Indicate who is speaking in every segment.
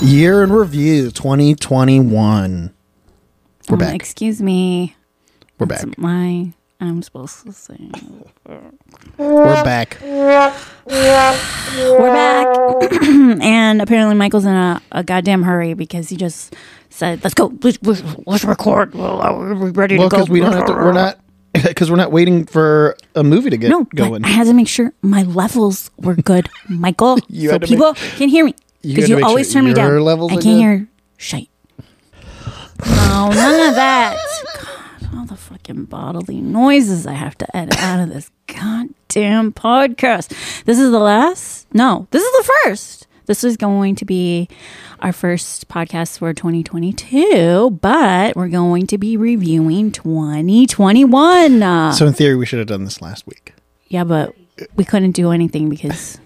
Speaker 1: Year in review 2021. We're
Speaker 2: Um,
Speaker 1: back.
Speaker 2: Excuse me.
Speaker 1: We're
Speaker 2: It's
Speaker 1: back.
Speaker 2: my I'm supposed to sing.
Speaker 1: We're back.
Speaker 2: We're back, and apparently Michael's in a, a goddamn hurry because he just said, "Let's go, let's, let's, let's record. Well, are we ready
Speaker 1: Well,
Speaker 2: to go?"
Speaker 1: because we don't have to. We're not. Because we're not waiting for a movie to get
Speaker 2: No, my-
Speaker 1: going.
Speaker 2: I had to make sure my levels were good, Michael,
Speaker 1: You
Speaker 2: so
Speaker 1: had to make-
Speaker 2: people can hear me
Speaker 1: You had to
Speaker 2: because you,
Speaker 1: make sure
Speaker 2: always turn me
Speaker 1: your
Speaker 2: down.
Speaker 1: levels
Speaker 2: I
Speaker 1: are
Speaker 2: can't
Speaker 1: good?
Speaker 2: hear shite. No, none of that. God, all the fucking bodily noises I have to edit out of this goddamn podcast. This is the last. No, this is the first. This is going to be our first podcast for 2022, but we're going to be reviewing 2021. Uh,
Speaker 1: So in theory, we should have done this last week.
Speaker 2: yeah, but we couldn't do anything because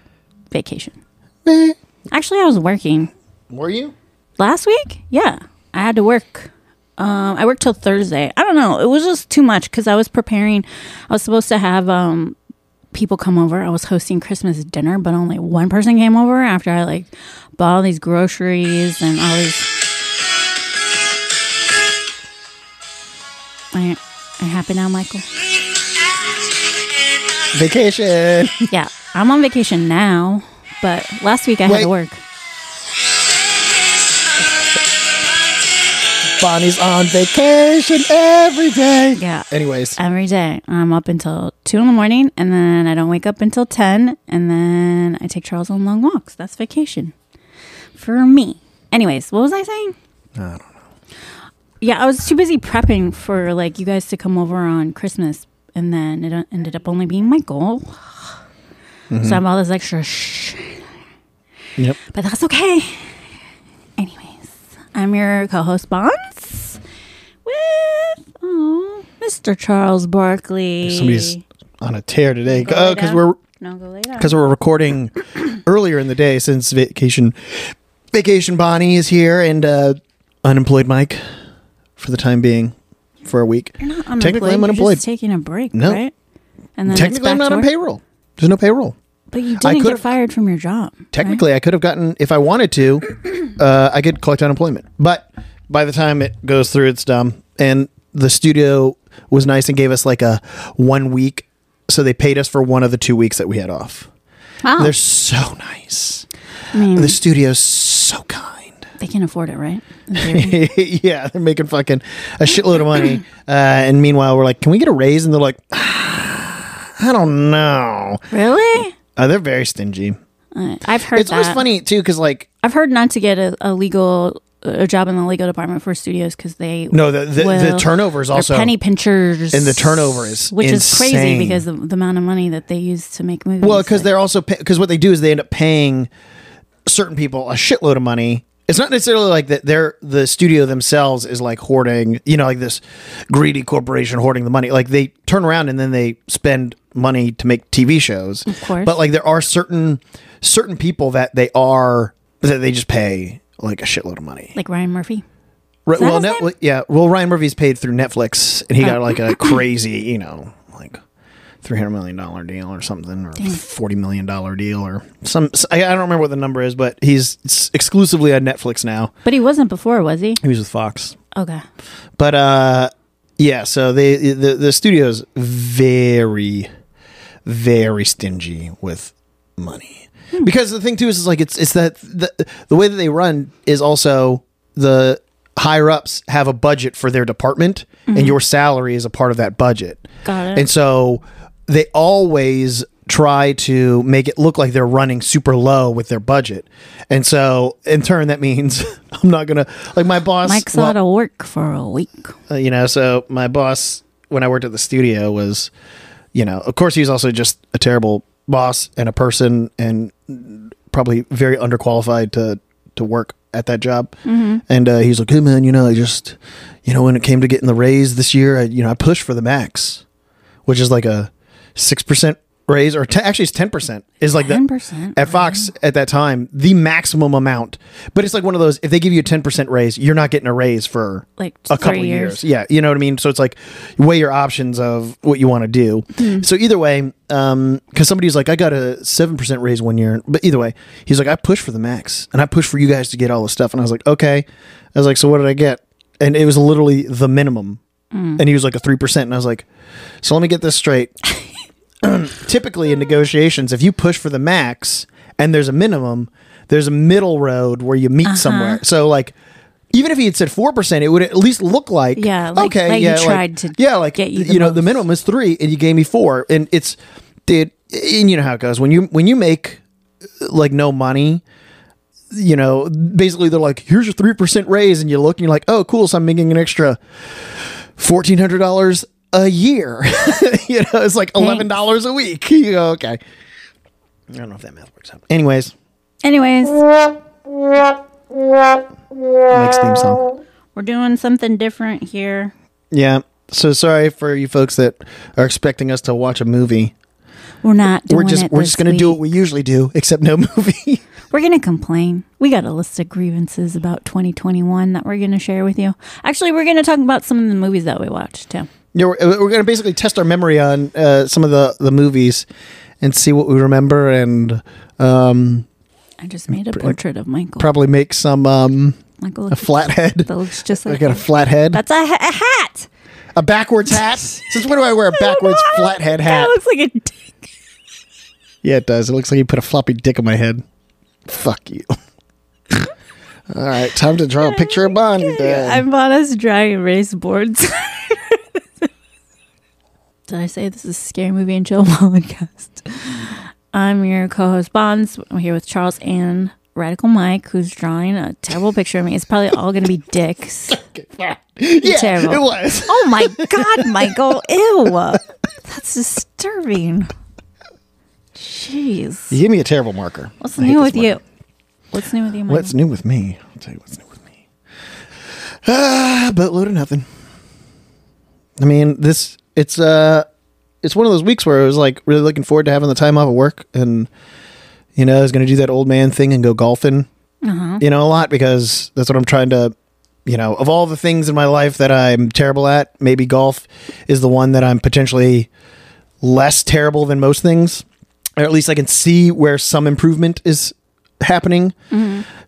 Speaker 2: vacation. Actually, I was working
Speaker 1: Were you?
Speaker 2: last week. Yeah, I had to work. Um, I worked till Thursday. I don't know. It was just too much because I was preparing. I was supposed to have um, people come over. I was hosting Christmas dinner, but only one person came over after I like bought all these groceries and all these. I, I happy now, Michael.
Speaker 1: Vacation.
Speaker 2: Yeah, I'm on vacation now, but last week I had
Speaker 1: Wait.
Speaker 2: to work.
Speaker 1: Bonnie's on vacation every day.
Speaker 2: Yeah.
Speaker 1: Anyways,
Speaker 2: Every day I'm up until two in the morning, and then I don't wake up until ten, and then I take Charles on long walks. That's vacation for me. Anyways, what was I saying?
Speaker 1: I don't know.
Speaker 2: Yeah, I was too busy prepping for like you guys to come over on Christmas, and then it uh, ended up only being Michael.
Speaker 1: Mm-hmm.
Speaker 2: So I'm all this extra shh.
Speaker 1: Yep.
Speaker 2: But that's okay. Anyways, I'm your co-host Bonds with oh Mr. Charles Barkley.
Speaker 1: Somebody's on a tear today.
Speaker 2: Go
Speaker 1: Oh,
Speaker 2: lay
Speaker 1: because
Speaker 2: down.
Speaker 1: we're
Speaker 2: no go later.
Speaker 1: because we're recording earlier in the day since vacation. Vacation Bonnie is here and uh, unemployed Mike for the time being for a week.
Speaker 2: You're not unemployed.
Speaker 1: Technically, I'm
Speaker 2: You're
Speaker 1: unemployed.
Speaker 2: just taking a break,
Speaker 1: No.
Speaker 2: right? And then it's
Speaker 1: Technically, I'm
Speaker 2: back
Speaker 1: not
Speaker 2: to
Speaker 1: on
Speaker 2: work.
Speaker 1: payroll. There's no payroll.
Speaker 2: But you
Speaker 1: I
Speaker 2: didn't get
Speaker 1: could've-
Speaker 2: fired from your job. right?
Speaker 1: Technically, I could have gotten if I wanted to. Uh, I could collect unemployment, but by the time it goes through, it's dumb. And the studio was nice and gave us like a one week, so they paid us for one of the two weeks that we had off.
Speaker 2: Oh,
Speaker 1: They're so nice.
Speaker 2: I mean,
Speaker 1: The studio's so kind.
Speaker 2: they can afford it, right? In theory.
Speaker 1: yeah, they're making fucking a shitload of money. Uh, and meanwhile, we're like, can we get a raise? And they're like, "Ah, I don't know.
Speaker 2: really?
Speaker 1: Uh, they're very stingy.
Speaker 2: Uh, I've heard
Speaker 1: It's always
Speaker 2: that.
Speaker 1: funny too, because like,
Speaker 2: I've heard not to get a, a legal a job in the legal department for studios because they
Speaker 1: no, the the,
Speaker 2: Well,
Speaker 1: the turnover is
Speaker 2: they're
Speaker 1: also
Speaker 2: penny pinchers,
Speaker 1: and the turnover is
Speaker 2: which is
Speaker 1: insane.
Speaker 2: crazy because of the amount of money that they use to make movies.
Speaker 1: well, because
Speaker 2: like-
Speaker 1: they're also because what they do is they end up paying certain people a shitload of money. It's not necessarily like that. They're the studio themselves is like hoarding, you know, like this greedy corporation hoarding the money. Like they turn around and then they spend money to make TV shows. Of
Speaker 2: course.
Speaker 1: but like there are certain certain people that they are that they just pay like a shitload of money.
Speaker 2: like Ryan Murphy.
Speaker 1: Right,
Speaker 2: that
Speaker 1: well,
Speaker 2: his
Speaker 1: net,
Speaker 2: name? Oh.
Speaker 1: well, yeah. Well, Ryan Murphy's paid through Netflix, and he got like a crazy, you know, like three hundred million dollar deal or something, or forty million dollar deal, or some. s- I, I don't remember what the number is, but he's s- exclusively on Netflix now.
Speaker 2: But he wasn't before, was he?
Speaker 1: He was with Fox,
Speaker 2: Okay.
Speaker 1: but uh, yeah. So they the the studio's very, very stingy with money
Speaker 2: Hmm.
Speaker 1: because the thing too is, is like it's it's that the the way that they run is also the higher ups have a budget for their department and your salary is a part of that budget
Speaker 2: Mm-hmm. Got it.
Speaker 1: and so they always try to make it look like they're running super low with their budget and so in turn that means i'm not gonna like my boss
Speaker 2: Mike's
Speaker 1: well-
Speaker 2: out of work for a week.
Speaker 1: uh, you know so my boss when i worked at the studio was you know of course he's also just a terrible boss and a person and probably very underqualified to to work at that job and uh, he's like hey man you know i just you know when it came to getting the raise this year i you know i pushed for the max which is like a 6% raise, or te- actually it's ten percent, is like the
Speaker 2: 10%,
Speaker 1: at Fox at that time the maximum amount. But it's like one of those if they give you a ten percent raise, you're not getting a raise for
Speaker 2: Like
Speaker 1: a
Speaker 2: three
Speaker 1: couple years.
Speaker 2: years.
Speaker 1: Yeah, you know what I mean. So it's like weigh your options of what you want to do.
Speaker 2: Hmm.
Speaker 1: So either way, um, because somebody's like, I got a seven percent raise one year, but either way, he's like, I pushed for the max, and I pushed for you guys to get all the stuff, and I was like, okay. I was like, so what did I get? And it was literally the minimum,
Speaker 2: Hmm.
Speaker 1: and he was like a three percent, and I was like, so let me get this straight. Typically in negotiations, if you push for the max and there's a minimum, there's a middle road where you meet
Speaker 2: Uh-huh.
Speaker 1: somewhere. So like. Even if he had said four percent, it would at least look like
Speaker 2: Yeah, like-
Speaker 1: okay,
Speaker 2: like you
Speaker 1: yeah,
Speaker 2: tried to
Speaker 1: like, yeah, like
Speaker 2: get
Speaker 1: you,
Speaker 2: you the
Speaker 1: know, the
Speaker 2: most.
Speaker 1: minimum is three, and you gave me four, and it's, dude, and you know how it goes when you when you make uh, like no money, you know, basically they're like, here's your three percent raise, and you look and you're like, oh, cool, so I'm making an extra fourteen hundred dollars a year, you know, it's like eleven dollars a week, you go, okay, I don't know if that math works out. Anyways,
Speaker 2: Anyways,
Speaker 1: next theme song.
Speaker 2: we're doing something different here.
Speaker 1: Yeah. So sorry for you folks that are expecting us to watch a movie.
Speaker 2: We're not. Doing
Speaker 1: we're just
Speaker 2: it
Speaker 1: we're
Speaker 2: this
Speaker 1: just going to do what
Speaker 2: week.
Speaker 1: we usually do, except no movie.
Speaker 2: We're gonna complain. We got a list of grievances about 2021 that we're gonna share with you. Actually, we're gonna talk about some of the movies that we watched too.
Speaker 1: yeah, we're, we're going to basically test our memory on uh, some of the the movies and see what we remember and um,
Speaker 2: I just made a portrait of Michael.
Speaker 1: probably make some um,
Speaker 2: Michael
Speaker 1: a
Speaker 2: looks,
Speaker 1: flathead.
Speaker 2: that looks just
Speaker 1: I
Speaker 2: like
Speaker 1: got a flathead,
Speaker 2: that's a, ha- a hat.
Speaker 1: a backwards hat. Since when do I wear a backwards flathead
Speaker 2: That
Speaker 1: hat?
Speaker 2: looks like a dick.
Speaker 1: Yeah, it does. It looks like you put a floppy dick on my head. Fuck you. All right, time to draw a picture of Bond. Uh,
Speaker 2: I'm on us dry erase boards. Did I say this is a scary movie and chill podcast? I'm your co-host Bonds. I'm here with Charles and Radical Mike, who's drawing a terrible picture of me. It's probably all going to be dicks.
Speaker 1: yeah,
Speaker 2: terrible.
Speaker 1: it was.
Speaker 2: Oh my God, Michael! Ew, that's disturbing. Jeez,
Speaker 1: You give me a terrible marker.
Speaker 2: what's
Speaker 1: I hate
Speaker 2: new
Speaker 1: this
Speaker 2: with
Speaker 1: marker.
Speaker 2: you? What's new with you, Michael?
Speaker 1: What's new with me? I'll tell you what's new with me. Ah, boatload of nothing. I mean, this it's uh it's one of those weeks where I was like really looking forward to having the time off of work and you know, I was gonna do that old man thing and go golfing. You know, a lot because that's what I'm trying to you know, of all the things in my life that I'm terrible at, maybe golf is the one that I'm potentially less terrible than most things. Or at least I can see where some improvement is happening.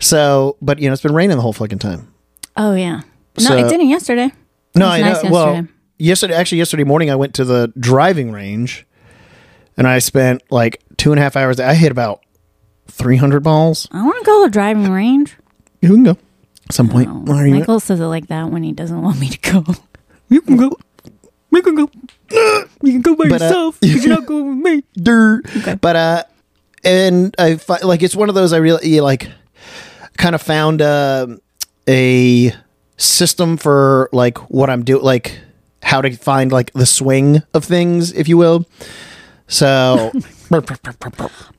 Speaker 1: So, but you know, it's been raining the whole fucking time.
Speaker 2: oh yeah, no,
Speaker 1: So-
Speaker 2: it didn't yesterday.
Speaker 1: No,
Speaker 2: It was
Speaker 1: I know.
Speaker 2: nice
Speaker 1: Well,
Speaker 2: yesterday.
Speaker 1: yesterday, actually, yesterday morning, I went to the driving range, and I spent like two and a half hours. I hit about three hundred balls.
Speaker 2: I want to go to the driving range.
Speaker 1: You can go at some point.
Speaker 2: Oh,
Speaker 1: Where are you at?
Speaker 2: Michael says it like that when he doesn't want me to go.
Speaker 1: You can go.
Speaker 3: You can go. You can go by
Speaker 1: But, uh,
Speaker 3: yourself. you cannot go with me.
Speaker 1: dirt. But uh, and I fi- like it's one of those I really you, like kind of found uh, a system for like what I'm doing, like how to find like the swing of things, if you will. So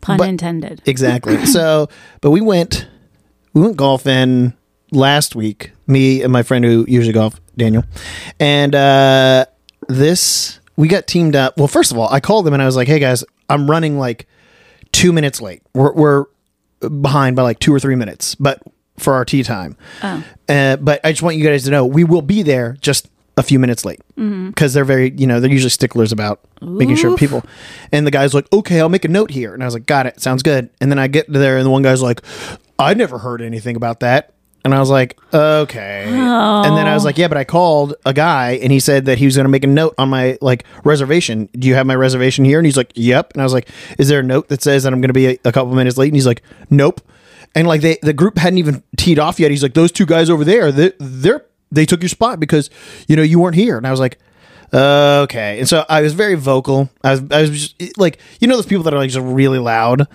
Speaker 2: Pun
Speaker 1: But-
Speaker 2: intended.
Speaker 1: exactly. So, but we went we went golfing last week. Me and my friend who usually golf, Daniel, and uh, this we got teamed up. Well, first of all, I called them and I was like, "Hey guys, I'm running like two minutes late. We're, we're behind by like two or three minutes, but for our tea time. Uh, but I just want you guys to know we will be there just a few minutes late because they're very, you know, they're usually sticklers about making sure people. And the guy's like, okay, I'll make a note here. And I was like, got it. Sounds good. And then I get there and the one guy's like, I never heard anything about that. And I was like, okay. And then I was like, yeah, but I called a guy and he said that he was going to make a note on my like reservation. Do you have my reservation here? And he's like, yep. And I was like, is there a note that says that I'm going to be a, a couple minutes late? And he's like, nope. And like they, the group hadn't even teed off yet. He's like, those two guys over there, they, they're, they took your spot because you know you weren't here. And I was like, Uh, okay. And so I was very vocal. I was, I was just, like, you know, those people that are like just really loud.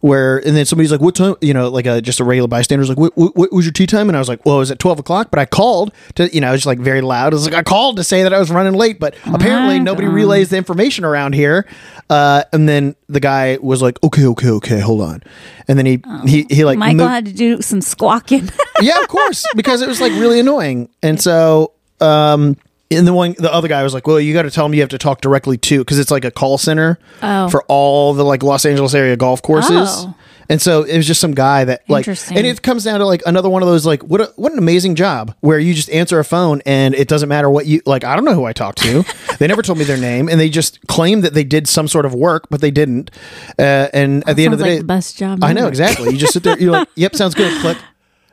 Speaker 1: Where and then somebody's like, "What time?" You know, like a, just a regular bystander's like, what, what, "What was your tea time?" And I was like, "Well, it was at twelve o'clock." But I called to, you know, I was just like very loud. I was like, "I called to say that I was running late," but apparently nobody relays the information around here. Uh, and then the guy was like, "Okay, okay, okay, hold on," and then he he he like
Speaker 2: Michael
Speaker 1: moved-
Speaker 2: had to do some squawking.
Speaker 1: yeah, of course, because it was like really annoying. And so, um, and the one the other guy was like, "Well, you got to tell them you have to talk directly to because it's like a call center
Speaker 2: Oh.
Speaker 1: for all the like Los Angeles area golf courses."
Speaker 2: Oh.
Speaker 1: And so it was just some guy that like,
Speaker 2: Interesting.
Speaker 1: and it comes down to like another one of those like, what a, what an amazing job where you just answer a phone and it doesn't matter what you like. I don't know who I talked to. they never told me their name, and they just claimed that they did some sort of work, but they didn't. Uh, and at the end of
Speaker 2: Sounds
Speaker 1: the
Speaker 2: like
Speaker 1: day,
Speaker 2: the best job.
Speaker 1: I know
Speaker 2: ever.
Speaker 1: exactly. You just sit there. You're like, "Yep, sounds good." Click,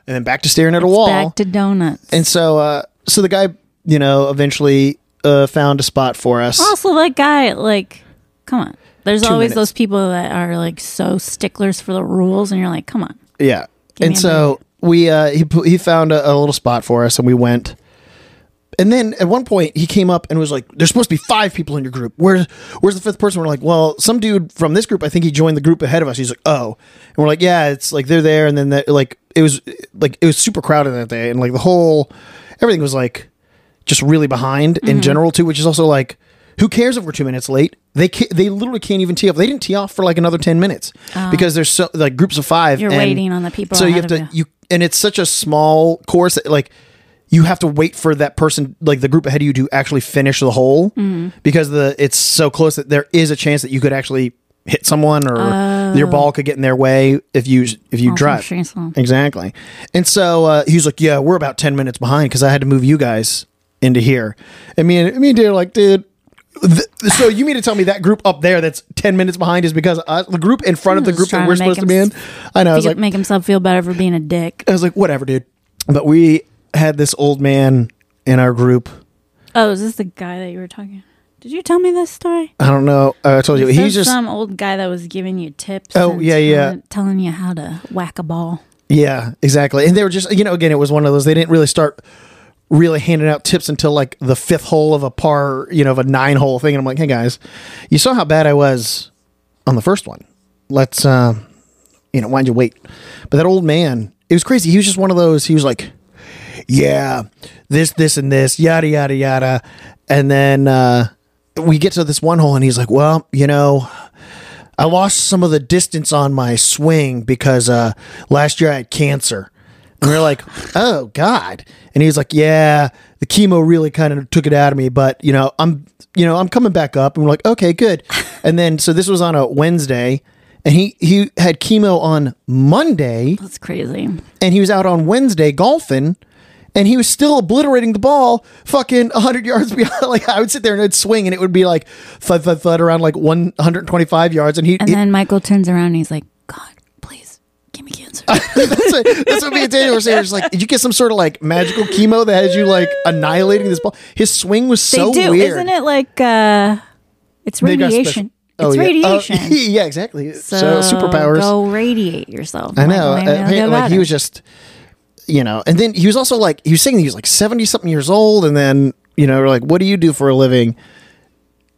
Speaker 1: and then back to staring at a wall.
Speaker 2: Back to donuts.
Speaker 1: And so, uh, so the guy, you know, eventually uh, found a spot for us.
Speaker 2: also, that guy, like, come on. There's always
Speaker 1: minutes.
Speaker 2: those people that are like so sticklers for the rules, and you're like, come on.
Speaker 1: Yeah,
Speaker 2: me
Speaker 1: and
Speaker 2: a
Speaker 1: so we uh, he pu- he found a, a little spot for us, and we went. And then at one point he came up and was like, "There's supposed to be five people in your group. Where's where's the fifth person?" We're like, "Well, some dude from this group. I think he joined the group ahead of us." He's like, "Oh," and we're like, "Yeah, it's like they're there." And then that like it was like it was super crowded that day, and like the whole everything was like just really behind
Speaker 2: Mm-hmm.
Speaker 1: in general too, which is also like, who cares if we're two minutes late? They ca- they literally can't even tee off. They didn't tee off for like another ten minutes because there's so like groups of five.
Speaker 2: Oh. You're
Speaker 1: and-
Speaker 2: waiting on the people
Speaker 1: So you have
Speaker 2: ahead
Speaker 1: to
Speaker 2: of
Speaker 1: you and it's such a small course that like you have to wait for that person like the group ahead of you to actually finish the hole
Speaker 2: Mm-hmm.
Speaker 1: because the it's so close that there is a chance that you could actually hit someone or
Speaker 2: Oh.
Speaker 1: your ball could get in their way if you if you
Speaker 2: Also,
Speaker 1: drive.
Speaker 2: sure, so-
Speaker 1: Exactly. And so uh, he's like, "Yeah, we're about ten minutes behind because I had to move you guys into here." And me and me and Dave are like, "Dude." Th- so you mean to tell me that group up there that's 10 minutes behind is because us, the group in front of the
Speaker 2: Just
Speaker 1: group that
Speaker 2: Hmm, trying
Speaker 1: we're
Speaker 2: to make
Speaker 1: supposed to be in
Speaker 2: him
Speaker 1: i know i was
Speaker 2: Fe-
Speaker 1: like
Speaker 2: make himself feel better for being a dick.
Speaker 1: i was like whatever dude but we had this old man in our group
Speaker 2: Oh, is this the guy that you were talking? Did you tell me this story?
Speaker 1: i don't know uh, i told you
Speaker 2: Is
Speaker 1: he's
Speaker 2: that
Speaker 1: just
Speaker 2: some old guy that was giving you tips.
Speaker 1: Oh,
Speaker 2: and
Speaker 1: yeah, yeah.
Speaker 2: telling- telling you how to whack a ball.
Speaker 1: Yeah, exactly. And they were just, you know, again, it was one of those, they didn't really start really handing out tips until like the fifth hole of a par, you know, of a nine hole thing. And I'm like, hey guys, you saw how bad I was on the first one. Let's, uh, you know, why'd you wait? But that old man, it was crazy. He was just one of those, he was like, yeah, this, this, and this, yada, yada, yada. And then, uh, we get to this one hole and he's like, well, you know, I lost some of the distance on my swing because uh, last year I had cancer. And we are like, oh God. And he was like, yeah, the chemo really kind of took it out of me, but you know, I'm, you know, I'm coming back up. And we're like, okay, good. And then, so this was on a Wednesday and he, he had chemo on Monday
Speaker 2: That's crazy.
Speaker 1: and he was out on Wednesday golfing, and he was still obliterating the ball, fucking hundred yards behind. Like I would sit there and it'd swing, and it would be like thud thud thud around like one hundred twenty five yards, and he.
Speaker 2: And
Speaker 1: he-
Speaker 2: then Michael turns around and he's like, "God, please give me cancer."
Speaker 1: that's, what, that's what me and Daniel were saying. We're just like, did you get some sort of like magical chemo that has you like annihilating this ball? His swing was
Speaker 2: they
Speaker 1: so
Speaker 2: do,
Speaker 1: weird.
Speaker 2: isn't it? Like, uh, it's
Speaker 1: They got special-
Speaker 2: radiation.
Speaker 1: Oh,
Speaker 2: it's
Speaker 1: yeah. Oh,
Speaker 2: radiation.
Speaker 1: yeah, exactly. So, superpowers.
Speaker 2: Go radiate yourself.
Speaker 1: I know.
Speaker 2: Michael,
Speaker 1: Uh,
Speaker 2: ain't no good
Speaker 1: apparently, like
Speaker 2: about
Speaker 1: he
Speaker 2: it.
Speaker 1: was just, you know, and then he was also like he was saying that he was like seventy something years old, and then you know, we're like, what do you do for a living?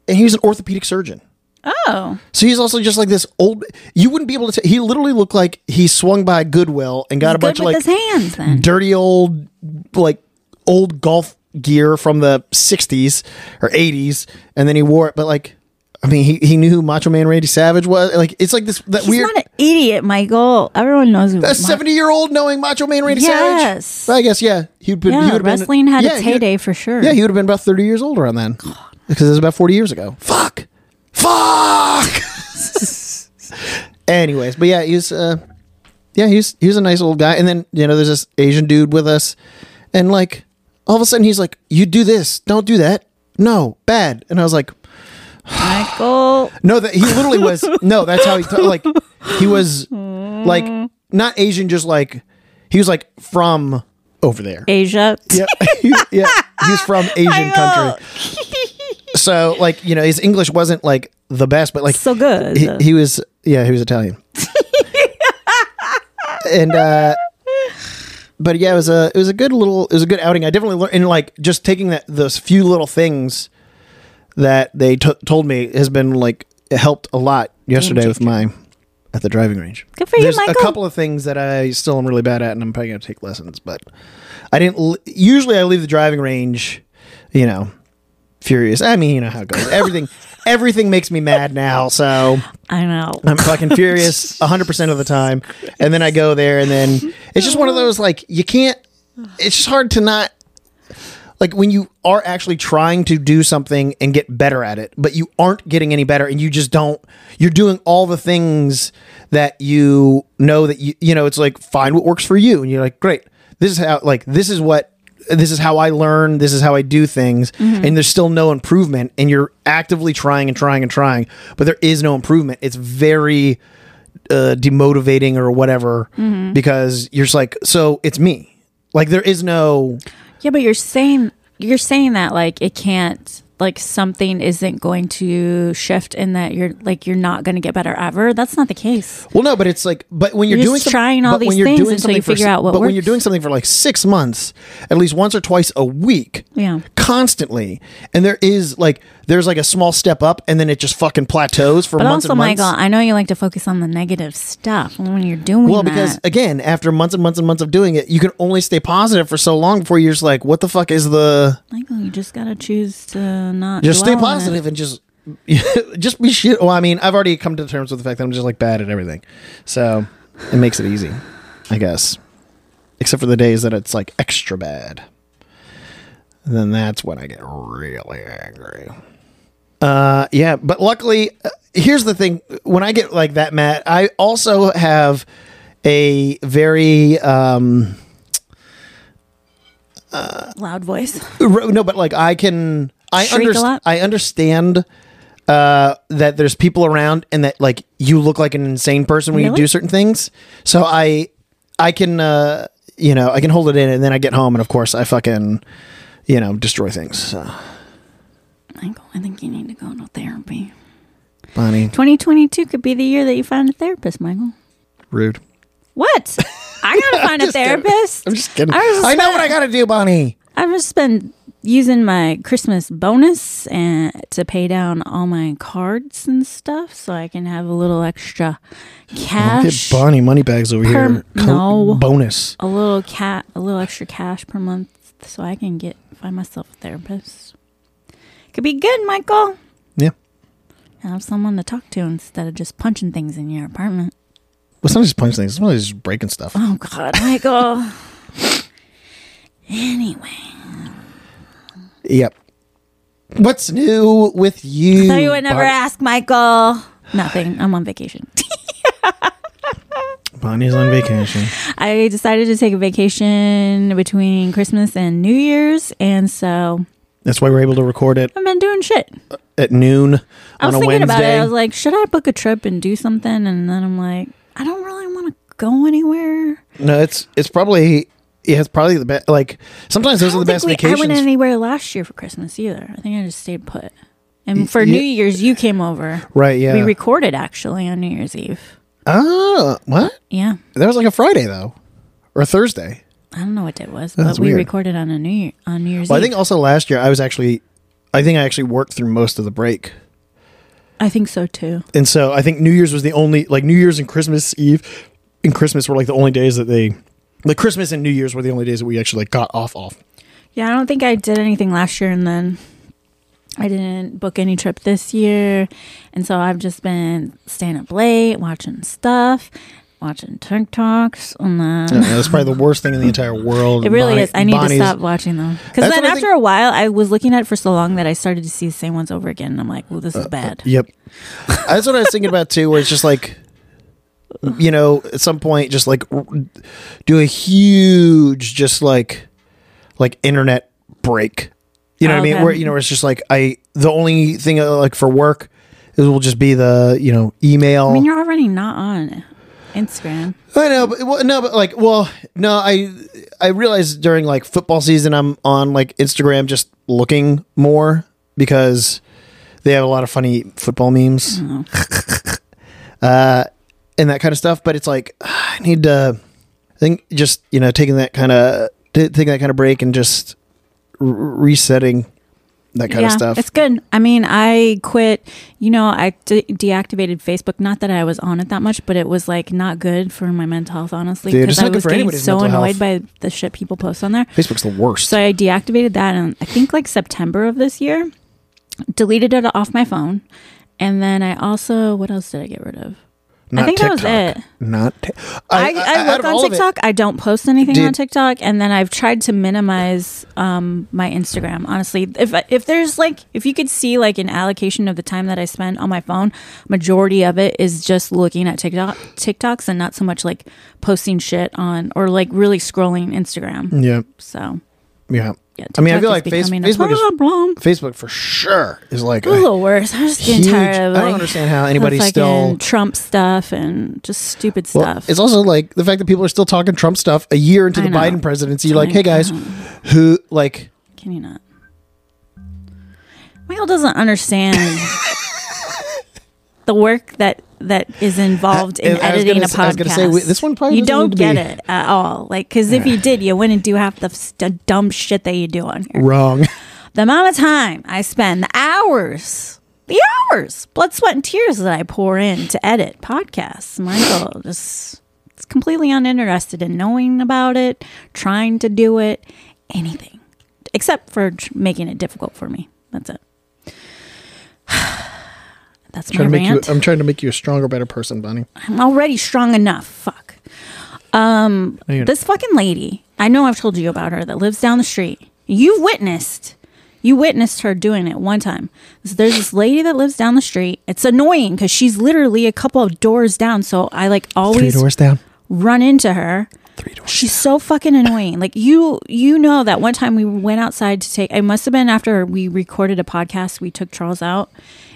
Speaker 1: And he was an orthopedic surgeon,
Speaker 2: oh,
Speaker 1: so he's also just like this old. You wouldn't be able to. T- he literally looked like he swung by Goodwill and got a
Speaker 2: good
Speaker 1: bunch
Speaker 2: with
Speaker 1: of like
Speaker 2: his hands. Then
Speaker 1: dirty old like old golf gear from the 60s or 80s and then he wore it but like i mean he, he knew who macho man randy savage was like it's like this that
Speaker 2: he's
Speaker 1: weird
Speaker 2: not an idiot, Michael. Everyone knows who
Speaker 1: a
Speaker 2: Mike-
Speaker 1: seventy-year-old knowing Macho Man Randy
Speaker 2: Yes.
Speaker 1: Savage. Well, I guess yeah. He'd been. he
Speaker 2: Yeah,
Speaker 1: would've been-
Speaker 2: wrestling had
Speaker 1: yeah,
Speaker 2: its
Speaker 1: he would've-
Speaker 2: heyday for sure.
Speaker 1: Yeah, he would have been about thirty years old around then, because it was about forty years ago. Fuck. Fuck. Anyways, but yeah, he's uh, yeah, he's he's a nice old guy. And then you know, there's this Asian dude with us, and like all of a sudden he's like, "You do this, don't do that, no, bad." And I was like,
Speaker 2: Michael.
Speaker 1: no, that he literally was. no, that's how he ta- like. He was like not Asian, just like he was like from over there.
Speaker 2: Asia.
Speaker 1: yeah, he, yeah, he's from Asian country. So like you know, his English wasn't like the best, but like
Speaker 2: So good.
Speaker 1: he, he was yeah, he was Italian. and uh but yeah, it was a it was a good little it was a good outing. I definitely learned and like just taking that those few little things that they t- told me has been like it helped a lot yesterday with my at the driving range.
Speaker 2: Good for you,
Speaker 1: There's
Speaker 2: Michael.
Speaker 1: a couple of things that I still am really bad at, and I'm probably gonna take lessons. But I didn't. L- usually, I leave the driving range, you know, furious. I mean, you know how it goes. Everything, everything makes me mad now. So
Speaker 2: I know.
Speaker 1: I'm fucking furious 100% of the time. And then I go there, and then it's just one of those like, you can't, it's just hard to not. like when you are actually trying to do something and get better at it, but you aren't getting any better and you just don't you're doing all the things that you know that you you know, it's like find what works for you and you're like, Great, this is how like this is what this is how I learn, this is how I do things, and there's still no improvement, and you're actively trying and trying and trying, but there is no improvement. It's very uh, demotivating or whatever because you're just like, so it's me. Like there is no
Speaker 2: Yeah, but you're saying you're saying that like it can't like something isn't going to shift in that you're like you're not going to get better ever. That's not the case.
Speaker 1: well, no, but it's like, but when you're,
Speaker 2: You're
Speaker 1: doing
Speaker 2: just trying all
Speaker 1: but when
Speaker 2: these
Speaker 1: you're
Speaker 2: things
Speaker 1: doing
Speaker 2: until
Speaker 1: something
Speaker 2: you
Speaker 1: for
Speaker 2: figure
Speaker 1: s-
Speaker 2: out what
Speaker 1: But when you're
Speaker 2: works.
Speaker 1: doing something for like six months, at least once or twice a week,
Speaker 2: Yeah.
Speaker 1: constantly, and there is like there's like a small step up, and then it just fucking plateaus for
Speaker 2: But
Speaker 1: months
Speaker 2: also,
Speaker 1: and months.
Speaker 2: Michael, I know you like to focus on the negative stuff when you're doing
Speaker 1: Well,
Speaker 2: that.
Speaker 1: because again, after months and months and months of doing it, you can only stay positive for so long before you're just like, what the fuck is the?
Speaker 2: Michael, oh, you just gotta choose to not
Speaker 1: Just stay
Speaker 2: dwell on it.
Speaker 1: positive and just just be shit. Well, I mean, I've already come to terms with the fact that I'm just like bad at everything, so it makes it easy, I guess. Except for the days that it's like extra bad, and then that's when I get really angry. Uh, yeah, but luckily, uh, here's the thing: when I get like that, Matt, I also have a very um.
Speaker 2: Loud voice.
Speaker 1: Ro- no but like i can i
Speaker 2: Shriek a
Speaker 1: understand
Speaker 2: lot?
Speaker 1: i understand uh that there's people around and that like you look like an insane person when you
Speaker 2: Really?
Speaker 1: do certain things so i i can uh you know i can hold it in and then i get home and of course i fucking you know destroy things so
Speaker 2: Michael, I think you need to go to therapy.
Speaker 1: bonnie
Speaker 2: 2022 could be the year that you find a therapist, Michael.
Speaker 1: rude
Speaker 2: What? I gotta find a
Speaker 1: just kidding.
Speaker 2: therapist.
Speaker 1: i'm just kidding
Speaker 2: I
Speaker 1: i,
Speaker 2: was
Speaker 1: know
Speaker 2: spent-
Speaker 1: what i gotta do bonnie
Speaker 2: I've just been using my Christmas bonus and to pay down all my cards and stuff, so I can have a little extra
Speaker 1: get
Speaker 2: cash,
Speaker 1: bonnie moneybags over
Speaker 2: Perm-
Speaker 1: here
Speaker 2: no.
Speaker 1: bonus
Speaker 2: a little cat, a little extra cash per month, so I can get find myself a therapist. Could be good, Michael.
Speaker 1: yeah
Speaker 2: Have someone to talk to instead of just punching things in your apartment.
Speaker 1: well sometimes just punch things sometimes just breaking stuff
Speaker 2: Oh God, Michael. anyway,
Speaker 1: yep what's new with you
Speaker 2: so you would never
Speaker 1: Bonnie?
Speaker 2: ask, Michael. Nothing. I'm on vacation.
Speaker 1: bonnie's on vacation
Speaker 2: I decided to take a vacation between Christmas and New Year's, and so
Speaker 1: That's why we're able to record it
Speaker 2: I've been doing shit.
Speaker 1: at noon
Speaker 2: I
Speaker 1: on
Speaker 2: was
Speaker 1: a
Speaker 2: thinking
Speaker 1: Wednesday.
Speaker 2: about it. I was like, should I book a trip and do something? And then I'm like, I don't really want to go anywhere.
Speaker 1: no, it's it's probably yeah, it's probably the best. Like sometimes those
Speaker 2: I
Speaker 1: are the
Speaker 2: don't
Speaker 1: best
Speaker 2: think we, I
Speaker 1: vacations.
Speaker 2: went anywhere last year for Christmas either. I think I just stayed put. And for
Speaker 1: you-
Speaker 2: New Year's, you came over.
Speaker 1: right? Yeah.
Speaker 2: We recorded actually on New Year's Eve.
Speaker 1: oh, what?
Speaker 2: Yeah.
Speaker 1: That was like a Friday though, or a Thursday.
Speaker 2: I don't know what day it was,
Speaker 1: That's
Speaker 2: but we
Speaker 1: weird.
Speaker 2: recorded on a New Year on New Year's
Speaker 1: Well, I
Speaker 2: Eve.
Speaker 1: think also last year I was actually, I think I actually worked through most of the break,
Speaker 2: I think so too.
Speaker 1: and so I think New Year's was the only like New Year's and Christmas Eve, and Christmas were like the only days that they, like Christmas and New Year's were the only days that we actually like got off off.
Speaker 2: Yeah, I don't think I did anything last year, and then I didn't book any trip this year, and so I've just been staying up late, watching stuff, watching TikToks, and
Speaker 1: Yeah,
Speaker 2: then
Speaker 1: that's probably the worst thing in the entire world.
Speaker 2: it really
Speaker 1: Bonnie-
Speaker 2: is. I need
Speaker 1: Bonnie's-
Speaker 2: to stop watching them because
Speaker 1: That's what
Speaker 2: then
Speaker 1: I
Speaker 2: after
Speaker 1: think-
Speaker 2: a while, I was looking at it for so long that I started to see the same ones over again, and I'm like, "Well, this
Speaker 1: Uh,
Speaker 2: is bad."
Speaker 1: Yep. That's what I was thinking about too, where it's just like, you know, at some point, just like r- do a huge, just like, like internet break. You know what I mean?
Speaker 2: Okay.
Speaker 1: Where, you know, where it's just like, I, the only thing uh, like for work is will just be the, you know, email.
Speaker 2: I mean, you're already not on Instagram.
Speaker 1: I know, but well, no, but like, well, no, I I realized during like football season, I'm on like Instagram just looking more because they have a lot of funny football memes, uh, and that kind of stuff. But it's like I need to I think just you know taking that kind of taking that kind of break and just r- resetting that kind of stuff.
Speaker 2: It's good. I mean, I quit, you know, I de- deactivated Facebook. Not that I was on it that much, but it was like not good for my mental health, honestly.
Speaker 1: Dude, it's
Speaker 2: I
Speaker 1: not good
Speaker 2: was
Speaker 1: for
Speaker 2: getting
Speaker 1: anybody's
Speaker 2: so
Speaker 1: mental
Speaker 2: annoyed
Speaker 1: health.
Speaker 2: by the shit people post on there.
Speaker 1: Facebook's the worst.
Speaker 2: So I deactivated that in, I think, like September of this year, deleted it off my phone. And then I also, what else did I get rid of?
Speaker 1: Not
Speaker 2: think that was
Speaker 1: TikTok.
Speaker 2: it.
Speaker 1: Not. Ti-
Speaker 2: I, I,
Speaker 1: out
Speaker 2: look
Speaker 1: of all
Speaker 2: on
Speaker 1: of it-
Speaker 2: TikTok. I don't post anything on
Speaker 1: Did-
Speaker 2: TikTok, and then I've tried to minimize um, my Instagram. Honestly, if I- if there's like if you could see like an allocation of the time that I spend on my phone, majority of it is just looking at TikTok TikToks and not so much like posting shit on or like really scrolling Instagram.
Speaker 1: yeah,
Speaker 2: So
Speaker 1: yeah.
Speaker 2: yeah,
Speaker 1: Mm. I mean, I
Speaker 2: TikTok
Speaker 1: feel like
Speaker 2: is
Speaker 1: face-
Speaker 2: becoming a
Speaker 1: Facebook is-
Speaker 2: problem.
Speaker 1: Facebook for sure is like.
Speaker 2: It's a
Speaker 1: a
Speaker 2: little worse. I'm just getting
Speaker 1: huge-
Speaker 2: tired
Speaker 1: I
Speaker 2: of like
Speaker 1: don't understand how
Speaker 2: the
Speaker 1: anybody's still.
Speaker 2: fucking Trump stuff and just stupid
Speaker 1: Well,
Speaker 2: stuff.
Speaker 1: it's also like the fact that people are still talking Trump stuff a year into
Speaker 2: I
Speaker 1: the
Speaker 2: know.
Speaker 1: Biden presidency.
Speaker 2: It's
Speaker 1: Like,
Speaker 2: like,
Speaker 1: hey guys,
Speaker 2: um,
Speaker 1: who like
Speaker 2: Can you not? Michael doesn't understand the work that that is involved in
Speaker 1: I- I was
Speaker 2: editing
Speaker 1: gonna
Speaker 2: a
Speaker 1: s-
Speaker 2: podcast.
Speaker 1: I was gonna say, we- this one probably
Speaker 2: you
Speaker 1: doesn't
Speaker 2: don't
Speaker 1: need to
Speaker 2: get
Speaker 1: be-
Speaker 2: it at all. Like, because if you did, you wouldn't do half the st- dumb shit that you do on here.
Speaker 1: wrong?
Speaker 2: The amount of time I spend, the hours, the hours, blood, sweat, and tears that I pour in to edit podcasts, Michael just is completely uninterested in knowing about it, trying to do it, anything, except for tr- making it difficult for me. That's it. That's my
Speaker 1: trying to make you,
Speaker 2: rant.
Speaker 1: I'm trying to make you a stronger, better person, Bunny.
Speaker 2: I'm already strong enough. Fuck. Um,
Speaker 1: No, you're not.
Speaker 2: this fucking lady. I know I've told you about her that lives down the street. You witnessed. You witnessed her doing it one time. So there's this lady that lives down the street. It's annoying because she's literally a couple of doors down. So I like
Speaker 1: Three
Speaker 2: always
Speaker 1: doors down.
Speaker 2: run into her.
Speaker 1: Three doors.
Speaker 2: She's so fucking annoying. Like you, you know that one time we went outside to take. It must have been after we recorded a podcast. We took Charles out,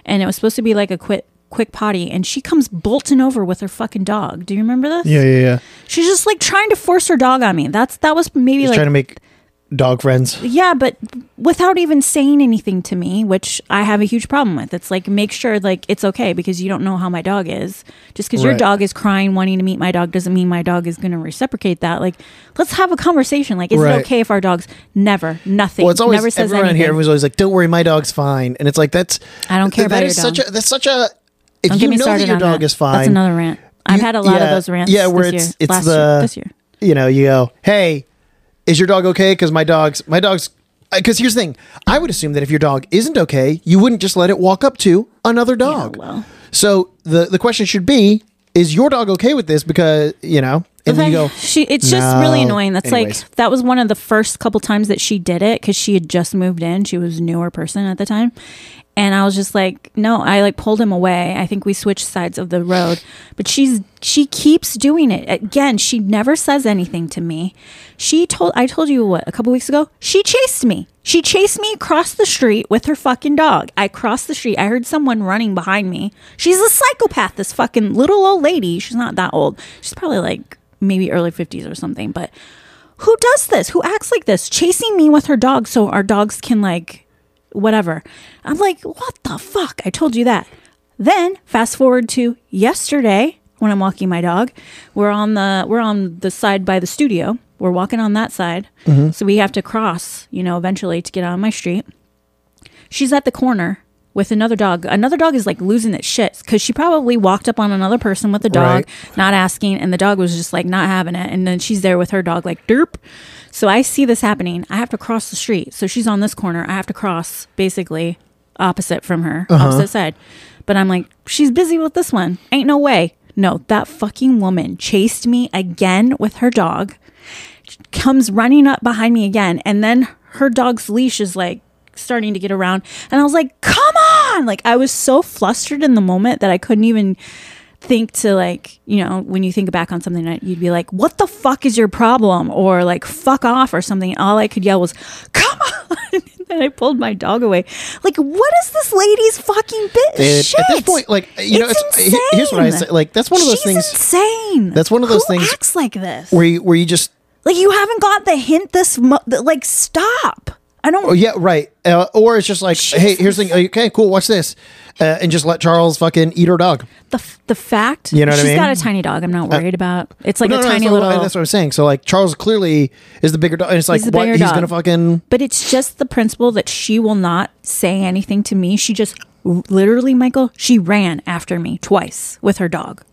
Speaker 2: and it was supposed to be like a quick, quick potty. And she comes bolting over with her fucking dog. Do you remember this?
Speaker 1: Yeah, yeah, yeah.
Speaker 2: She's just like trying to force her dog on me. That's that was maybe
Speaker 1: Just
Speaker 2: like
Speaker 1: trying to make dog friends.
Speaker 2: yeah, but without even saying anything to me, which I have a huge problem with. It's like make sure like it's okay because you don't know how my dog is. Just because your
Speaker 1: Right.
Speaker 2: dog is crying wanting to meet my dog doesn't mean my dog is going to reciprocate that. Like let's have a conversation. Like is
Speaker 1: Right.
Speaker 2: it okay if our dogs never nothing
Speaker 1: Well, it's always
Speaker 2: never says
Speaker 1: everyone around
Speaker 2: anything.
Speaker 1: here. Everyone's always like, "Don't worry, my dog's fine," and it's like that's.
Speaker 2: I don't care
Speaker 1: that
Speaker 2: about
Speaker 1: is
Speaker 2: your
Speaker 1: such
Speaker 2: dog.
Speaker 1: a that's such a. If
Speaker 2: don't
Speaker 1: you
Speaker 2: get me
Speaker 1: know
Speaker 2: started
Speaker 1: that your
Speaker 2: on
Speaker 1: dog
Speaker 2: that.
Speaker 1: is fine,
Speaker 2: That's another rant. I've
Speaker 1: You-
Speaker 2: had a lot
Speaker 1: yeah,
Speaker 2: of those rants.
Speaker 1: Yeah, where
Speaker 2: this
Speaker 1: it's
Speaker 2: year,
Speaker 1: it's
Speaker 2: last
Speaker 1: the
Speaker 2: year, this year.
Speaker 1: you know you go, hey, is your dog okay? Because my dog's my dog's because here's the thing, I would assume that if your dog isn't okay, you wouldn't just let it walk up to another dog.
Speaker 2: well.
Speaker 1: So the the question should be, is your dog okay with this? Because you know, and then you go,
Speaker 2: she it's just really
Speaker 1: "No."
Speaker 2: annoying that's
Speaker 1: Anyways.
Speaker 2: like that was one of the first couple times that she did it because she had just moved in she was a newer person at the time and i was just like no i like pulled him away i think we switched sides of the road but she's she keeps doing it again she never says anything to me she told i told you what a couple weeks ago she chased me she chased me across the street with her fucking dog. I crossed the street. I heard someone running behind me. She's a psychopath, this fucking little old lady. She's not that old. She's probably like maybe early 50s or something, but who does this? Who acts like this? Chasing me with her dog so our dogs can like whatever. I'm like, what the fuck? I told you that. Then fast forward to yesterday when I'm walking my dog. We're on the we're on the side by the studio. We're walking on that side. So we have to cross, you know, eventually to get on my street. She's at the corner with another dog. Another dog is like losing its shit because she probably walked up on another person with the dog, not asking, and the dog was just like not having it. And then she's there with her dog, like derp. So I see this happening. I have to cross the street. So she's on this corner. I have to cross basically opposite from her, opposite side. But I'm like, she's busy with this one. Ain't no way. No, that fucking woman chased me again with her dog comes running up behind me again and then her dog's leash is like starting to get around and i was like come on like i was so flustered in the moment that i couldn't even think to like you know when you think back on something that you'd be like what the fuck is your problem or like fuck off or something all i could yell was come on and then i pulled my dog away like what is this lady's fucking bit
Speaker 1: Dude,
Speaker 2: shit?
Speaker 1: "Eh, at this point, like uh, you know,
Speaker 2: It's
Speaker 1: it's, he- here's what I
Speaker 2: insane.
Speaker 1: say. Like that's one of those
Speaker 2: She's
Speaker 1: things
Speaker 2: insane
Speaker 1: That's one of those
Speaker 2: Who
Speaker 1: things
Speaker 2: acts like this
Speaker 1: where you, where you just
Speaker 2: like you haven't got the hint this mo- th- like stop. I don't
Speaker 1: Oh yeah, right. Uh, or it's just like, hey, here's the thing. Okay, cool. Watch this, uh, and just let Charles fucking eat her dog.
Speaker 2: the f- the fact
Speaker 1: You know what I
Speaker 2: she's
Speaker 1: mean? Uh,
Speaker 2: got a tiny dog. I'm not worried about. It's like
Speaker 1: No,
Speaker 2: a
Speaker 1: no, no,
Speaker 2: tiny
Speaker 1: that's what-
Speaker 2: little.
Speaker 1: That's what I'm saying. So like, Charles clearly is the bigger dog, and it's like,
Speaker 2: He's the
Speaker 1: what?
Speaker 2: bigger
Speaker 1: He's
Speaker 2: dog.
Speaker 1: gonna fucking.
Speaker 2: but it's just the principle that she will not say anything to me. She just literally, Michael, she ran after me twice with her dog.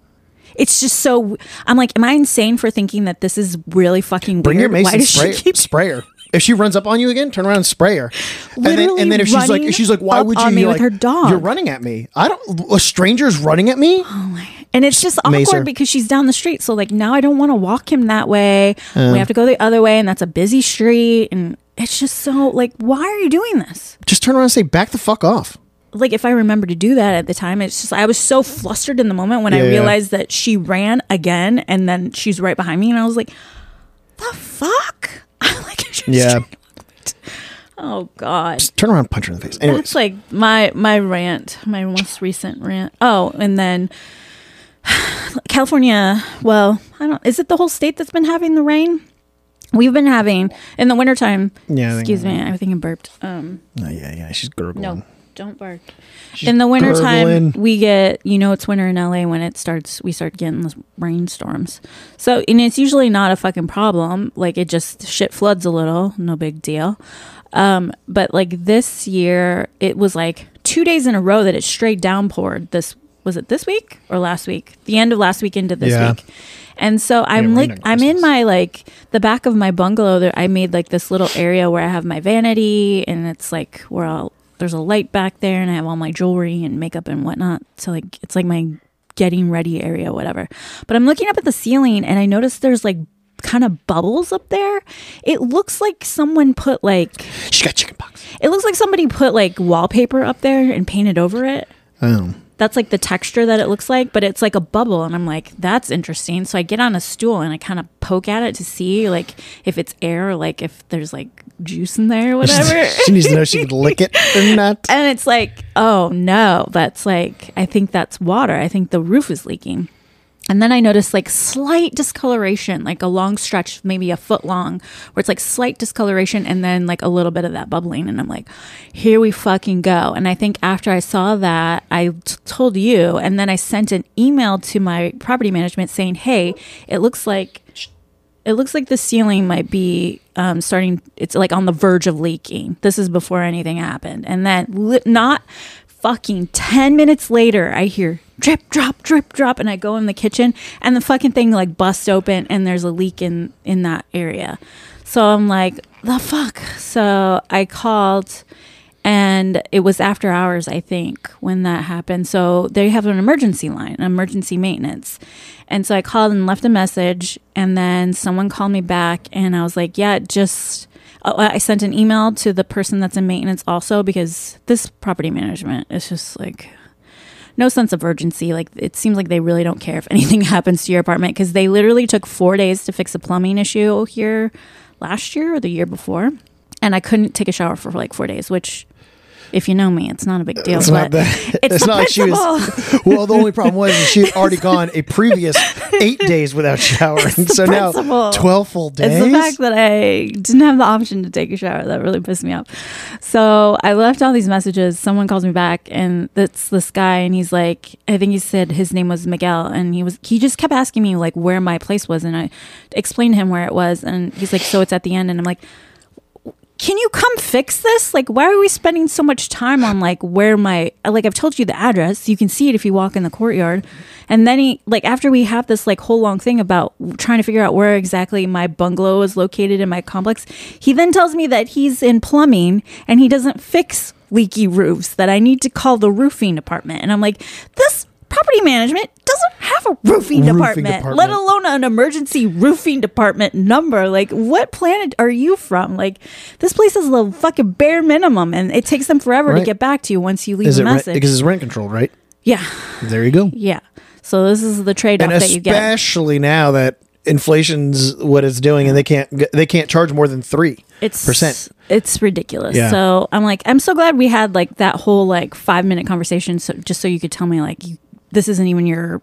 Speaker 2: It's just so. I'm like, am I insane for thinking that this is really fucking
Speaker 1: Bring your
Speaker 2: weird? Why
Speaker 1: Mason
Speaker 2: does
Speaker 1: spray,
Speaker 2: she keep
Speaker 1: spray her. If she runs up on you again, turn around and spray her. And then,
Speaker 2: Literally
Speaker 1: and then if she's like,
Speaker 2: running
Speaker 1: if she's like, why
Speaker 2: up
Speaker 1: would you?
Speaker 2: on me
Speaker 1: You're
Speaker 2: with
Speaker 1: like,
Speaker 2: her dog.
Speaker 1: You're running at me. I don't. A stranger's running at me.
Speaker 2: And it's just awkward
Speaker 1: Macer.
Speaker 2: because she's down the street. So like now I don't want to walk him that way. we have to go the other way and that's a busy street and it's just so like why are you doing this?
Speaker 1: Just turn around and say, back the fuck off.
Speaker 2: Like if I remember to do that at the time, it's just I was so flustered in the moment when
Speaker 1: Yeah,
Speaker 2: I
Speaker 1: yeah.
Speaker 2: realized that she ran again and then she's right behind me and I was like, "The fuck?" I'm like just
Speaker 1: Yeah.
Speaker 2: Oh god.
Speaker 1: Just turn around and punch her in the face. Anyways,
Speaker 2: That's like my my rant, my most recent rant. Oh, and then California. Well, I don't. Is it the whole state that's been having the rain? We've been having in the wintertime.
Speaker 1: Yeah, I think-
Speaker 2: Excuse me. I think I burped. Um,
Speaker 1: Oh, yeah, yeah, she's gurgling.
Speaker 2: no, don't bark. in the wintertime,
Speaker 1: gurgling.
Speaker 2: we get you know it's winter in LA when it starts. We start getting those rainstorms. So and it's usually not a fucking problem. Like it just shit floods a little, no big deal. Um, but like this year, it was like two days in a row that it straight downpoured. This was it this week or last week? The end of last week into this
Speaker 1: Yeah.
Speaker 2: week. And so
Speaker 1: rained
Speaker 2: I'm like
Speaker 1: on
Speaker 2: I'm in
Speaker 1: Christmas.
Speaker 2: my like the back of my bungalow there I made like this little area where I have my vanity and it's like where I'll there's a light back there and I have all my jewelry and makeup and whatnot. So like it's like my getting ready area, whatever. But I'm looking up at the ceiling and I notice there's like kind of bubbles up there. It looks like someone put like
Speaker 1: She got chicken pox.
Speaker 2: it looks like somebody put like wallpaper up there and painted over it
Speaker 1: Oh.
Speaker 2: that's like the texture that it looks like, but it's like a bubble. And I'm like, that's interesting. So I get on a stool and I kind of poke at it to see like if it's air, or, like if there's like juice in there or whatever.
Speaker 1: she needs to know she could lick it or not.
Speaker 2: and it's like, oh no, that's like, I think that's water. I think the roof is leaking. And then I noticed like slight discoloration, like a long stretch, maybe a foot long, where it's like slight discoloration and then like a little bit of that bubbling. And I'm like, here we fucking go. And I think after I saw that, I t- told you. And then I sent an email to my property management saying, hey, it looks like. It looks like the ceiling might be um, starting. It's like on the verge of leaking. This is before anything happened, and then li- not fucking ten minutes later, I hear drip, drop, drip, drop, and I go in the kitchen, and the fucking thing like busts open, and there's a leak in in that area. So I'm like, the fuck. So I called and it was after hours i think when that happened so they have an emergency line an emergency maintenance and so i called and left a message and then someone called me back and i was like yeah it just oh, i sent an email to the person that's in maintenance also because this property management is just like no sense of urgency. Like it seems like they really don't care if anything happens to your apartment because they literally took four days to fix a plumbing issue here last year or the year before, and I couldn't take a shower for like four days. Which, if you know me, it's not a big deal.
Speaker 1: Uh, It's not
Speaker 2: but
Speaker 1: that-
Speaker 2: It's,
Speaker 1: it's
Speaker 2: the
Speaker 1: not like she was-
Speaker 2: principle.
Speaker 1: Well, the only problem was she had already gone a previous eight days without showering.
Speaker 2: the
Speaker 1: So now
Speaker 2: principle.
Speaker 1: 12 full days.
Speaker 2: It's the fact that I didn't have the option to take a shower that really pissed me off. So I left all these messages. Someone calls me back, and that's this guy, and he's like, I think he said his name was Miguel, and he was he just kept asking me like where my place was, and I explained to him where it was, and he's like, so it's at the end, and I'm like. Can you come fix this? Like, why are we spending so much time on like where my like I've told you the address. You can see it if you walk in the courtyard. And then he like after we have this like whole long thing about trying to figure out where exactly my bungalow is located in my complex, he then tells me that he's in plumbing and he doesn't fix leaky roofs. That I need to call the roofing department. And I'm like, this property management doesn't have a
Speaker 1: Roofing
Speaker 2: roofing, department, let
Speaker 1: department.
Speaker 2: alone alone an emergency roofing department number. Like, what planet are you from? Like, this place is the fucking bare minimum, and it takes them forever to
Speaker 1: Right.
Speaker 2: get back to you once you leave
Speaker 1: Is
Speaker 2: a
Speaker 1: it rent,
Speaker 2: message.
Speaker 1: because it's rent controlled, right?
Speaker 2: yeah,
Speaker 1: There you go.
Speaker 2: yeah. So this is the trade-off
Speaker 1: And
Speaker 2: that you get.
Speaker 1: especially now that inflation's what it's doing, and they can't g- they can't charge more than three.
Speaker 2: It's
Speaker 1: percent.
Speaker 2: It's ridiculous.
Speaker 1: Yeah.
Speaker 2: So I'm like, I'm so glad we had like that whole like five minute conversation, so just so you could tell me like you, this isn't even your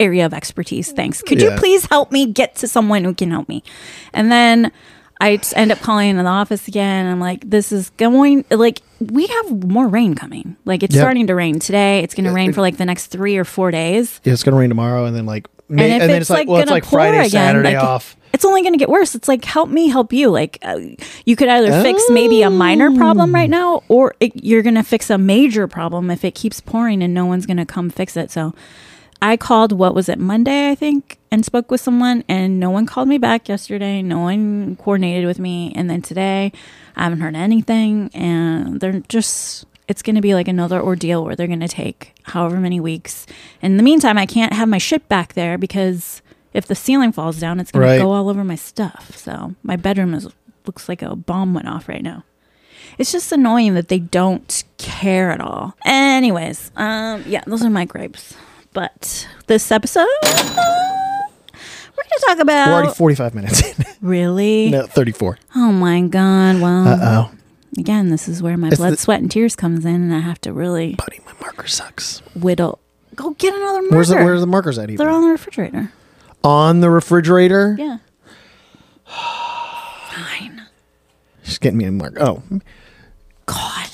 Speaker 2: area of expertise. Thanks. Could you
Speaker 1: Yeah.
Speaker 2: please help me get to someone who can help me? And then I just end up calling in the office again. I'm like, this is going like we have more rain coming. Like it's
Speaker 1: Yep.
Speaker 2: starting to rain today. It's going to rain for like the next three or four days.
Speaker 1: Yeah, it's gonna rain tomorrow, and then like May,
Speaker 2: if
Speaker 1: and, then it's like, well, it's
Speaker 2: gonna
Speaker 1: like
Speaker 2: pour
Speaker 1: Friday, Saturday
Speaker 2: like,
Speaker 1: off.
Speaker 2: It's only going to get worse. It's like help me, help you. Like uh, you could either fix
Speaker 1: Oh.
Speaker 2: maybe a minor problem right now, or it, you're going to fix a major problem if it keeps pouring and no one's going to come fix it. So I called. What was it Monday? I think and spoke with someone, and no one called me back yesterday. No one coordinated with me, and then today I haven't heard anything, and they're just. it's going to be like another ordeal where they're going to take however many weeks. In the meantime, I can't have my shit back there because if the ceiling falls down, it's going
Speaker 1: Right.
Speaker 2: to go all over my stuff. So my bedroom is looks like a bomb went off right now. It's just annoying that they don't care at all. Anyways, um, yeah, those are my gripes. But this episode, uh, we're going to talk about
Speaker 1: We're already 45 minutes in.
Speaker 2: really.
Speaker 1: no, 34.
Speaker 2: Oh my god! Well,
Speaker 1: Uh oh.
Speaker 2: again, this is where my
Speaker 1: It's
Speaker 2: blood,
Speaker 1: the-
Speaker 2: sweat, and tears comes in, and I have to really
Speaker 1: Buddy, my marker sucks.
Speaker 2: whittle. Go get another marker.
Speaker 1: Where's the, where's the markers at? Even?
Speaker 2: They're on the refrigerator.
Speaker 1: on the refrigerator.
Speaker 2: Yeah. Fine.
Speaker 1: She's getting me a mark. Oh.
Speaker 2: God.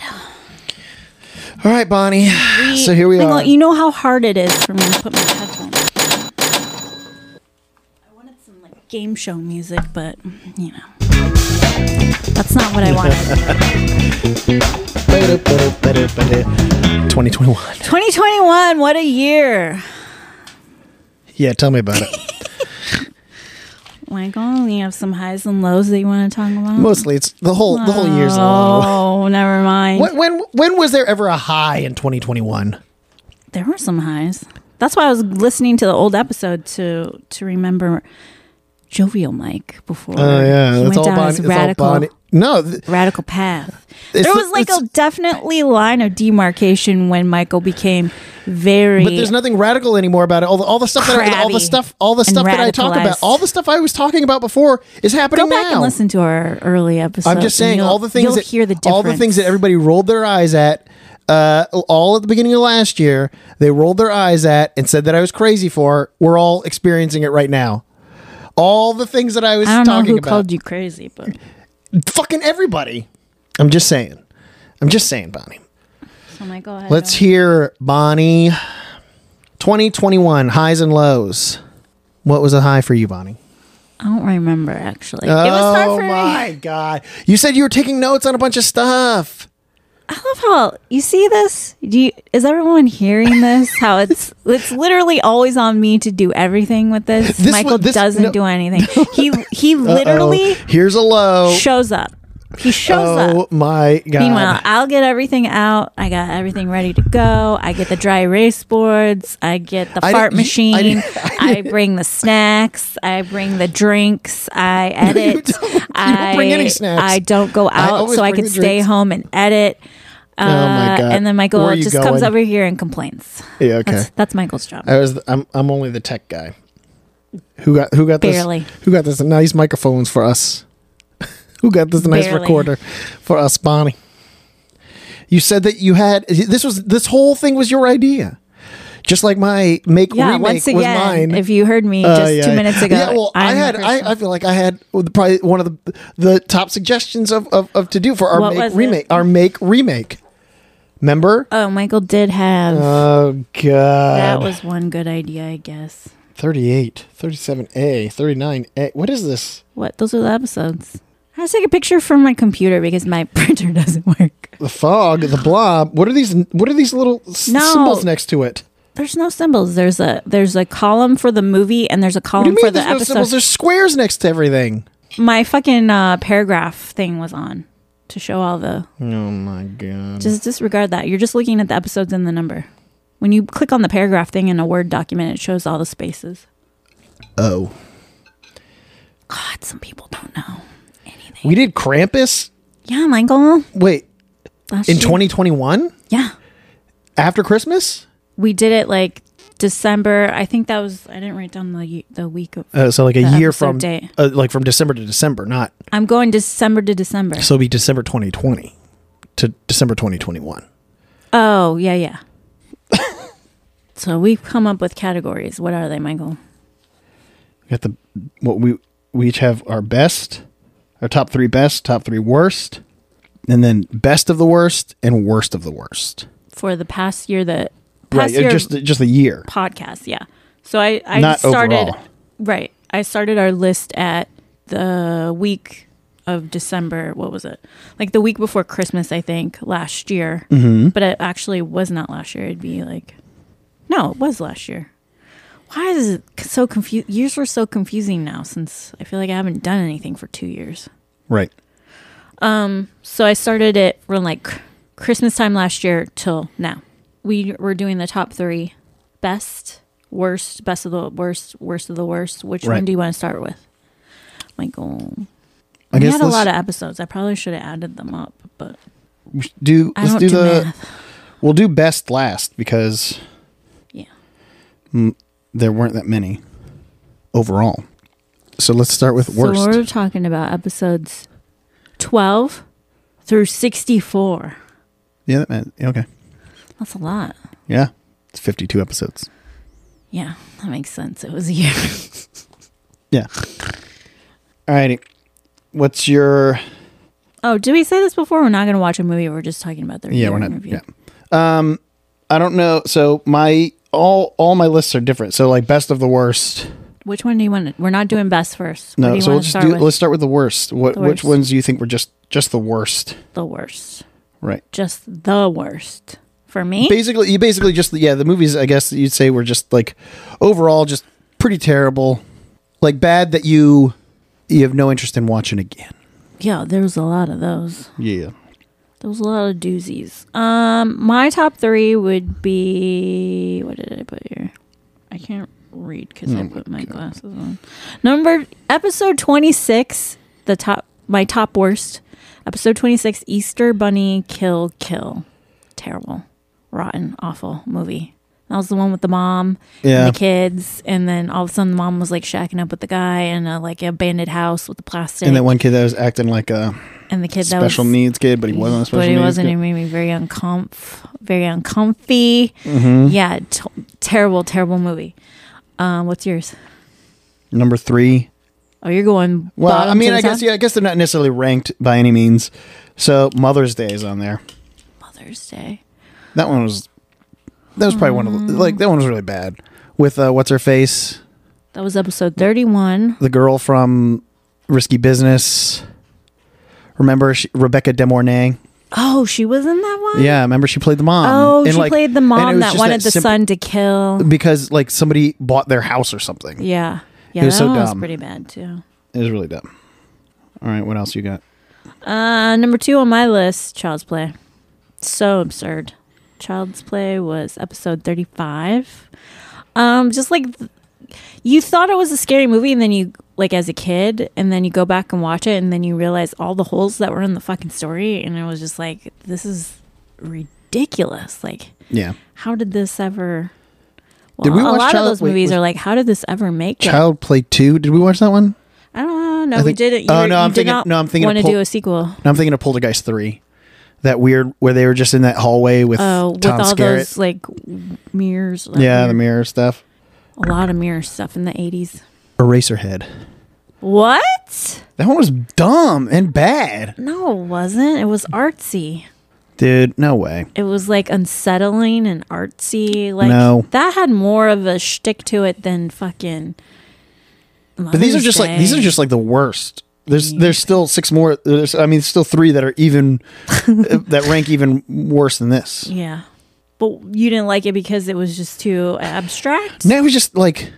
Speaker 1: All right, Bonnie. so here we
Speaker 2: Hang
Speaker 1: are.
Speaker 2: on, You know how hard it is for me to put my headphones. on. I wanted some like game show music, but you know, that's not what I wanted.
Speaker 1: 2021.
Speaker 2: 2021. What a year!
Speaker 1: Yeah, tell me about it.
Speaker 2: Michael, oh, you have some highs and lows that you want to talk about.
Speaker 1: Mostly, it's the whole the whole year's a low.
Speaker 2: Oh, never mind.
Speaker 1: When, when when was there ever a high in 2021?
Speaker 2: There were some highs. That's why I was listening to the old episode to to remember jovial Mike before.
Speaker 1: Oh yeah,
Speaker 2: he
Speaker 1: that's
Speaker 2: went
Speaker 1: all
Speaker 2: down
Speaker 1: Bonnie.
Speaker 2: his
Speaker 1: It's all
Speaker 2: radical
Speaker 1: Bonnie. No, th-
Speaker 2: radical path.
Speaker 1: It's
Speaker 2: there
Speaker 1: the-
Speaker 2: was like a
Speaker 1: it's-
Speaker 2: definitely line of demarcation when Michael became very.
Speaker 1: but there's nothing radical anymore about it. All the, all the stuff that I, all the
Speaker 2: Crabby
Speaker 1: stuff all the
Speaker 2: and
Speaker 1: stuff that I talk about,
Speaker 2: radicalized.
Speaker 1: all the stuff I was talking about before is happening
Speaker 2: Go back
Speaker 1: now.
Speaker 2: and listen to our early episodes.
Speaker 1: I'm just
Speaker 2: and
Speaker 1: saying
Speaker 2: you'll-
Speaker 1: all the things
Speaker 2: you'll
Speaker 1: that
Speaker 2: hear the
Speaker 1: all the things that
Speaker 2: difference.
Speaker 1: everybody rolled their eyes at uh, all at the beginning of last year they rolled their eyes at and said that I was crazy for we're all experiencing it right now all the things that I was
Speaker 2: I don't know
Speaker 1: talking
Speaker 2: who
Speaker 1: about
Speaker 2: called you crazy, but
Speaker 1: fucking everybody I'm just saying I'm just saying Bonnie
Speaker 2: so Michael. "Oh, I
Speaker 1: let's
Speaker 2: don't-
Speaker 1: hear Bonnie 2021 highs and lows what was a high for you Bonnie
Speaker 2: I don't remember actually.
Speaker 1: oh
Speaker 2: it was hard for me.
Speaker 1: my god you said you were taking notes on a bunch of stuff
Speaker 2: I love how you see this. Do you, is everyone hearing this? How it's it's literally always on me to do everything with this.
Speaker 1: This
Speaker 2: Michael
Speaker 1: one- this-
Speaker 2: doesn't
Speaker 1: no.
Speaker 2: do anything. He he literally
Speaker 1: Uh-oh. Oh, here's a low
Speaker 2: shows up. He shows
Speaker 1: oh
Speaker 2: up.
Speaker 1: my god!
Speaker 2: Meanwhile, I'll get everything out. I got everything ready to go. I get the dry erase boards. I get the
Speaker 1: I
Speaker 2: fart
Speaker 1: didn't- you-
Speaker 2: machine.
Speaker 1: I
Speaker 2: I,
Speaker 1: didn't-
Speaker 2: bring the snacks. I bring the drinks. I edit.
Speaker 1: don't- you don't
Speaker 2: I
Speaker 1: bring any snacks.
Speaker 2: I don't go
Speaker 1: I
Speaker 2: out,
Speaker 1: always
Speaker 2: so I
Speaker 1: bring the
Speaker 2: could stay
Speaker 1: drinks. Oh
Speaker 2: home and edit. Uh,
Speaker 1: my God.
Speaker 2: And then
Speaker 1: Where are
Speaker 2: Michael
Speaker 1: you
Speaker 2: just comes
Speaker 1: going?
Speaker 2: over here and complains.
Speaker 1: yeah, okay.
Speaker 2: That's, that's Michael's job.
Speaker 1: I was. I'm. I'm only the tech guy. Who got? Who got
Speaker 2: Barely.
Speaker 1: this? Who got this nice microphones for us? who got this nice
Speaker 2: Barely.
Speaker 1: recorder for us, Bonnie? You said that you had. This was. This whole thing was your idea. Just like my make
Speaker 2: yeah,
Speaker 1: remake
Speaker 2: once
Speaker 1: was
Speaker 2: again,
Speaker 1: mine.
Speaker 2: if you heard me
Speaker 1: Uh,
Speaker 2: just
Speaker 1: yeah,
Speaker 2: two
Speaker 1: yeah.
Speaker 2: minutes ago,
Speaker 1: Yeah, well, i
Speaker 2: I'm the
Speaker 1: had.
Speaker 2: person.
Speaker 1: I, I feel like I had probably one of the the top suggestions of of, of to do for our
Speaker 2: What
Speaker 1: make
Speaker 2: was it?
Speaker 1: remake. Our make remake. Remember?
Speaker 2: oh, Michael did have.
Speaker 1: Oh god.
Speaker 2: that was one good idea, I guess.
Speaker 1: 38, 37A, 39A. What is this?
Speaker 2: What? Those are the episodes. I just take a picture from my computer because my printer doesn't work.
Speaker 1: The fog, the blob. What are these what are these little s-
Speaker 2: No.
Speaker 1: symbols next to it?
Speaker 2: There's no symbols. There's a there's a column for the movie and there's a
Speaker 1: What do
Speaker 2: column
Speaker 1: you
Speaker 2: for
Speaker 1: mean
Speaker 2: the
Speaker 1: there's no
Speaker 2: episode.
Speaker 1: symbols? There's squares next to everything.
Speaker 2: my fucking uh, paragraph thing was on to show all the.
Speaker 1: Oh my god.
Speaker 2: Just disregard that. You're just looking at the episodes and the number. When you click on the paragraph thing in a Word document, it shows all the spaces.
Speaker 1: oh.
Speaker 2: God, some people don't know anything.
Speaker 1: We did Krampus?
Speaker 2: Yeah, Michael.
Speaker 1: Wait,
Speaker 2: Last
Speaker 1: in
Speaker 2: year.
Speaker 1: 2021?
Speaker 2: Yeah.
Speaker 1: After Christmas?
Speaker 2: We did it like December. I think that was. I didn't write down the ye- the week of.
Speaker 1: Uh, so like a
Speaker 2: The
Speaker 1: year
Speaker 2: episode
Speaker 1: from
Speaker 2: date.
Speaker 1: uh, like from December to December, not
Speaker 2: I'm going December to December.
Speaker 1: so it'll be December 2020 to December 2021.
Speaker 2: Oh, yeah, yeah. so we've come up with categories. What are they, Michael?
Speaker 1: We got the what we we each have our best, our top three best, top three worst, and then best of the worst and worst of the worst.
Speaker 2: For the past year, the
Speaker 1: Right, uh,
Speaker 2: past year
Speaker 1: just just a year.
Speaker 2: podcast, yeah. So I, I
Speaker 1: Not
Speaker 2: started.
Speaker 1: overall.
Speaker 2: Right. I started our list at the week of December. What was it? Like the week before Christmas, I think, last year. Mm-hmm. But it actually was not last year. It'd be like, no, it was last year. Why is it so confused? Years were so confusing now since I feel like I haven't done anything for two years.
Speaker 1: Right.
Speaker 2: So I started it from like Christmas time last year till now. We were doing the top three best, worst, best of the worst, worst of the worst. Which
Speaker 1: Right.
Speaker 2: one do you want to start with? Michael.
Speaker 1: I
Speaker 2: we
Speaker 1: guess
Speaker 2: had a
Speaker 1: let's-
Speaker 2: lot of episodes. I probably should have added them up, but
Speaker 1: We should do
Speaker 2: I
Speaker 1: let's
Speaker 2: don't
Speaker 1: do,
Speaker 2: do,
Speaker 1: the
Speaker 2: math.
Speaker 1: we'll do best last because
Speaker 2: Yeah.
Speaker 1: m- there weren't that many overall. So let's start with worst.
Speaker 2: So we're talking about episodes 12 through 64.
Speaker 1: Yeah, that meant, okay.
Speaker 2: That's a lot.
Speaker 1: Yeah. It's 52 episodes.
Speaker 2: Yeah, that makes sense. It was a year.
Speaker 1: All righty. What's your
Speaker 2: Oh, did we say this before? We're not going to watch a movie. We're just talking about their
Speaker 1: Yeah,
Speaker 2: year
Speaker 1: we're
Speaker 2: in
Speaker 1: not
Speaker 2: review.
Speaker 1: yeah. Um I don't know. So my all all my lists are different. So like best of the worst.
Speaker 2: Which one do you want? To, we're not doing best first. what do
Speaker 1: No,
Speaker 2: you
Speaker 1: so
Speaker 2: want
Speaker 1: we'll
Speaker 2: to
Speaker 1: just
Speaker 2: start
Speaker 1: do
Speaker 2: with?
Speaker 1: let's start with the worst. What
Speaker 2: The
Speaker 1: which
Speaker 2: worst.
Speaker 1: ones do you think were just just the worst?
Speaker 2: the worst.
Speaker 1: Right.
Speaker 2: Just the worst for me.
Speaker 1: basically you basically just yeah the movies i guess that you'd say were just like overall just pretty terrible like bad that you you have no interest in watching again
Speaker 2: yeah, there was a lot of those.
Speaker 1: yeah
Speaker 2: There was a lot of doozies. Um, my top three would be what did I put here? I can't read because
Speaker 1: Oh
Speaker 2: I put my glasses on. Number episode twenty six. The top my top worst episode twenty six. Easter Bunny kill kill. Terrible, rotten, awful movie. That was the one with the mom
Speaker 1: Yeah.
Speaker 2: and the kids, and then all of a sudden the mom was like shacking up with the guy in a like abandoned house with the plastic,
Speaker 1: and that one kid that was acting like a
Speaker 2: and the kid that was
Speaker 1: special needs kid but he wasn't a special
Speaker 2: but it
Speaker 1: needs
Speaker 2: wasn't. It
Speaker 1: kid.
Speaker 2: made me very uncomf, very uncomfy.
Speaker 1: Mm-hmm.
Speaker 2: Yeah, t- terrible, terrible movie. Um, what's yours?
Speaker 1: number three
Speaker 2: Oh, you're going.
Speaker 1: well
Speaker 2: bottom
Speaker 1: i mean
Speaker 2: to the
Speaker 1: i guess
Speaker 2: top?
Speaker 1: yeah i guess they're not necessarily ranked by any means so mother's day is on there
Speaker 2: Mother's Day.
Speaker 1: that one was that was probably one of the
Speaker 2: Mm.
Speaker 1: like that one was really bad with uh what's her face
Speaker 2: That was episode 31.
Speaker 1: the girl from Risky Business. Remember she, Rebecca De Mornay?
Speaker 2: Oh, she was in that one.
Speaker 1: Yeah, remember she played the mom.
Speaker 2: Oh,
Speaker 1: And,
Speaker 2: she
Speaker 1: like-
Speaker 2: played the
Speaker 1: and it
Speaker 2: mom
Speaker 1: was
Speaker 2: that
Speaker 1: just
Speaker 2: wanted the
Speaker 1: simple-
Speaker 2: son to kill.
Speaker 1: because like somebody bought their house or something.
Speaker 2: Yeah, yeah,
Speaker 1: It was
Speaker 2: that
Speaker 1: so
Speaker 2: one was
Speaker 1: dumb.
Speaker 2: pretty bad too.
Speaker 1: It was really dumb. All right, what else you got?
Speaker 2: Uh, number two on my list, Child's Play. So absurd. Child's Play was episode 35. Um, just like th- you thought it was a scary movie, and then you, like, as a kid, and then you go back and watch it, and then you realize all the holes that were in the fucking story, and it was just like, this is ridiculous. Like,
Speaker 1: Yeah,
Speaker 2: how did this ever. Well,
Speaker 1: Did we
Speaker 2: a
Speaker 1: watch
Speaker 2: lot
Speaker 1: Child-
Speaker 2: of those
Speaker 1: wait,
Speaker 2: movies
Speaker 1: was-
Speaker 2: are like, how did this ever make it?
Speaker 1: Child Play Two. Did we watch that one?
Speaker 2: I don't know.
Speaker 1: I
Speaker 2: No, we
Speaker 1: think-
Speaker 2: didn't. You
Speaker 1: Oh,
Speaker 2: were-
Speaker 1: no,
Speaker 2: you
Speaker 1: I'm
Speaker 2: did
Speaker 1: thinking-
Speaker 2: not
Speaker 1: no, I'm thinking of
Speaker 2: Want to
Speaker 1: Pol-
Speaker 2: do a sequel?
Speaker 1: No, I'm thinking of Poltergeist Three. That weird where they were just in that hallway with
Speaker 2: Oh, with
Speaker 1: Tom
Speaker 2: all
Speaker 1: Skerritt.
Speaker 2: those like mirrors. like,
Speaker 1: yeah, the
Speaker 2: weird-
Speaker 1: mirror stuff.
Speaker 2: a lot of mirror stuff in the eighties.
Speaker 1: Eraserhead.
Speaker 2: What?
Speaker 1: That one was dumb and bad,
Speaker 2: No, it wasn't. It was artsy.
Speaker 1: dude. No way.
Speaker 2: It was like unsettling and artsy. Like
Speaker 1: No.
Speaker 2: that had more of a shtick to it than fucking.
Speaker 1: But these are just like these are just like the worst. There's there's still six more. There's I mean there's still three that are even uh, that rank even worse than this.
Speaker 2: yeah. But you didn't like it because it was just too abstract.
Speaker 1: Now it was just like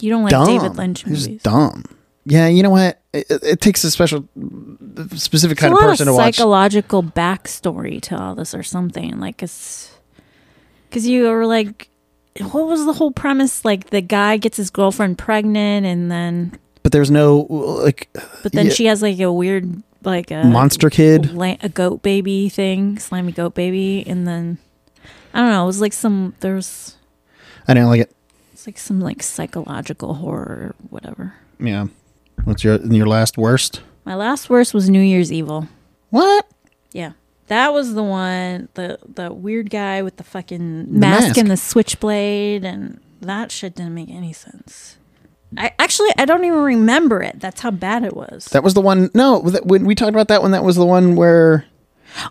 Speaker 2: you don't like
Speaker 1: dumb.
Speaker 2: David Lynch
Speaker 1: It was
Speaker 2: movies.
Speaker 1: dumb. Yeah, you know what? It, it- it takes a special, specific
Speaker 2: It's
Speaker 1: kind
Speaker 2: a
Speaker 1: of
Speaker 2: lot
Speaker 1: person
Speaker 2: of
Speaker 1: to watch.
Speaker 2: psychological backstory to all this or something like it's because you were like what was the whole premise like the guy gets his girlfriend pregnant and then
Speaker 1: But there's no like
Speaker 2: but then
Speaker 1: Yeah.
Speaker 2: she has like a weird like a
Speaker 1: monster kid.
Speaker 2: la- a goat baby thing slimy goat baby and then i don't know it was like some there's
Speaker 1: I didn't like it.
Speaker 2: it's like some like psychological horror or whatever
Speaker 1: Yeah. What's your your last worst?
Speaker 2: my last worst was new year's evil
Speaker 1: What?
Speaker 2: Yeah. That was the one, the the weird guy with the fucking
Speaker 1: The
Speaker 2: mask,
Speaker 1: mask.
Speaker 2: and the switchblade, and that shit didn't make any sense. I actually I don't even remember it. That's how bad it was.
Speaker 1: That was the one. No, that- when we talked about that one, that was the one where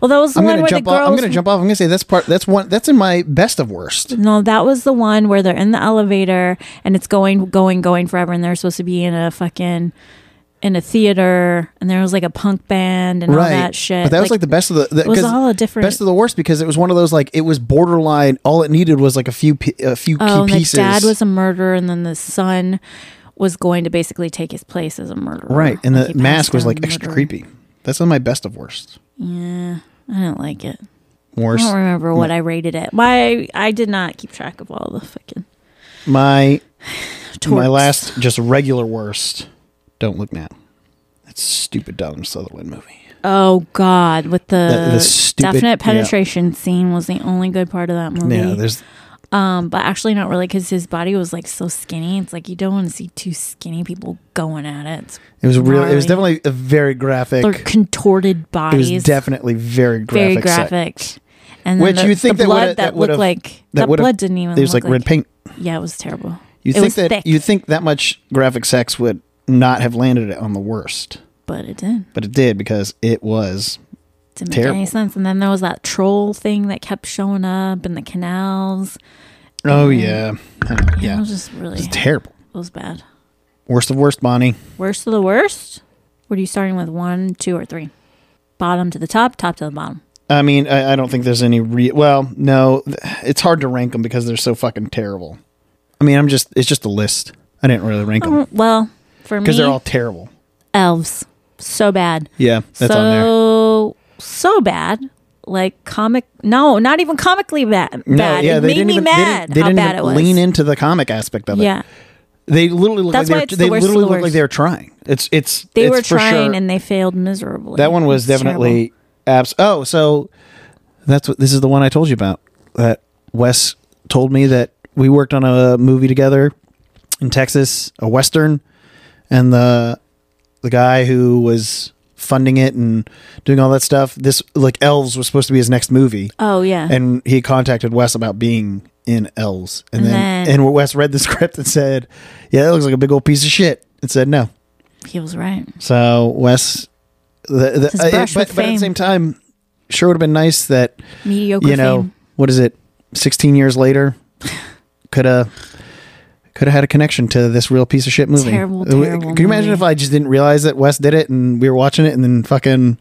Speaker 2: well, Oh, that was the
Speaker 1: I'm
Speaker 2: one
Speaker 1: gonna
Speaker 2: where the
Speaker 1: jump off. I'm
Speaker 2: girls.
Speaker 1: gonna jump off. I'm gonna say that's part. That's one. That's in my best of worst.
Speaker 2: no, that was the one where they're in the elevator and it's going, going, going forever, and they're supposed to be in a fucking in a theater, and there was like a punk band and all that shit.
Speaker 1: But that was like the best of the, the
Speaker 2: it was
Speaker 1: 'cause
Speaker 2: all a different.
Speaker 1: best of the worst because it was one of those like it was borderline. All it needed was like a few pi- a few
Speaker 2: Oh,
Speaker 1: key
Speaker 2: and the
Speaker 1: pieces.
Speaker 2: dad was a murderer, and then the son was going to basically take his place as a murderer.
Speaker 1: right, and
Speaker 2: Like,
Speaker 1: the
Speaker 2: he passed
Speaker 1: mask was
Speaker 2: down
Speaker 1: like
Speaker 2: the
Speaker 1: extra
Speaker 2: murder.
Speaker 1: creepy. That's on my best of worst.
Speaker 2: Yeah, I didn't like it.
Speaker 1: worse.
Speaker 2: I don't remember what I rated it. My I did not keep track of all the fucking
Speaker 1: My
Speaker 2: torts.
Speaker 1: my last just regular worst. Don't look now. That stupid Donald Sutherland movie.
Speaker 2: Oh God, with the,
Speaker 1: That- the stupid-
Speaker 2: definite
Speaker 1: yeah.
Speaker 2: penetration scene was the only good part of that movie.
Speaker 1: Yeah, there's
Speaker 2: um, but actually not really because his body was like so skinny. It's like you don't want to see two skinny people going at it.
Speaker 1: it was really it was
Speaker 2: Gnarly.
Speaker 1: definitely a very graphic.
Speaker 2: Their contorted
Speaker 1: It
Speaker 2: bodies,
Speaker 1: was definitely very graphic.
Speaker 2: very
Speaker 1: sex.
Speaker 2: graphic. And then
Speaker 1: Which
Speaker 2: the,
Speaker 1: you think
Speaker 2: the
Speaker 1: that
Speaker 2: blood
Speaker 1: would've-
Speaker 2: that,
Speaker 1: that
Speaker 2: looked
Speaker 1: would've-
Speaker 2: like
Speaker 1: that
Speaker 2: that,
Speaker 1: would've-
Speaker 2: blood didn't even.
Speaker 1: It was
Speaker 2: look
Speaker 1: like red paint.
Speaker 2: Yeah, it was terrible.
Speaker 1: You
Speaker 2: It
Speaker 1: think
Speaker 2: was
Speaker 1: that
Speaker 2: thick.
Speaker 1: you think that much graphic sex would not have landed it on the worst,
Speaker 2: But it did.
Speaker 1: but it did because it was
Speaker 2: didn't make
Speaker 1: Terrible.
Speaker 2: any sense. And then there was that troll thing that kept showing up in the canals.
Speaker 1: Oh yeah, Uh,
Speaker 2: Yeah, it
Speaker 1: yeah.
Speaker 2: was just really
Speaker 1: It's terrible.
Speaker 2: it was bad.
Speaker 1: Worst of worst, Bonnie.
Speaker 2: Worst of the worst. What are you starting with? One, two, or three? Bottom to the top, top to the bottom.
Speaker 1: I mean, I, I don't think there's any re. Well, no, th- it's hard to rank them because they're so fucking terrible. I mean, I'm just it's just a list. I didn't really rank them
Speaker 2: Oh, well, for me,
Speaker 1: because they're all terrible.
Speaker 2: elves. So bad.
Speaker 1: Yeah, that's
Speaker 2: so
Speaker 1: on there.
Speaker 2: so bad. Like comic, no, not even comically bad. bad. it made me
Speaker 1: even,
Speaker 2: mad
Speaker 1: they didn't, they
Speaker 2: how
Speaker 1: didn't
Speaker 2: bad
Speaker 1: even
Speaker 2: it was.
Speaker 1: lean into the comic aspect of it.
Speaker 2: yeah,
Speaker 1: they literally look
Speaker 2: That's why
Speaker 1: like
Speaker 2: it's
Speaker 1: they,
Speaker 2: the
Speaker 1: were, they
Speaker 2: worst of
Speaker 1: literally
Speaker 2: the
Speaker 1: look like
Speaker 2: worst.
Speaker 1: they were trying. It's it's
Speaker 2: they
Speaker 1: it's
Speaker 2: were
Speaker 1: for
Speaker 2: trying
Speaker 1: sure.
Speaker 2: and they failed miserably.
Speaker 1: that one was
Speaker 2: It's terrible.
Speaker 1: definitely abs. Oh, so that's what this is the one I told you about. That Wes told me that we worked on a movie together in Texas, a western, and the the guy who was funding it and doing all that stuff. This like Elves was supposed to be his next movie,
Speaker 2: Oh yeah,
Speaker 1: and he contacted Wes about being in Elves, and,
Speaker 2: And
Speaker 1: then,
Speaker 2: then-
Speaker 1: and Wes read the script and said, "Yeah, that looks like a big old piece of shit," and said no.
Speaker 2: he was right.
Speaker 1: So Wes, the, the,
Speaker 2: His
Speaker 1: uh, but,
Speaker 2: brush with
Speaker 1: but at the
Speaker 2: fame.
Speaker 1: same time, sure would have been nice that
Speaker 2: Mediocre.
Speaker 1: you know
Speaker 2: fame.
Speaker 1: what is it? Sixteen years later, could have could have had a connection to this real piece of shit movie.
Speaker 2: Terrible,
Speaker 1: Uh, w-
Speaker 2: terrible
Speaker 1: Can you imagine
Speaker 2: movie.
Speaker 1: if I just didn't realize that Wes did it and we were watching it and then fucking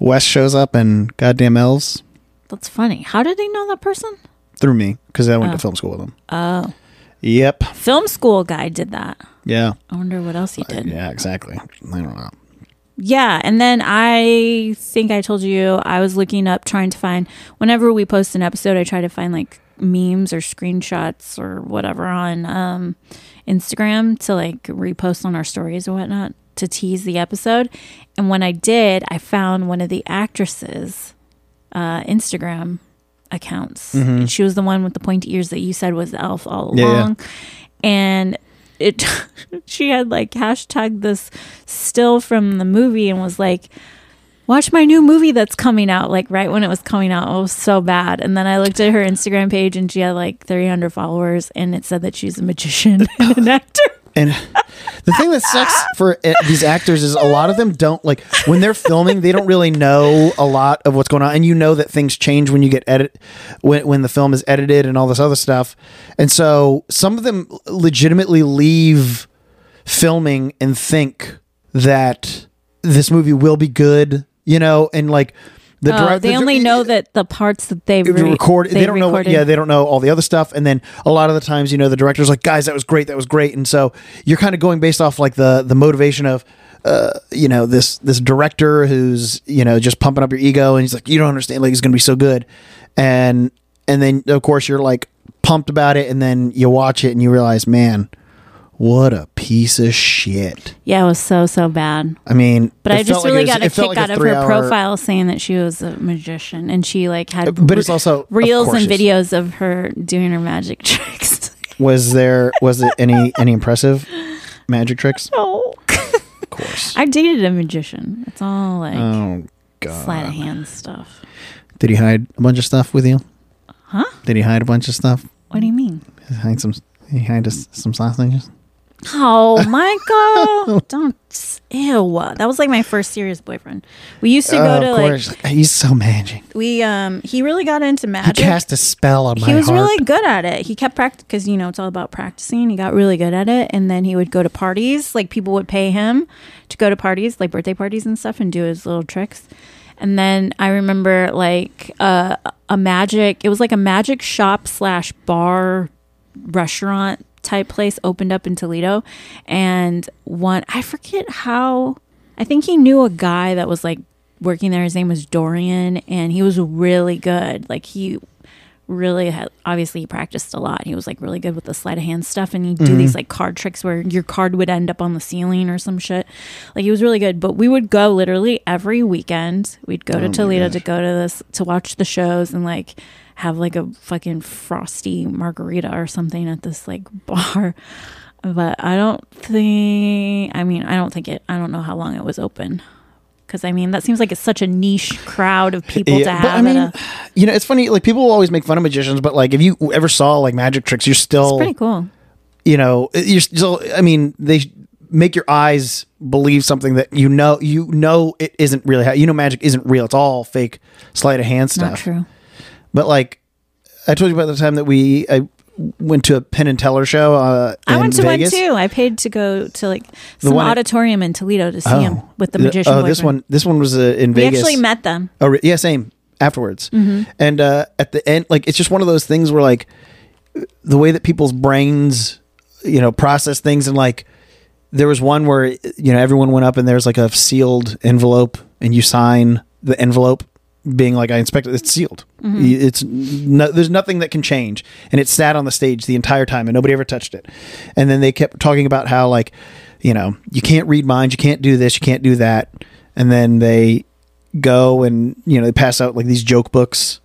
Speaker 1: Wes shows up and goddamn elves
Speaker 2: That's funny. How did he know that person?
Speaker 1: through me because I went
Speaker 2: Oh.
Speaker 1: to film school with him.
Speaker 2: Oh,
Speaker 1: Yep.
Speaker 2: film school guy did that.
Speaker 1: Yeah.
Speaker 2: I wonder what else he did. Yeah.
Speaker 1: Uh, Yeah. Exactly. I don't know.
Speaker 2: and then I think I told you I was looking up trying to find whenever we post an episode, I try to find like memes or screenshots or whatever on um, Instagram to like repost on our stories or whatnot to tease the episode. And when I did, I found one of the actresses' uh, Instagram accounts. And she was the one with the pointy ears that you said was the elf all
Speaker 1: Mm-hmm. Yeah, yeah.
Speaker 2: along. And it she had like hashtag this still from the movie and was like watch my new movie that's coming out like right when it was coming out oh so bad and then i looked at her instagram page and she had like 300 followers and it said that she's a magician and an actor
Speaker 1: And the thing that sucks for uh, these actors is a lot of them don't like when they're filming, they don't really know a lot of what's going on. And you know that things change when you get edit when when the film is edited and all this other stuff. And so some of them legitimately leave filming and think that this movie will be good, you know, and like the
Speaker 2: Oh,
Speaker 1: direct-
Speaker 2: they
Speaker 1: the-
Speaker 2: only know that the parts that they
Speaker 1: it
Speaker 2: re-
Speaker 1: record they, don't know what,
Speaker 2: recorded.
Speaker 1: yeah they don't know all the other stuff and then a lot of the times you know the director's like guys that was great that was great and so you're kind of going based off like the the motivation of uh, you know this this director who's you know just pumping up your ego and he's like you don't understand like it's gonna be so good and and then of course you're like pumped about it and then you watch it and you realize man what a piece of shit
Speaker 2: yeah it was so so bad
Speaker 1: i mean
Speaker 2: but
Speaker 1: it
Speaker 2: I
Speaker 1: felt
Speaker 2: just
Speaker 1: like
Speaker 2: really
Speaker 1: it was-
Speaker 2: got a
Speaker 1: it felt
Speaker 2: kick
Speaker 1: like
Speaker 2: out of her
Speaker 1: three-hour-
Speaker 2: profile saying that she was a magician and she like had
Speaker 1: But it's also- of
Speaker 2: reels
Speaker 1: course
Speaker 2: and
Speaker 1: it's-
Speaker 2: videos of her doing her magic tricks.
Speaker 1: was there was it any any impressive magic tricks
Speaker 2: oh,
Speaker 1: of course
Speaker 2: I dated a magician. It's all like
Speaker 1: oh god
Speaker 2: sleight of hand stuff.
Speaker 1: Did he hide a bunch of stuff with you?
Speaker 2: Huh?
Speaker 1: Did he hide a bunch of stuff?
Speaker 2: What do you mean?
Speaker 1: Hide some. He hide us some sausages.
Speaker 2: Oh, Michael! Don't. Ew. That was like my first serious boyfriend. We used to
Speaker 1: Uh,
Speaker 2: go to like
Speaker 1: Oh, he's so magic.
Speaker 2: we um. He really got into
Speaker 1: He
Speaker 2: magic.
Speaker 1: cast a spell on my
Speaker 2: he was
Speaker 1: heart.
Speaker 2: really good at it. He kept practicing because you know it's all about practicing. He got really good at it, and then he would go to parties. Like people would pay him to go to parties, like birthday parties and stuff, and do his little tricks. And then I remember like uh, a magic. It was like a magic shop slash bar restaurant type place opened up in Toledo, and one I forget how. I think he knew a guy that was like working there. His name was Dorian, and he was really good. Like he really had obviously he practiced a lot. He was like really good with the sleight of hand stuff, and he'd
Speaker 1: Mm-hmm.
Speaker 2: do these like card tricks where your card would end up on the ceiling or some shit. Like he was really good. But we would go literally every weekend. We'd go
Speaker 1: Oh
Speaker 2: to
Speaker 1: my
Speaker 2: Toledo
Speaker 1: gosh.
Speaker 2: to go to this to watch the shows and like have like a fucking frosty margarita or something at this like bar. But I don't think. I mean, I don't think it. I don't know how long it was open. Because I mean, that seems like it's such a niche crowd of people to
Speaker 1: Yeah,
Speaker 2: have.
Speaker 1: but I
Speaker 2: at
Speaker 1: mean,
Speaker 2: a-
Speaker 1: you know, it's funny. Like people will always make fun of magicians, but like if you ever saw like magic tricks, you're
Speaker 2: it's
Speaker 1: still,
Speaker 2: pretty cool.
Speaker 1: you know, you're still. I mean, they sh- make your eyes believe something that you know. You know, it isn't really. Ha- you know, magic isn't real. It's all fake sleight of hand
Speaker 2: Not
Speaker 1: stuff.
Speaker 2: true.
Speaker 1: But like, I told you about the time that we I went to a Penn and Teller show. Uh,
Speaker 2: I
Speaker 1: in
Speaker 2: went to
Speaker 1: Vegas.
Speaker 2: one too. I paid to go to like some
Speaker 1: one at-
Speaker 2: auditorium in Toledo to see
Speaker 1: Oh.
Speaker 2: him with the magician.
Speaker 1: Oh, this
Speaker 2: boyfriend.
Speaker 1: one. This one was uh, in
Speaker 2: We
Speaker 1: Vegas.
Speaker 2: actually met them.
Speaker 1: Oh, re- yeah, same. Afterwards, and uh, at the end, like it's just one of those things where like the way that people's brains, you know, process things, and like there was one where you know everyone went up and there's like a sealed envelope, and you sign the envelope, being like, "I inspected, it's sealed. Y- It's no, there's nothing that can change." And it sat on the stage the entire time, and nobody ever touched it. And then they kept talking about how like, you know, you can't read minds, you can't do this, you can't do that, and then they go and you know they pass out like these joke books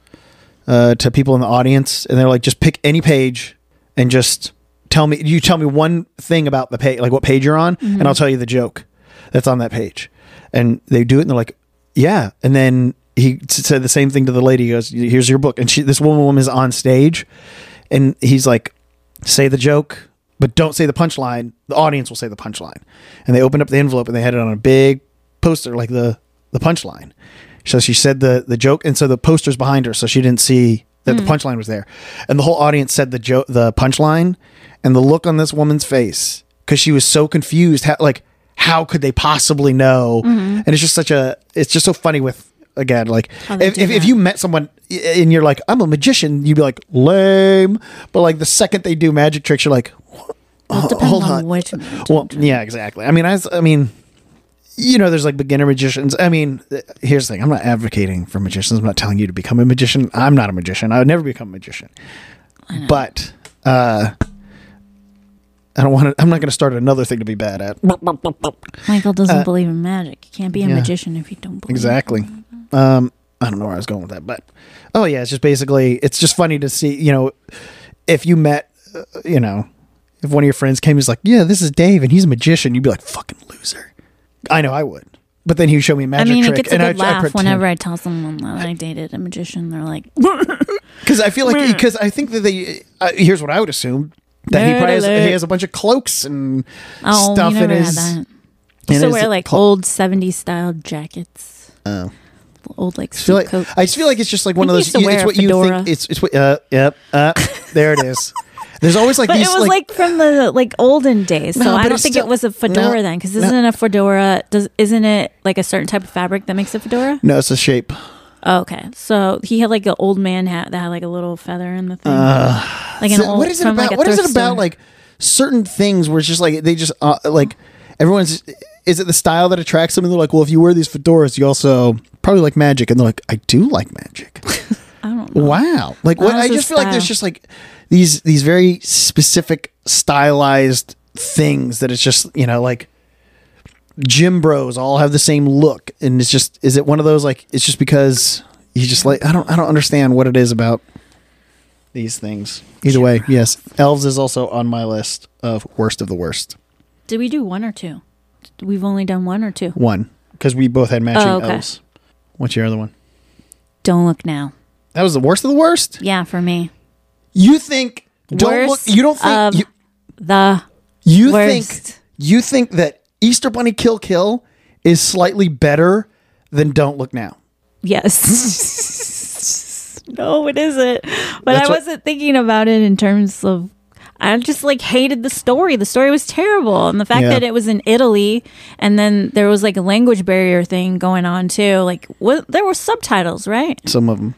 Speaker 1: uh, to people in the audience and they're like just pick any page and just tell me you tell me one thing about the page like what page you're on and i'll tell you the joke that's on that page and they do it and they're like yeah and then he s- said the same thing to the lady he goes here's your book and she this woman woman is on stage and he's like say the joke but don't say the punchline the audience will say the punchline and they opened up the envelope and they had it on a big poster like the the punchline so she said the the joke and so the poster's behind her so she didn't see that
Speaker 2: Hmm.
Speaker 1: the punchline was there and the whole audience said the joke the punchline and the look on this woman's face because she was so confused how like how could they possibly know
Speaker 2: Mm-hmm.
Speaker 1: and it's just such a it's just so funny with again like
Speaker 2: they
Speaker 1: if,
Speaker 2: do
Speaker 1: if, if
Speaker 2: that.
Speaker 1: you met someone i- and you're like i'm a magician you'd be like lame but like the second they do magic tricks you're like
Speaker 2: Well, it
Speaker 1: Ho-
Speaker 2: depends
Speaker 1: hold
Speaker 2: on,
Speaker 1: on.
Speaker 2: which.
Speaker 1: well, yeah, exactly. I mean, I, I mean, you know, there's like beginner magicians. I mean, th- here's the thing: I'm not advocating for magicians. I'm not telling you to become a magician. I'm not a magician. I would never become a magician. But uh, I don't want to. I'm not going to start another thing to be bad at.
Speaker 2: Michael doesn't believe in magic. You can't be a
Speaker 1: uh, yeah.
Speaker 2: magician if you don't believe.
Speaker 1: Exactly. Um, I don't know where I was going with that, but oh yeah, it's just basically it's just funny to see. You know, if you met, uh, you know, if one of your friends came, he's like, "Yeah, this is Dave, and he's a magician," you'd be like, "Fucking loser." I know I would, but then he would show me a
Speaker 2: I
Speaker 1: magic
Speaker 2: mean, it
Speaker 1: trick,
Speaker 2: gets a good
Speaker 1: and I,
Speaker 2: laugh whenever I tell someone that I dated a magician. They're like,
Speaker 1: because I feel like because I think that they uh, here's what I would assume that he probably has, he has a bunch of cloaks and
Speaker 2: "Oh,
Speaker 1: stuff
Speaker 2: you never
Speaker 1: in his.
Speaker 2: had that."
Speaker 1: in
Speaker 2: Used to
Speaker 1: his
Speaker 2: wear like
Speaker 1: clo-
Speaker 2: old '70s style jackets,
Speaker 1: Oh.
Speaker 2: old like
Speaker 1: I feel
Speaker 2: suit
Speaker 1: like
Speaker 2: coat.
Speaker 1: I just feel like it's just like one of
Speaker 2: think
Speaker 1: those.
Speaker 2: you
Speaker 1: It's
Speaker 2: used to wear a
Speaker 1: what you
Speaker 2: fedora.
Speaker 1: think. It's it's what. Uh, yep. Uh, there it is. There's always like
Speaker 2: But
Speaker 1: these
Speaker 2: it was
Speaker 1: like,
Speaker 2: like, from the like olden days, so
Speaker 1: No,
Speaker 2: I
Speaker 1: but
Speaker 2: don't
Speaker 1: it's
Speaker 2: think
Speaker 1: still-
Speaker 2: it was a fedora
Speaker 1: no,
Speaker 2: then, because
Speaker 1: no.
Speaker 2: isn't a fedora? Does isn't it like a certain type of fabric that makes a fedora?
Speaker 1: no, it's a shape.
Speaker 2: Oh, okay, so he had like an old man hat that had like a little feather in the thing, like an
Speaker 1: Uh, So
Speaker 2: old.
Speaker 1: what is it
Speaker 2: from,
Speaker 1: about?
Speaker 2: Like a
Speaker 1: what is it
Speaker 2: thrift
Speaker 1: about?
Speaker 2: store.
Speaker 1: Like certain things where it's just like they just uh, like everyone's. Is it the style that attracts them? And they're like, well, if you wear these fedoras, you also probably like magic. And they're like, I do like magic.
Speaker 2: I don't know.
Speaker 1: wow. Like what?
Speaker 2: How's
Speaker 1: I
Speaker 2: the
Speaker 1: just feel like there's
Speaker 2: style?
Speaker 1: just like these these very specific stylized things that it's just you know like gym bros all have the same look and it's just is it one of those like it's just because you just like I don't I don't understand what it is about these things. Either way, yes, elves is also on my list of worst of the worst.
Speaker 2: Did we do one or two? We've only done one or two.
Speaker 1: One because we both had matching
Speaker 2: Oh, okay.
Speaker 1: elves. What's your other one?
Speaker 2: Don't look now.
Speaker 1: That was the worst of the worst.
Speaker 2: Yeah, for me,
Speaker 1: You think don't
Speaker 2: Worst
Speaker 1: look you don't think
Speaker 2: of
Speaker 1: you,
Speaker 2: the
Speaker 1: You think
Speaker 2: Worst.
Speaker 1: you think that Easter Bunny Kill Kill is slightly better than Don't Look Now.
Speaker 2: Yes. no, it isn't. But
Speaker 1: That's
Speaker 2: I
Speaker 1: what-
Speaker 2: wasn't thinking about it in terms of. I just like hated the story. The story was terrible. And the fact
Speaker 1: Yeah.
Speaker 2: that it was in Italy and then there was like a language barrier thing going on too. Like, what, there were subtitles, right?
Speaker 1: Some of them.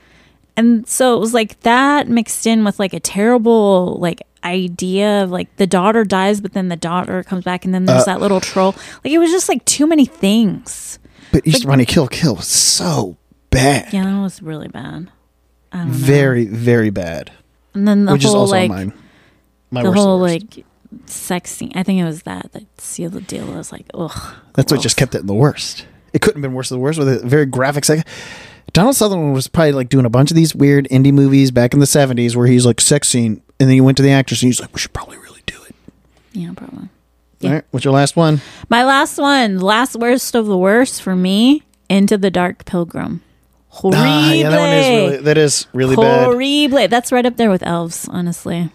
Speaker 2: And so it was like that mixed in with like a terrible, like, idea of like the daughter
Speaker 1: Uh.
Speaker 2: dies but then the daughter comes back and then there's that little troll like it was just like too many things
Speaker 1: But Easter Bunny Kill Kill was so bad.
Speaker 2: Yeah, that was really bad. I don't know.
Speaker 1: Very, very bad.
Speaker 2: and then the
Speaker 1: which is
Speaker 2: whole
Speaker 1: also
Speaker 2: like
Speaker 1: mine. My
Speaker 2: the
Speaker 1: worst.
Speaker 2: whole
Speaker 1: and worst.
Speaker 2: like sex scene. I think it was that that sealed the deal. I was like, ugh.
Speaker 1: That's what
Speaker 2: gross.
Speaker 1: just kept it in the worst. It couldn't have been worse than the worst with a very graphic sex. Donald Sutherland was probably like doing a bunch of these weird indie movies back in the 70s where he's like sex scene and then he went to the actress and he's like, we should probably really do it.
Speaker 2: Yeah, probably. Yeah.
Speaker 1: All right. What's your last one?
Speaker 2: My last one, last worst of the worst for me, Into the Dark Pilgrim. Horrible.
Speaker 1: Ah, yeah, that one is really, that is really bad.
Speaker 2: Horrible. That's right up there with elves, honestly.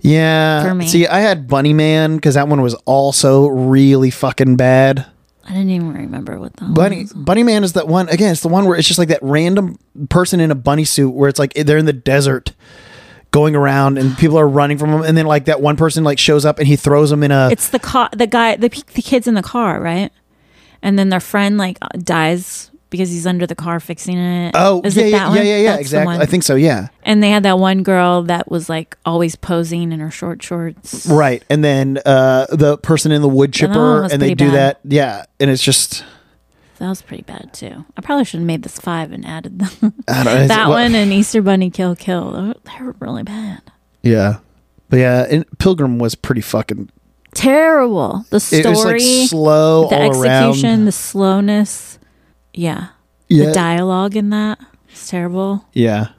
Speaker 1: Yeah.
Speaker 2: For me.
Speaker 1: See, I had Bunny Man because that one was also really fucking bad.
Speaker 2: I didn't even remember what the hell it
Speaker 1: Bunny
Speaker 2: was.
Speaker 1: Bunny Man is that one again. It's the one where it's just like that random person in a bunny suit where it's like they're in the desert going around and people are running from them and then like that one person like shows up and he throws them in a
Speaker 2: It's the car, the guy, the, pe- the kids in the car, right? And then their friend like uh, dies because he's under the car fixing it.
Speaker 1: oh
Speaker 2: is
Speaker 1: yeah yeah,
Speaker 2: it that
Speaker 1: yeah
Speaker 2: one?
Speaker 1: yeah yeah
Speaker 2: That's the
Speaker 1: exactly.
Speaker 2: one.
Speaker 1: I think so yeah
Speaker 2: And they had that one girl that was like always posing in her short shorts.
Speaker 1: right and then uh the person in the wood
Speaker 2: that one
Speaker 1: chipper
Speaker 2: was
Speaker 1: and they
Speaker 2: Oh, pretty
Speaker 1: do
Speaker 2: bad.
Speaker 1: that yeah and it's just
Speaker 2: That was pretty bad too. I probably should have made this five and added them.
Speaker 1: I don't know it's-
Speaker 2: that
Speaker 1: well,
Speaker 2: one and Easter Bunny Kill Kill. They were- They were really bad.
Speaker 1: yeah but yeah and Pilgrim was pretty fucking
Speaker 2: Terrible. The
Speaker 1: it was like
Speaker 2: story,
Speaker 1: slow
Speaker 2: the
Speaker 1: all
Speaker 2: execution,
Speaker 1: around
Speaker 2: the slowness. Yeah. The dialogue in that was terrible.
Speaker 1: yeah
Speaker 2: It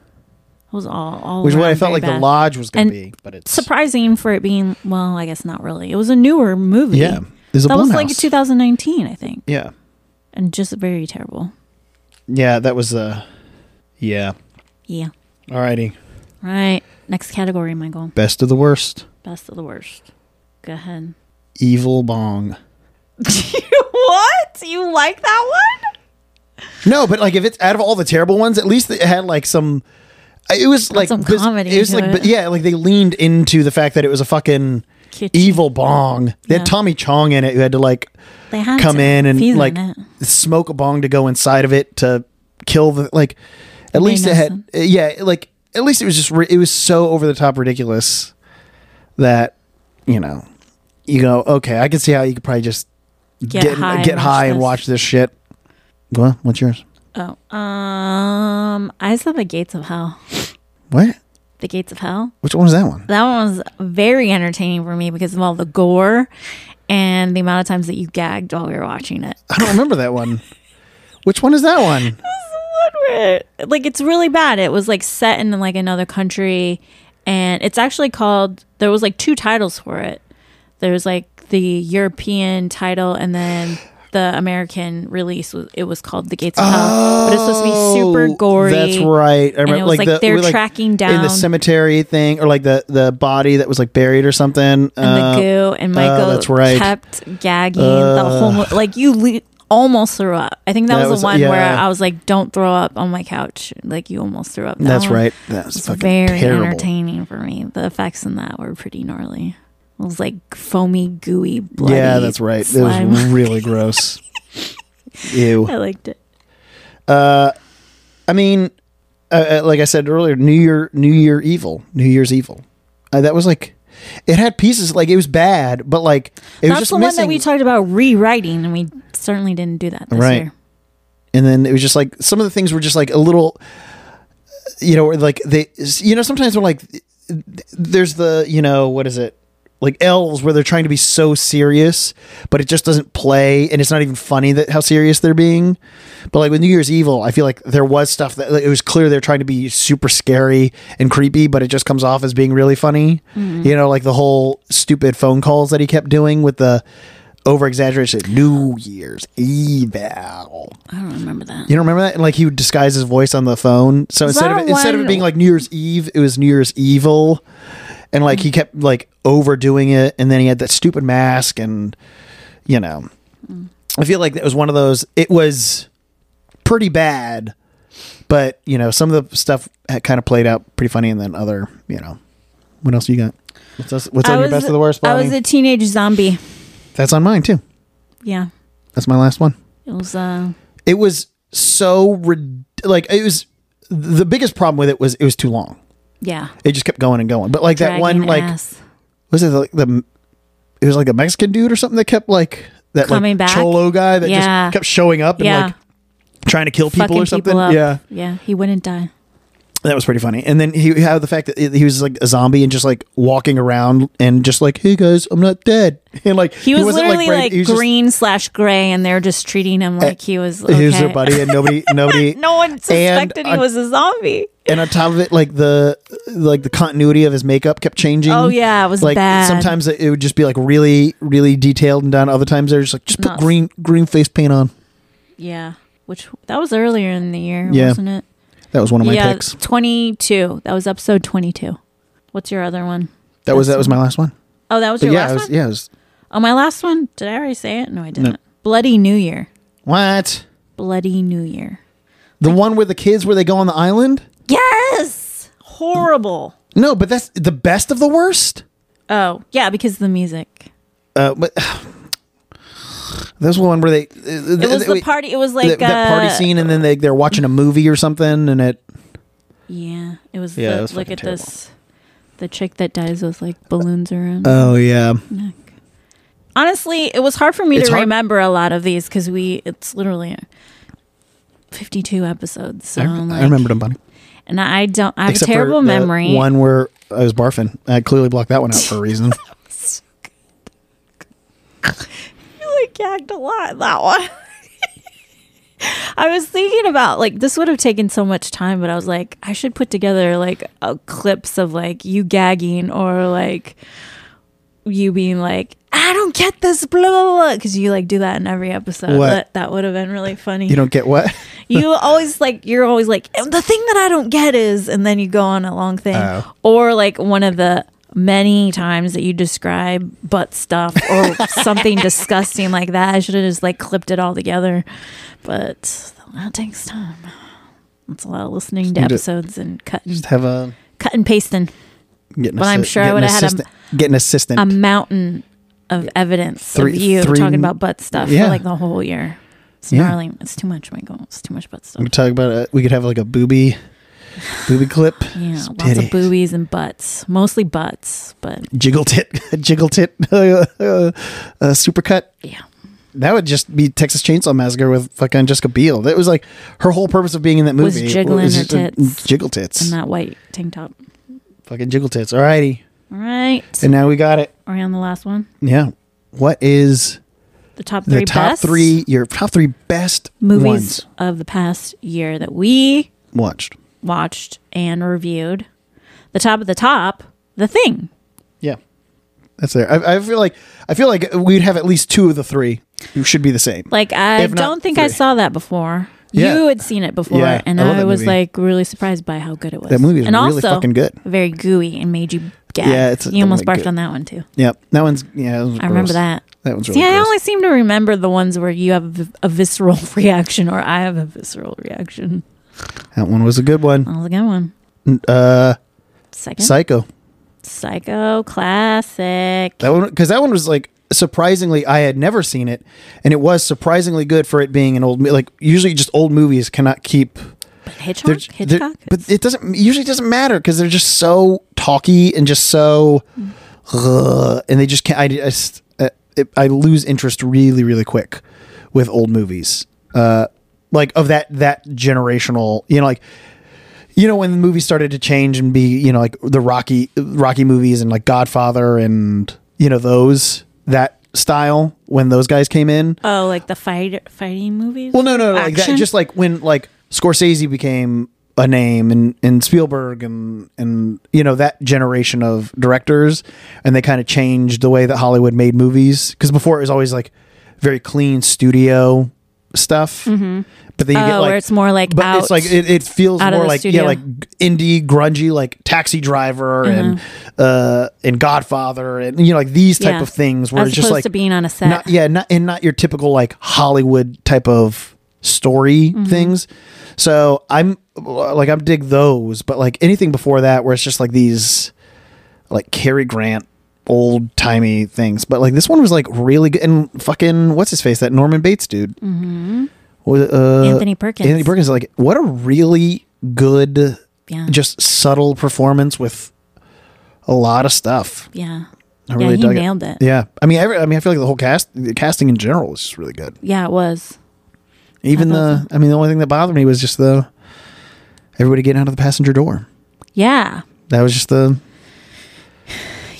Speaker 2: was all all
Speaker 1: which is what I
Speaker 2: around
Speaker 1: felt
Speaker 2: very
Speaker 1: like the
Speaker 2: bad.
Speaker 1: lodge was gonna
Speaker 2: And
Speaker 1: be but it's
Speaker 2: surprising for it being well, I guess not really. It was a newer movie.
Speaker 1: yeah there's a
Speaker 2: That was like
Speaker 1: Blumhouse.
Speaker 2: 2019, I think,
Speaker 1: yeah.
Speaker 2: and just very terrible.
Speaker 1: Yeah, that was uh yeah.
Speaker 2: Yeah.
Speaker 1: Alrighty.
Speaker 2: Right. Next category, Michael.
Speaker 1: Best of the worst.
Speaker 2: Best of the worst. Go ahead.
Speaker 1: Evil bong.
Speaker 2: what? You like that one?
Speaker 1: No, but like if it's out of all the terrible ones, at least it had like some it was like
Speaker 2: some comedy
Speaker 1: It was
Speaker 2: to
Speaker 1: like
Speaker 2: it.
Speaker 1: but yeah, like they leaned into the fact that it was a fucking
Speaker 2: Kitschy.
Speaker 1: evil bong. They
Speaker 2: Yeah.
Speaker 1: had Tommy Chong in it who had to like
Speaker 2: They had
Speaker 1: come
Speaker 2: to.
Speaker 1: in and
Speaker 2: If he's
Speaker 1: like
Speaker 2: it.
Speaker 1: smoke a bong to go inside of it to kill the like at least it
Speaker 2: knows
Speaker 1: had eh,
Speaker 2: them.
Speaker 1: yeah like at least it was just ri- it was so over the top ridiculous that you know you go okay I can see how you could probably just
Speaker 2: Get
Speaker 1: get
Speaker 2: high and
Speaker 1: get
Speaker 2: watch
Speaker 1: high and
Speaker 2: this.
Speaker 1: watch this shit. Well, what's yours?
Speaker 2: Oh, um, Eyes of the Gates of Hell.
Speaker 1: What?
Speaker 2: The Gates of Hell.
Speaker 1: Which one was that one?
Speaker 2: That one was very entertaining for me because of all the gore and the amount of times that you gagged while we were watching it.
Speaker 1: I don't remember that one. Which one is that one?
Speaker 2: Like it's really bad. It was like set in like another country, and it's actually called. There was like two titles for it. There was like the European title, and then the American release. was It was called The Gates of Hell, Uh, but it's supposed to be super
Speaker 1: Oh,
Speaker 2: gory.
Speaker 1: That's right. I remember,
Speaker 2: it was like they're tracking
Speaker 1: in
Speaker 2: down-
Speaker 1: the cemetery thing, or like the the body that was like buried or something. uh, And
Speaker 2: and the goo and Michael
Speaker 1: that's right. Uh.
Speaker 2: kept gagging the whole mo- like you le- almost threw up. I think that,
Speaker 1: That
Speaker 2: was,
Speaker 1: was-
Speaker 2: the one where
Speaker 1: yeah.
Speaker 2: I was like, "Don't throw up on my couch." Like you almost threw up. That
Speaker 1: That's
Speaker 2: one
Speaker 1: right. That was
Speaker 2: was
Speaker 1: fucking
Speaker 2: Oh, very
Speaker 1: terrible.
Speaker 2: entertaining for me. The effects in that were pretty gnarly. It was like foamy, gooey, bloody.
Speaker 1: yeah, that's right.
Speaker 2: Slime.
Speaker 1: It was really gross. Ew. Uh,
Speaker 2: I liked it. Oh.
Speaker 1: I mean, uh, uh, like I said earlier, New Year, New Year Evil, New Year's Evil. Uh, that was like, it had pieces. Like it was bad, but like it was
Speaker 2: That's
Speaker 1: just
Speaker 2: the one
Speaker 1: missing.
Speaker 2: that we talked about rewriting, and we certainly didn't do that this
Speaker 1: Right.
Speaker 2: year.
Speaker 1: and then it was just like some of the things were just like a little you know or like they you know sometimes we're like there's the you know what is it like elves where they're trying to be so serious but it just doesn't play and it's not even funny that how serious they're being but like with new year's evil i feel like there was stuff that like, it was clear they're trying to be super scary and creepy but it just comes off as being really funny you know like the whole stupid phone calls that he kept doing with the over exaggeration new year's evil
Speaker 2: I don't remember that.
Speaker 1: you don't remember that? And like he would disguise his voice on the phone. So
Speaker 2: Was
Speaker 1: instead
Speaker 2: that
Speaker 1: of
Speaker 2: a
Speaker 1: instead of
Speaker 2: one-
Speaker 1: it being like New Year's Eve, it was New Year's Evil. And like he kept like overdoing it and then he had that stupid mask and you know. I feel like that was one of those it was pretty bad, but you know, some of the stuff had kind of played out pretty funny and then other, you know. What else you got? What's, else, what's
Speaker 2: I
Speaker 1: on your
Speaker 2: was-
Speaker 1: best of the worst,
Speaker 2: I
Speaker 1: Bonnie?
Speaker 2: was a teenage zombie.
Speaker 1: That's on mine too.
Speaker 2: Yeah,
Speaker 1: That's my last one.
Speaker 2: it was. Uh,
Speaker 1: it was so rid- like it was the biggest problem with it was it was too long
Speaker 2: yeah,
Speaker 1: it just kept going and going but like that
Speaker 2: Dragging
Speaker 1: one like
Speaker 2: ass.
Speaker 1: was it like the it was like a mexican dude or something that kept like that
Speaker 2: Coming
Speaker 1: like
Speaker 2: back?
Speaker 1: cholo guy that
Speaker 2: Yeah.
Speaker 1: just kept showing up and
Speaker 2: Yeah.
Speaker 1: like trying to kill people
Speaker 2: Fucking
Speaker 1: or something.
Speaker 2: people up.
Speaker 1: yeah,
Speaker 2: Yeah. He wouldn't die.
Speaker 1: that was pretty funny. And then he had the fact that he was like a zombie and just like walking around and just like, hey guys, I'm not dead. And like
Speaker 2: He was
Speaker 1: wasn't,
Speaker 2: literally
Speaker 1: brave-
Speaker 2: like,
Speaker 1: he was just-
Speaker 2: green slash gray, and they're just treating him like he was. Okay.
Speaker 1: he was their buddy, and nobody, nobody,
Speaker 2: no one suspected he
Speaker 1: on-
Speaker 2: was a zombie.
Speaker 1: and on top of it, like the like the continuity of his makeup kept changing.
Speaker 2: Oh, yeah, it was
Speaker 1: like
Speaker 2: bad.
Speaker 1: sometimes it, it would just be like really, really detailed and done. Other times they're just like just put
Speaker 2: Nuts.
Speaker 1: green green face paint on.
Speaker 2: Yeah, which that was earlier in the year,
Speaker 1: Yeah.
Speaker 2: wasn't it?
Speaker 1: That was one of my
Speaker 2: yeah,
Speaker 1: picks.
Speaker 2: twenty-two. That was episode twenty-two. What's your other one?
Speaker 1: That was that was my last one.
Speaker 2: Oh, that was
Speaker 1: But
Speaker 2: your
Speaker 1: yeah,
Speaker 2: last
Speaker 1: it was,
Speaker 2: one.
Speaker 1: yeah, it was
Speaker 2: Oh, my last one. Did I already say it? No, I didn't. Bloody New Year.
Speaker 1: what
Speaker 2: Bloody New Year.
Speaker 1: the one where the kids where they go on the island.
Speaker 2: Yes. Horrible.
Speaker 1: No, but that's the best of the worst.
Speaker 2: Oh yeah, because of the music.
Speaker 1: Uh, but there's one where they uh, it
Speaker 2: It was the party. It was like
Speaker 1: that, that party
Speaker 2: uh,
Speaker 1: scene, and then they they're watching a movie or something, and it.
Speaker 2: Yeah, it was.
Speaker 1: Yeah,
Speaker 2: the,
Speaker 1: it was
Speaker 2: look
Speaker 1: fucking
Speaker 2: at this. The chick that dies with like balloons around.
Speaker 1: Oh yeah,
Speaker 2: neck. Honestly, it was hard for me
Speaker 1: It's
Speaker 2: to
Speaker 1: hard-
Speaker 2: remember a lot of these because we it's literally fifty-two episodes. So
Speaker 1: I,
Speaker 2: I, like,
Speaker 1: I remembered him, buddy.
Speaker 2: and I don't. I have
Speaker 1: Except
Speaker 2: a
Speaker 1: for
Speaker 2: terrible
Speaker 1: the
Speaker 2: memory.
Speaker 1: One where I was barfing. I clearly blocked that one out for a reason.
Speaker 2: really gagged a lot in that one. I was thinking about like this would have taken so much time, but I was like, I should put together like a clips of like you gagging or like you being like, I don't get this, blah blah blah, because you like do that in every episode.
Speaker 1: What?
Speaker 2: That, that would have been really funny.
Speaker 1: you don't get what?
Speaker 2: you always like you're always like "Oh, the thing that I don't get is, and then you go on a long thing,
Speaker 1: Oh.
Speaker 2: or like one of the many times that you describe butt stuff or something disgusting like that. I should have just like clipped it all together, but that takes time. It's a lot of listening to
Speaker 1: need to-
Speaker 2: episodes and cutting,
Speaker 1: Just have a
Speaker 2: cut and pasting
Speaker 1: get. An
Speaker 2: Well, I'm sure I
Speaker 1: get an
Speaker 2: would've had a- um,
Speaker 1: assistant- get an assistant.
Speaker 2: a mountain of evidence
Speaker 1: Three-
Speaker 2: of you
Speaker 1: three-
Speaker 2: talking about butt stuff
Speaker 1: Yeah.
Speaker 2: for like the whole year. It's
Speaker 1: Yeah.
Speaker 2: gnarly. It's too much, Michael. It's too much butt stuff.
Speaker 1: we could talk about. A, we could have like a booby, booby clip.
Speaker 2: Yeah,
Speaker 1: Just
Speaker 2: lots of
Speaker 1: titties.
Speaker 2: boobies and butts, mostly butts, but
Speaker 1: Jiggle tit, jiggle tit, uh, uh, supercut.
Speaker 2: yeah,
Speaker 1: That would just be Texas Chainsaw Massacre with fucking Jessica Biel. That was like her whole purpose of being in that
Speaker 2: Was
Speaker 1: movie
Speaker 2: jiggling her
Speaker 1: just, uh,
Speaker 2: tits.
Speaker 1: jiggle tits,
Speaker 2: and that white tank top.
Speaker 1: fucking jiggle tits. Alrighty,
Speaker 2: All right,
Speaker 1: and now we got it.
Speaker 2: are we on the last one?
Speaker 1: Yeah, what is
Speaker 2: The top
Speaker 1: the
Speaker 2: three
Speaker 1: top
Speaker 2: best
Speaker 1: three? Your top three best
Speaker 2: movies
Speaker 1: ones
Speaker 2: of the past year that we
Speaker 1: watched.
Speaker 2: watched and reviewed. The top of the top, The Thing.
Speaker 1: Yeah, that's there. I, I feel like I feel like we'd have at least two of the three who should be the same.
Speaker 2: Like I
Speaker 1: If not
Speaker 2: don't think I
Speaker 1: three.
Speaker 2: saw that before.
Speaker 1: Yeah.
Speaker 2: You had seen it before,
Speaker 1: Yeah,
Speaker 2: and
Speaker 1: I love
Speaker 2: I,
Speaker 1: that
Speaker 2: was
Speaker 1: movie.
Speaker 2: like really surprised by how good it was.
Speaker 1: That movie is
Speaker 2: and
Speaker 1: really
Speaker 2: also
Speaker 1: fucking good.
Speaker 2: very gooey, and made you gag.
Speaker 1: Yeah, it's-
Speaker 2: you almost
Speaker 1: they're
Speaker 2: barfed
Speaker 1: good.
Speaker 2: on that one too.
Speaker 1: yep, that one's yeah. That one's
Speaker 2: I remember
Speaker 1: gross.
Speaker 2: that.
Speaker 1: That one's really
Speaker 2: See, I
Speaker 1: gross.
Speaker 2: only seem to remember the ones where you have v- a visceral reaction or I have a visceral reaction.
Speaker 1: that one was a good one.
Speaker 2: That was a good one.
Speaker 1: Uh,
Speaker 2: Second,
Speaker 1: Psycho.
Speaker 2: Psycho classic.
Speaker 1: That one because that one was like surprisingly I had never seen it, and it was surprisingly good for it being an old mo- like usually just old movies cannot keep.
Speaker 2: But Hitchcock.
Speaker 1: they're- they're-
Speaker 2: Hitchcock.
Speaker 1: but it doesn't usually doesn't matter because they're just so talky and just so, ugh, and they just can't. I, I s- uh, it, I lose interest really really quick with old movies, uh, like of that that generational. You know, like you know when the movies started to change and be you know like the rocky rocky movies and like godfather and you know those that style when those guys came in
Speaker 2: oh, like the fight fighting movies.
Speaker 1: well no no, no like that
Speaker 2: Action?
Speaker 1: just like when like scorsese became a name and and spielberg and and you know that generation of directors and they kind of changed the way that hollywood made movies because before it was always like very clean studio stuff but then you get
Speaker 2: Oh,
Speaker 1: like
Speaker 2: where it's more like
Speaker 1: but
Speaker 2: out.
Speaker 1: it's like it, it feels
Speaker 2: out of
Speaker 1: more
Speaker 2: the
Speaker 1: like
Speaker 2: studio.
Speaker 1: yeah like indie grungy like taxi driver and uh and godfather and you know like these type
Speaker 2: Mm-hmm. Yeah.
Speaker 1: of things where
Speaker 2: As
Speaker 1: it's just
Speaker 2: opposed
Speaker 1: like
Speaker 2: to being on a set.
Speaker 1: not yeah not and not your typical like hollywood type of story
Speaker 2: Mm-hmm.
Speaker 1: things so i'm like i'm dig those but like anything before that where it's just like these like Cary grant old timey things but like this one was like really good and fucking what's his face that norman bates dude mm-hmm. uh,
Speaker 2: Anthony Perkins. Uh-huh.
Speaker 1: Anthony Perkins, like, what a really good,
Speaker 2: Yeah.
Speaker 1: just subtle performance with a lot of stuff.
Speaker 2: yeah.
Speaker 1: I really
Speaker 2: he
Speaker 1: dug
Speaker 2: nailed it.
Speaker 1: Yeah, I mean, every, I mean, I feel like the whole cast, the casting in general, was just really good.
Speaker 2: Yeah, it was.
Speaker 1: Even
Speaker 2: I
Speaker 1: the,
Speaker 2: thought
Speaker 1: I mean, the only thing that bothered me was just the everybody getting out of the passenger door.
Speaker 2: Yeah,
Speaker 1: That was just the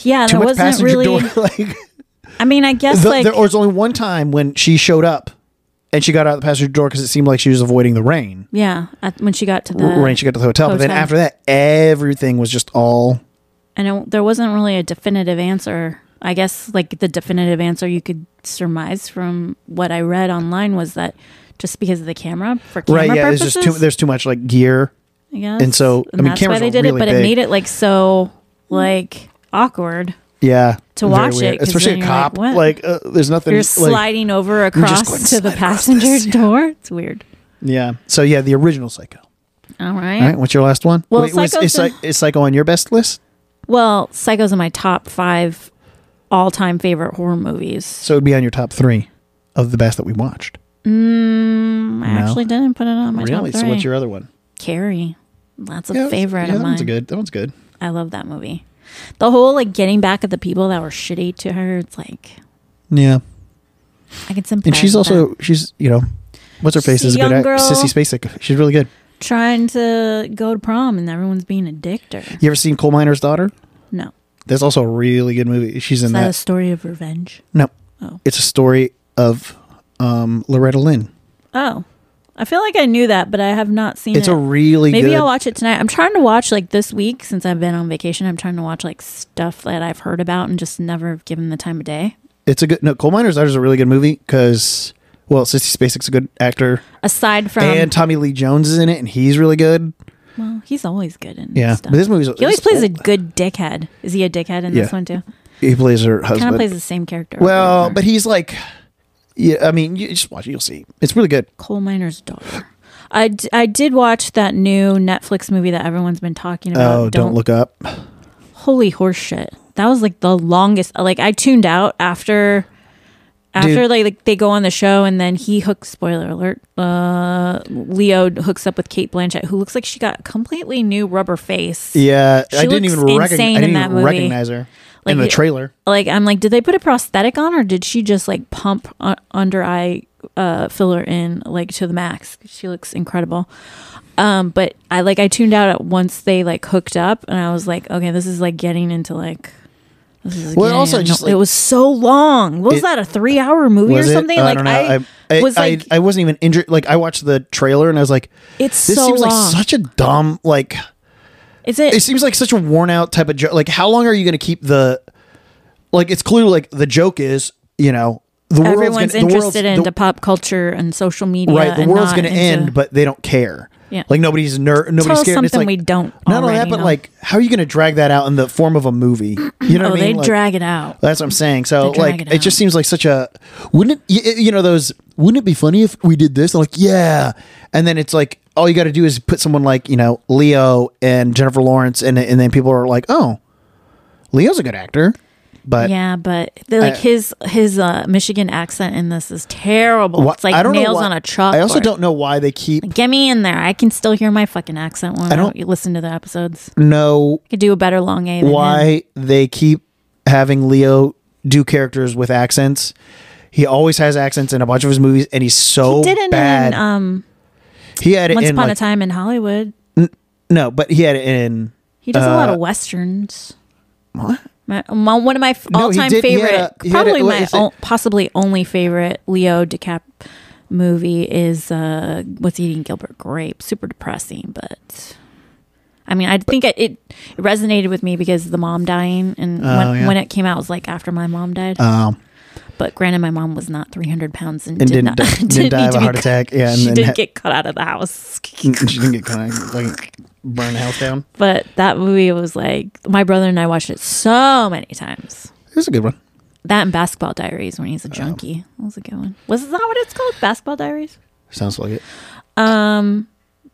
Speaker 2: yeah.
Speaker 1: too
Speaker 2: that
Speaker 1: much
Speaker 2: wasn't
Speaker 1: passenger
Speaker 2: really.
Speaker 1: door. like,
Speaker 2: I mean, I guess
Speaker 1: the,
Speaker 2: like
Speaker 1: there was only one time when she showed up and she got out of the passenger door because it seemed like she was avoiding the rain.
Speaker 2: yeah. At, when she got to the
Speaker 1: R- when she got to the hotel, but then
Speaker 2: hotel.
Speaker 1: after that, everything was just all
Speaker 2: and it, there wasn't really a definitive answer. I guess like the definitive answer you could surmise from what I read online was that just because of the camera for camera
Speaker 1: right. Yeah, there's
Speaker 2: purposes,
Speaker 1: just too there's too much like gear.
Speaker 2: I guess.
Speaker 1: and so, I mean,
Speaker 2: that's why
Speaker 1: cameras
Speaker 2: they
Speaker 1: were
Speaker 2: did
Speaker 1: really
Speaker 2: it, but
Speaker 1: big. Mm.
Speaker 2: it made it like so like awkward.
Speaker 1: Yeah,
Speaker 2: To
Speaker 1: very
Speaker 2: watch
Speaker 1: weird.
Speaker 2: it, 'cause
Speaker 1: especially
Speaker 2: then
Speaker 1: a
Speaker 2: you're like,
Speaker 1: cop.
Speaker 2: what?
Speaker 1: Like, uh, there's nothing.
Speaker 2: You're
Speaker 1: like-
Speaker 2: sliding over
Speaker 1: just going to
Speaker 2: across to the
Speaker 1: slide across
Speaker 2: passenger
Speaker 1: this, yeah.
Speaker 2: door. It's weird.
Speaker 1: yeah. So yeah, the original Psycho.
Speaker 2: All
Speaker 1: All
Speaker 2: right.
Speaker 1: right, what's your last one?
Speaker 2: Well,
Speaker 1: was-
Speaker 2: Psycho's
Speaker 1: is, Psy- is Psycho on your best list?
Speaker 2: Well, Psycho's in my top five all time favorite horror movies.
Speaker 1: So it'd be on your top three of the best that we watched.
Speaker 2: Mm, I
Speaker 1: No.
Speaker 2: actually didn't put it on my
Speaker 1: really?
Speaker 2: top three.
Speaker 1: So what's your other one?
Speaker 2: Carrie? That's a
Speaker 1: Yeah, that's- yeah,
Speaker 2: favorite of
Speaker 1: that
Speaker 2: mine.
Speaker 1: one's good. That one's good.
Speaker 2: I love that movie. The whole like getting back at the people that were shitty to her. It's like
Speaker 1: Yeah,
Speaker 2: I can sympathize.
Speaker 1: and she's
Speaker 2: with
Speaker 1: also
Speaker 2: that.
Speaker 1: she's you know, what's her
Speaker 2: She's
Speaker 1: face
Speaker 2: a
Speaker 1: is a good
Speaker 2: young
Speaker 1: act-
Speaker 2: girl.
Speaker 1: Sissy Spacek. She's really good.
Speaker 2: trying to go to prom and everyone's being a dick to her.
Speaker 1: You ever seen Coal Miner's Daughter?
Speaker 2: No,
Speaker 1: That's also a really good movie. She's
Speaker 2: is
Speaker 1: in
Speaker 2: that a
Speaker 1: that.
Speaker 2: story of revenge?
Speaker 1: no,
Speaker 2: Oh,
Speaker 1: it's a story of um, Loretta Lynn.
Speaker 2: oh, I feel like I knew that, but I have not seen
Speaker 1: It's
Speaker 2: it.
Speaker 1: a really
Speaker 2: Maybe
Speaker 1: good.
Speaker 2: I'll watch it tonight. I'm trying to watch like this week since I've been on vacation. I'm trying to watch like stuff that I've heard about and just never given the time of day.
Speaker 1: it's a good. No, Coal Miner's Daughter is a really good movie because well, Sissy Spacek's a good actor,
Speaker 2: Aside from,
Speaker 1: and Tommy Lee Jones is in it, and he's really good.
Speaker 2: well, he's always good in
Speaker 1: Yeah,
Speaker 2: stuff.
Speaker 1: but this movie's
Speaker 2: he always
Speaker 1: it's
Speaker 2: plays a
Speaker 1: old.
Speaker 2: good dickhead. Is he a dickhead in
Speaker 1: Yeah.
Speaker 2: this one too?
Speaker 1: He plays her
Speaker 2: Kind
Speaker 1: husband.
Speaker 2: of plays the same character. over and
Speaker 1: well,
Speaker 2: over.
Speaker 1: but he's like, yeah. I mean, you just watch it; you'll see. It's really good.
Speaker 2: coal miner's daughter. I, d- I did watch that new Netflix movie that everyone's been talking about.
Speaker 1: oh, don't, look up.
Speaker 2: Holy horseshit! That was like the longest. Like I tuned out after. After
Speaker 1: Dude.
Speaker 2: like, like they go on the show and then he hooks spoiler alert uh Leo hooks up with Kate Blanchett who looks like she got a completely new rubber face
Speaker 1: Yeah,
Speaker 2: She
Speaker 1: I didn't
Speaker 2: looks
Speaker 1: even, recog- I
Speaker 2: insane
Speaker 1: didn't
Speaker 2: in
Speaker 1: even
Speaker 2: that movie.
Speaker 1: recognize her in
Speaker 2: Like,
Speaker 1: the
Speaker 2: it-
Speaker 1: trailer.
Speaker 2: like I'm like did they put a prosthetic on or did she just like pump uh, under eye uh filler in like to the max she looks incredible um but I like I tuned out at once they like hooked up and I was like okay this is like getting into like this is
Speaker 1: Well,
Speaker 2: getting
Speaker 1: also
Speaker 2: into-
Speaker 1: just, like-
Speaker 2: it was so long what was
Speaker 1: It-
Speaker 2: that a three hour movie or
Speaker 1: Was it?
Speaker 2: something
Speaker 1: I
Speaker 2: like
Speaker 1: don't know.
Speaker 2: I, was
Speaker 1: I,
Speaker 2: like
Speaker 1: I wasn't even injured. Like I watched the trailer and I was like,
Speaker 2: it's
Speaker 1: this
Speaker 2: so
Speaker 1: seems
Speaker 2: long
Speaker 1: like such a dumb like.
Speaker 2: is it
Speaker 1: It seems like such a worn out type of joke. Like how long are you going to keep the? Like it's clearly like the joke is you know the
Speaker 2: everyone's
Speaker 1: world's gonna,
Speaker 2: interested
Speaker 1: the world's,
Speaker 2: into
Speaker 1: the-
Speaker 2: pop culture and social media
Speaker 1: right the
Speaker 2: and
Speaker 1: world's
Speaker 2: not
Speaker 1: going to
Speaker 2: into-
Speaker 1: end, but they don't care.
Speaker 2: Yeah.
Speaker 1: like nobody's ner- nobody's
Speaker 2: tell us
Speaker 1: scared. and it's
Speaker 2: something
Speaker 1: like,
Speaker 2: we don't
Speaker 1: Not only that,
Speaker 2: already
Speaker 1: but
Speaker 2: know.
Speaker 1: like, how are you going to drag that out in the form of a movie? You know what
Speaker 2: oh
Speaker 1: I mean?
Speaker 2: they
Speaker 1: Like,
Speaker 2: drag it out
Speaker 1: That's what I'm saying. So
Speaker 2: They drag
Speaker 1: like,
Speaker 2: it
Speaker 1: it, just
Speaker 2: out.
Speaker 1: seems like such a wouldn't it, y- y- you know those wouldn't it be funny if we did this? They're like, yeah, and then it's like all you got to do is put someone like you know Leo and Jennifer Lawrence, and and then people are like, oh, Leo's a good actor, but
Speaker 2: yeah, but the, like
Speaker 1: I-
Speaker 2: his his uh, Michigan accent in this is terrible.
Speaker 1: wha-
Speaker 2: it's like nails
Speaker 1: why-
Speaker 2: on a chalkboard.
Speaker 1: I also don't know why they keep
Speaker 2: get me in there. I can still hear my fucking accent when I
Speaker 1: don't-
Speaker 2: don't listen to the episodes.
Speaker 1: know
Speaker 2: I could do a better long A. Than him.
Speaker 1: why they keep having Leo do characters with accents. He always has accents in a bunch of his movies, and he's so
Speaker 2: He did it
Speaker 1: bad.
Speaker 2: in um,
Speaker 1: he had it
Speaker 2: Once
Speaker 1: in
Speaker 2: Upon
Speaker 1: like,
Speaker 2: a Time in Hollywood.
Speaker 1: no, but he had it in
Speaker 2: He does a lot
Speaker 1: Uh,
Speaker 2: of westerns.
Speaker 1: what?
Speaker 2: My, my- one of my f-
Speaker 1: No, he
Speaker 2: all-time
Speaker 1: did- he had
Speaker 2: favorite,
Speaker 1: a- he had a-
Speaker 2: probably
Speaker 1: what
Speaker 2: my
Speaker 1: is it?
Speaker 2: o- possibly only favorite Leo DiCap movie is uh, "What's Eating Gilbert Grape." Super depressing, but I mean, I think it, it resonated with me because of the mom dying, and
Speaker 1: Oh,
Speaker 2: when,
Speaker 1: yeah.
Speaker 2: when it came out, it was like after my mom died.
Speaker 1: Um,
Speaker 2: but granted, my mom was not three hundred pounds and,
Speaker 1: and
Speaker 2: did
Speaker 1: didn't,
Speaker 2: not
Speaker 1: di-
Speaker 2: didn't,
Speaker 1: didn't die
Speaker 2: need
Speaker 1: of
Speaker 2: to
Speaker 1: a
Speaker 2: be
Speaker 1: heart
Speaker 2: cut-
Speaker 1: attack. Yeah, and
Speaker 2: She
Speaker 1: then
Speaker 2: did
Speaker 1: ha-
Speaker 2: get cut out of the house.
Speaker 1: she didn't get kind of like burn the house down.
Speaker 2: but that movie was like my brother and I watched it so many times.
Speaker 1: It was a good one.
Speaker 2: That and Basketball Diaries when
Speaker 1: Oh.
Speaker 2: he's a junkie. That was a good one. Was that what it's called? Basketball Diaries?
Speaker 1: Sounds like it.
Speaker 2: Um,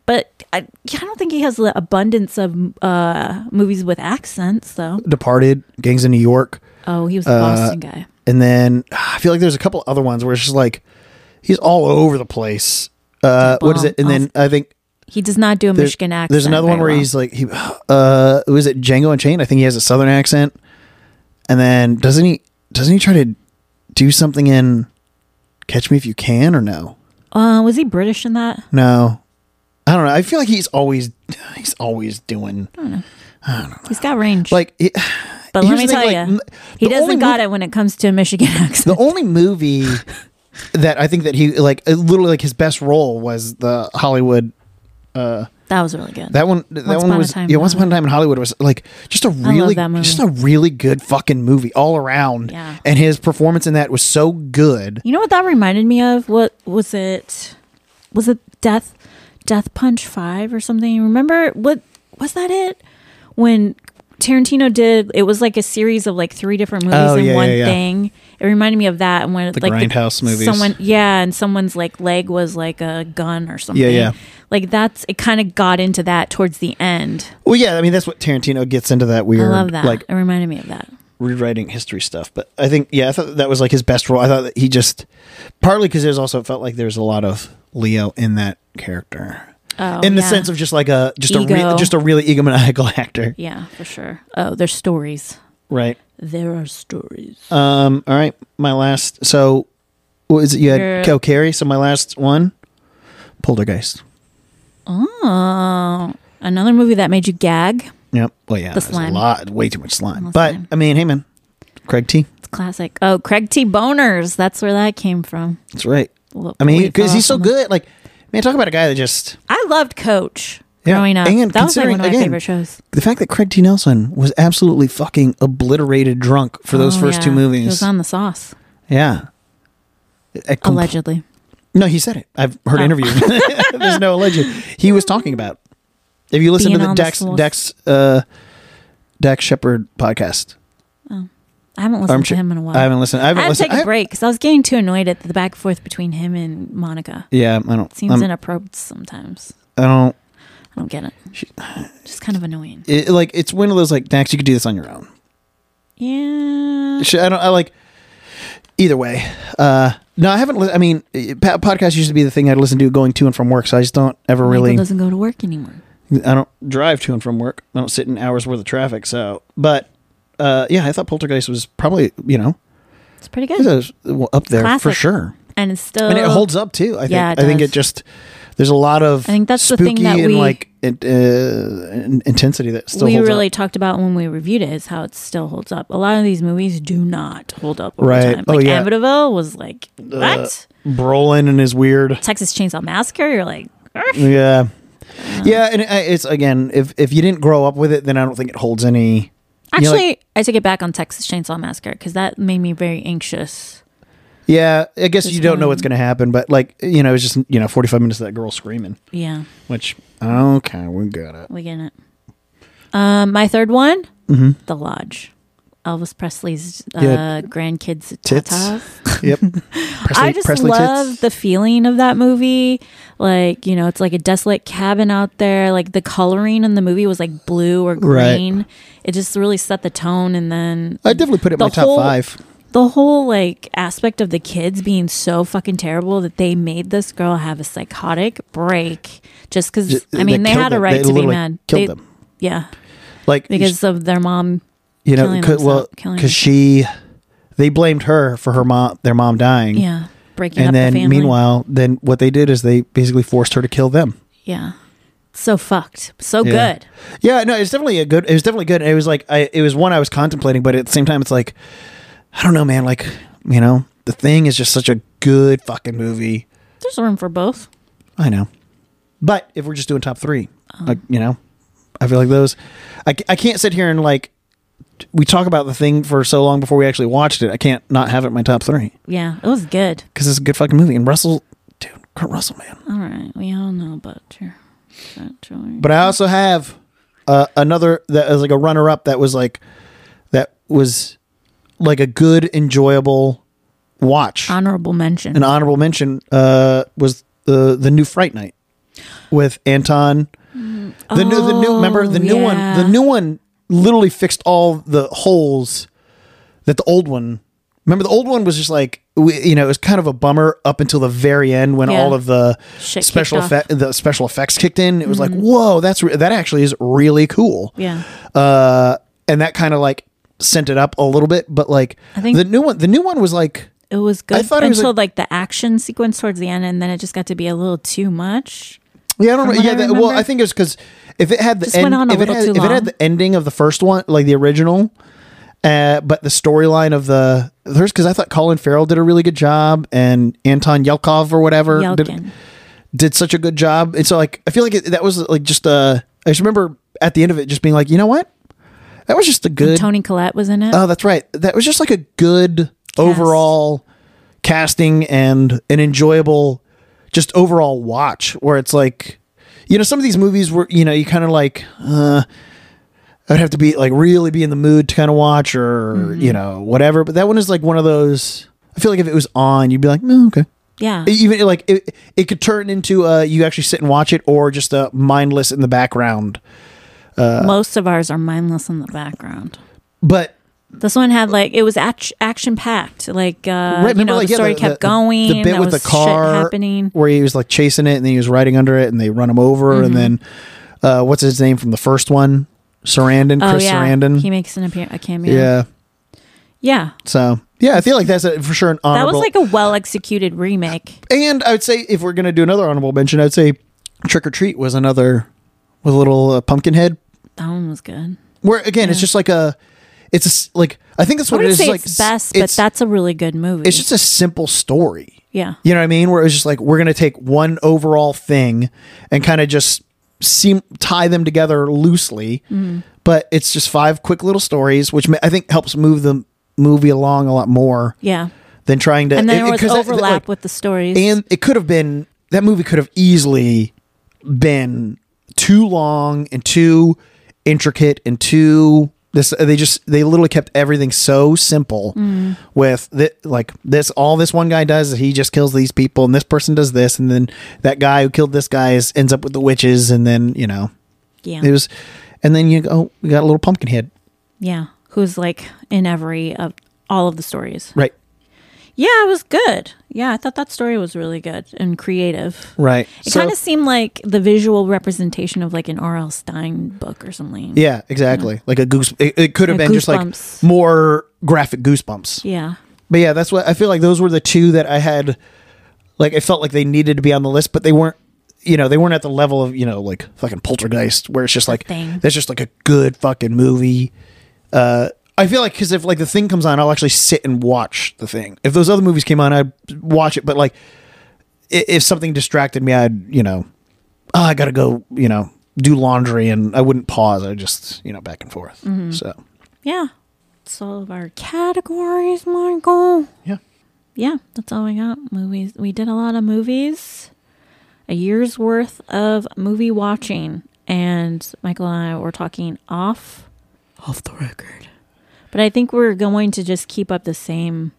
Speaker 2: but I, yeah, I don't think he has the abundance of uh, movies with accents, though.
Speaker 1: Departed, Gangs in New York,
Speaker 2: Oh, he was a
Speaker 1: Uh,
Speaker 2: Boston guy.
Speaker 1: and then ah, I feel like there's a couple other ones where it's just like he's all over the place. Uh, what is it? And then I think
Speaker 2: He does not do a
Speaker 1: there's,
Speaker 2: Michigan accent.
Speaker 1: there's another one
Speaker 2: very
Speaker 1: where
Speaker 2: well.
Speaker 1: he's like he uh was it Django and Chain? I think he has a southern accent. and then doesn't he doesn't he try to do something in Catch Me If You Can or no?
Speaker 2: Uh, was he British in that?
Speaker 1: No. I don't know. I feel like he's always he's always doing
Speaker 2: Oh, He's got range.
Speaker 1: like he-
Speaker 2: but let
Speaker 1: here's
Speaker 2: me
Speaker 1: the
Speaker 2: tell
Speaker 1: thing,
Speaker 2: you,
Speaker 1: like, n-
Speaker 2: he
Speaker 1: the only
Speaker 2: doesn't got
Speaker 1: mov-
Speaker 2: it when it comes to a Michigan accent.
Speaker 1: The only movie that I think that he like uh, literally like his best role was the Hollywood
Speaker 2: that was really good.
Speaker 1: That one, that
Speaker 2: Once Upon
Speaker 1: one
Speaker 2: a
Speaker 1: was
Speaker 2: Time
Speaker 1: yeah.
Speaker 2: in
Speaker 1: Once upon a time in Hollywood was like just a
Speaker 2: love
Speaker 1: really,
Speaker 2: that movie.
Speaker 1: just a really good fucking movie all around.
Speaker 2: Yeah.
Speaker 1: And his performance in that was so good.
Speaker 2: you know what that reminded me of? What was it? Was it Death Death Punch Five or something? Remember what was that? It when Tarantino did it was like a series of like three different movies
Speaker 1: Oh,
Speaker 2: in
Speaker 1: yeah,
Speaker 2: one
Speaker 1: yeah, yeah.
Speaker 2: thing. It reminded me of that and when
Speaker 1: The
Speaker 2: like
Speaker 1: Grindhouse movies.
Speaker 2: Someone yeah, and someone's like leg was like a gun or something.
Speaker 1: yeah.
Speaker 2: Like that's it. Kind of got into that towards the end.
Speaker 1: Well, yeah, I mean that's what Tarantino gets into that weird
Speaker 2: I love that.
Speaker 1: like
Speaker 2: it reminded me of that.
Speaker 1: rewriting history stuff. But I think yeah, I thought that was like his best role. I thought that he just partly because there's also it felt like there's a lot of Leo in that character.
Speaker 2: Oh,
Speaker 1: in the
Speaker 2: yeah.
Speaker 1: sense of just like a just a
Speaker 2: Ego.
Speaker 1: re- just a really egomaniacal actor,
Speaker 2: Yeah, for sure. Oh, there's stories.
Speaker 1: right?
Speaker 2: There are stories.
Speaker 1: Um, all right, my last. So, what is it? You
Speaker 2: Your-
Speaker 1: had Co Carey. So my last one, Poltergeist.
Speaker 2: Oh, another movie that made you gag.
Speaker 1: Yep. Well, yeah,
Speaker 2: The
Speaker 1: there's
Speaker 2: slime.
Speaker 1: a lot, way too much slime.
Speaker 2: Little
Speaker 1: but
Speaker 2: slime.
Speaker 1: I mean, hey, man, Craig T.
Speaker 2: It's classic. Oh, Craig T. Boners. That's where that came from.
Speaker 1: That's right.
Speaker 2: Well,
Speaker 1: I mean,
Speaker 2: we
Speaker 1: because
Speaker 2: fell
Speaker 1: he's
Speaker 2: off
Speaker 1: so
Speaker 2: on that.
Speaker 1: good. Like, man, talk about a guy that just
Speaker 2: I loved Coach
Speaker 1: Yeah,
Speaker 2: growing up.
Speaker 1: and
Speaker 2: that was like one
Speaker 1: considering-
Speaker 2: of my
Speaker 1: again,
Speaker 2: favorite shows.
Speaker 1: the fact that Craig T. Nelson was absolutely fucking obliterated drunk for those
Speaker 2: Oh,
Speaker 1: first
Speaker 2: yeah.
Speaker 1: two
Speaker 2: He was
Speaker 1: movies.
Speaker 2: on the sauce,
Speaker 1: yeah. A com-
Speaker 2: allegedly.
Speaker 1: no, he said it. I've heard
Speaker 2: Oh.
Speaker 1: interviews. There's no alleged. He was talking about. If you listen
Speaker 2: Being
Speaker 1: to the
Speaker 2: on the
Speaker 1: Dex
Speaker 2: sauce.
Speaker 1: Dex uh, Dex Shepherd podcast,
Speaker 2: I haven't listened to
Speaker 1: Armchair-
Speaker 2: him in a while.
Speaker 1: I haven't listened. I
Speaker 2: I
Speaker 1: haven't
Speaker 2: had to
Speaker 1: listened.
Speaker 2: take a
Speaker 1: I-
Speaker 2: break because I was getting too annoyed at the back and forth between him and Monica.
Speaker 1: Yeah, I don't.
Speaker 2: Seems
Speaker 1: I'm-
Speaker 2: inappropriate sometimes.
Speaker 1: I don't.
Speaker 2: I don't get it.
Speaker 1: She-
Speaker 2: Just kind of annoying.
Speaker 1: It, like it's one of those like Dax, you could do this on your own.
Speaker 2: Mm-hmm. Yeah.
Speaker 1: Sh- I don't. I like. Either way, uh, no, I haven't. Li- I mean, eh, pa- podcast used to be the thing I'd listen to going to and from work, so I just don't ever really.
Speaker 2: Michael doesn't go to work anymore.
Speaker 1: I don't drive to and from work. I don't sit in hours worth of traffic. So, but uh, yeah, I thought Poltergeist was probably you know
Speaker 2: It's pretty
Speaker 1: it
Speaker 2: good,
Speaker 1: was, well, up there for
Speaker 2: Classic.
Speaker 1: sure,
Speaker 2: and it's still
Speaker 1: and it holds up too. I think.
Speaker 2: Yeah, it
Speaker 1: I think
Speaker 2: does.
Speaker 1: it just there's a lot of
Speaker 2: I think that's the
Speaker 1: spooky
Speaker 2: thing that
Speaker 1: and
Speaker 2: we-
Speaker 1: like it, uh, in- intensity that still
Speaker 2: we
Speaker 1: holds
Speaker 2: really
Speaker 1: up.
Speaker 2: talked about when we reviewed it is how it still holds up. A lot of these movies do not hold up over
Speaker 1: Right.
Speaker 2: time.
Speaker 1: Oh,
Speaker 2: Like
Speaker 1: yeah. Uh,
Speaker 2: Amityville was like what?
Speaker 1: Brolin and his weird.
Speaker 2: Texas Chainsaw Massacre. You're like, "Arf."
Speaker 1: Yeah. Yeah, and it- it's again, if if you didn't grow up with it, then I don't think it holds any. you know,
Speaker 2: actually,
Speaker 1: like-
Speaker 2: I take it back on Texas Chainsaw Massacre because that made me very anxious.
Speaker 1: yeah, I guess you don't know
Speaker 2: one-
Speaker 1: what's going to happen, but like you know, it's just you know, forty five minutes of that girl screaming,
Speaker 2: Yeah,
Speaker 1: which okay, we got it.
Speaker 2: we get it. Um, my third one,
Speaker 1: Mm-hmm.
Speaker 2: The Lodge, Elvis Presley's uh,
Speaker 1: Yeah.
Speaker 2: grandkids'
Speaker 1: Tits.
Speaker 2: tatas.
Speaker 1: Yep. Presley,
Speaker 2: I just love the feeling of that movie. Like, you know, it's like a desolate cabin out there. Like the coloring in the movie was like blue or
Speaker 1: Right.
Speaker 2: green. It just really set the tone and then
Speaker 1: I definitely put it in
Speaker 2: the
Speaker 1: my top
Speaker 2: whole-
Speaker 1: five.
Speaker 2: the whole like aspect of the kids being so fucking terrible that they made this girl have a psychotic break just cuz
Speaker 1: Ju-
Speaker 2: I mean
Speaker 1: they
Speaker 2: they, had
Speaker 1: killed
Speaker 2: a
Speaker 1: them.
Speaker 2: right
Speaker 1: They
Speaker 2: to be
Speaker 1: literally
Speaker 2: mad.
Speaker 1: killed
Speaker 2: They-
Speaker 1: them.
Speaker 2: Yeah.
Speaker 1: Like
Speaker 2: Because of their mom.
Speaker 1: you know,
Speaker 2: killing
Speaker 1: could- well,
Speaker 2: themselves- killing
Speaker 1: because she, they blamed her for her mom, their mom dying,
Speaker 2: Yeah. Breaking up
Speaker 1: Mm. and then
Speaker 2: the family.
Speaker 1: meanwhile, then what they did is they basically forced her to kill them.
Speaker 2: Yeah. So fucked. So
Speaker 1: Yeah.
Speaker 2: good.
Speaker 1: Yeah, no, it's definitely a good. It was definitely good. It was like I, it was one I was contemplating, but at the same time, it's like I don't know, man. Like you know, the thing is just such a good fucking movie.
Speaker 2: There's room for both.
Speaker 1: I know, but if we're just doing top three, like you know, I feel like those. I, ca- I can't sit here and like t- we talk about the thing for so long before we actually watched it. I can't not have it in my top three
Speaker 2: Yeah. It was good.
Speaker 1: because it's a good fucking movie. And Russell, dude, Kurt Russell, man.
Speaker 2: All right, we all know about your about your-
Speaker 1: But I also have uh, another that was like a runner up that was like that was like a good, enjoyable watch.
Speaker 2: honorable mention.
Speaker 1: An honorable mention uh, was the the new Fright Night with Anton. The new the new remember the
Speaker 2: Oh,
Speaker 1: new one
Speaker 2: yeah.
Speaker 1: the new one literally fixed all the holes that the old one. Remember the old one was just like we, you know it was kind of a bummer up until the very end when
Speaker 2: Yeah.
Speaker 1: all of the
Speaker 2: Shit
Speaker 1: special
Speaker 2: kicked off. Mm-hmm.
Speaker 1: effect the special effects kicked in. It was like whoa that's re- that actually is really cool.
Speaker 2: yeah,
Speaker 1: Uh, and that kind of like sent it up a little bit, but like
Speaker 2: I think-
Speaker 1: the new one, the new one was like
Speaker 2: It was good
Speaker 1: I thought it was,
Speaker 2: until
Speaker 1: like-
Speaker 2: like the action sequence towards the end, and then it just got to be a little too much.
Speaker 1: Yeah, I don't.
Speaker 2: what
Speaker 1: Remember. Yeah,
Speaker 2: I
Speaker 1: that, well,
Speaker 2: remember.
Speaker 1: I think it's because if it had the
Speaker 2: Just went
Speaker 1: end-
Speaker 2: on a
Speaker 1: if, it
Speaker 2: little
Speaker 1: had,
Speaker 2: too
Speaker 1: if it
Speaker 2: long.
Speaker 1: had the ending of the first one, like the original, uh, but the storyline of the there's because I thought Colin Farrell did a really good job and Anton Yelkov or whatever did,
Speaker 2: Yelkin.
Speaker 1: did such a good job. And so like I feel like it, that was like just uh, I just remember at the end of it just being like, you know what, that was just a good.
Speaker 2: Tony Collette was in it.
Speaker 1: Oh, that's right. That was just like a good overall casting and an enjoyable, just overall watch where it's like, you know, some of these movies were, you know, you kind of like, uh, I'd have to be like really be in the mood to kind of watch or, you know, whatever. But that one is like one of those, I feel like if it was on, you'd be like, "Mm, okay.
Speaker 2: yeah.
Speaker 1: Even like it, it could turn into uh, you actually sit and watch it or just uh, mindless in the background.
Speaker 2: Most of ours are mindless in the background.
Speaker 1: But
Speaker 2: This one had like it was act- action packed. Like
Speaker 1: Right,
Speaker 2: uh, you
Speaker 1: remember,
Speaker 2: know,
Speaker 1: like,
Speaker 2: the
Speaker 1: yeah,
Speaker 2: story kept going.
Speaker 1: The bit
Speaker 2: there
Speaker 1: with
Speaker 2: was
Speaker 1: the car
Speaker 2: shit happening.
Speaker 1: where he was like chasing it, and then he was riding under it, and they run him over,
Speaker 2: Mm-hmm.
Speaker 1: and then uh, what's his name from the first one, Sarandon,
Speaker 2: Oh
Speaker 1: Chris
Speaker 2: yeah,
Speaker 1: Sarandon,
Speaker 2: he makes an appear- a cameo.
Speaker 1: yeah.
Speaker 2: yeah.
Speaker 1: So yeah, I feel like that's a, for sure an
Speaker 2: That was
Speaker 1: honorable.
Speaker 2: like a well executed remake.
Speaker 1: and I would say if we're gonna do another honorable mention, I'd say Trick or Treat was another with a little uh, Pumpkinhead,
Speaker 2: That one was good.
Speaker 1: where again it's just like a, it's a s like I think that's
Speaker 2: I
Speaker 1: what it
Speaker 2: wouldn't
Speaker 1: is
Speaker 2: say
Speaker 1: like
Speaker 2: it's
Speaker 1: s-
Speaker 2: best, but
Speaker 1: it's-
Speaker 2: that's a really good movie.
Speaker 1: it's just a simple story.
Speaker 2: yeah.
Speaker 1: You know what I mean? Where it was just like we're gonna take one overall thing and kind of just seem tie them together loosely,
Speaker 2: Mm-hmm.
Speaker 1: but it's just five quick little stories, which ma- I think helps move the movie along a lot more
Speaker 2: Yeah.
Speaker 1: than trying to.
Speaker 2: And then
Speaker 1: it-
Speaker 2: there
Speaker 1: it-
Speaker 2: was
Speaker 1: 'cause that- that,
Speaker 2: overlap
Speaker 1: like-
Speaker 2: with the stories.
Speaker 1: and it could have been that movie could have easily been too long and too intricate and too this they just they literally kept everything so simple
Speaker 2: Mm.
Speaker 1: with the, like this all this one guy does is he just kills these people and this person does this and then that guy who killed this guy is, ends up with the witches and then you know
Speaker 2: yeah.
Speaker 1: it was and then you go oh, we got a little pumpkin head
Speaker 2: yeah. Who's like in every of all of the stories.
Speaker 1: right
Speaker 2: Yeah, it was good. Yeah, I thought that story was really good and creative.
Speaker 1: right
Speaker 2: It kind of seemed like the visual representation of like an R.L. Stein book or something.
Speaker 1: yeah exactly like a goose it, it could have
Speaker 2: Yeah,
Speaker 1: been just
Speaker 2: goosebumps.
Speaker 1: like more graphic goosebumps
Speaker 2: Yeah.
Speaker 1: But yeah, that's what I feel like those were the two that I had like I felt like they needed to be on the list, but they weren't you know, they weren't at the level of, you know, like fucking poltergeist where it's just like
Speaker 2: Thing.
Speaker 1: that's just like a good fucking movie. Uh I feel like because if like the thing comes on, I'll actually sit and watch the thing. If those other movies came on, I'd watch it. But like, i- if something distracted me, I'd you know, oh, I gotta go, you know, do laundry, and I wouldn't pause. I just you know back and forth. So
Speaker 2: Yeah. It's all of our categories, Michael.
Speaker 1: yeah,
Speaker 2: Yeah, that's all we got. Movies. We did a lot of movies. A year's worth of movie watching. And Michael and I were talking off off the record. But I think we're going to just keep up the same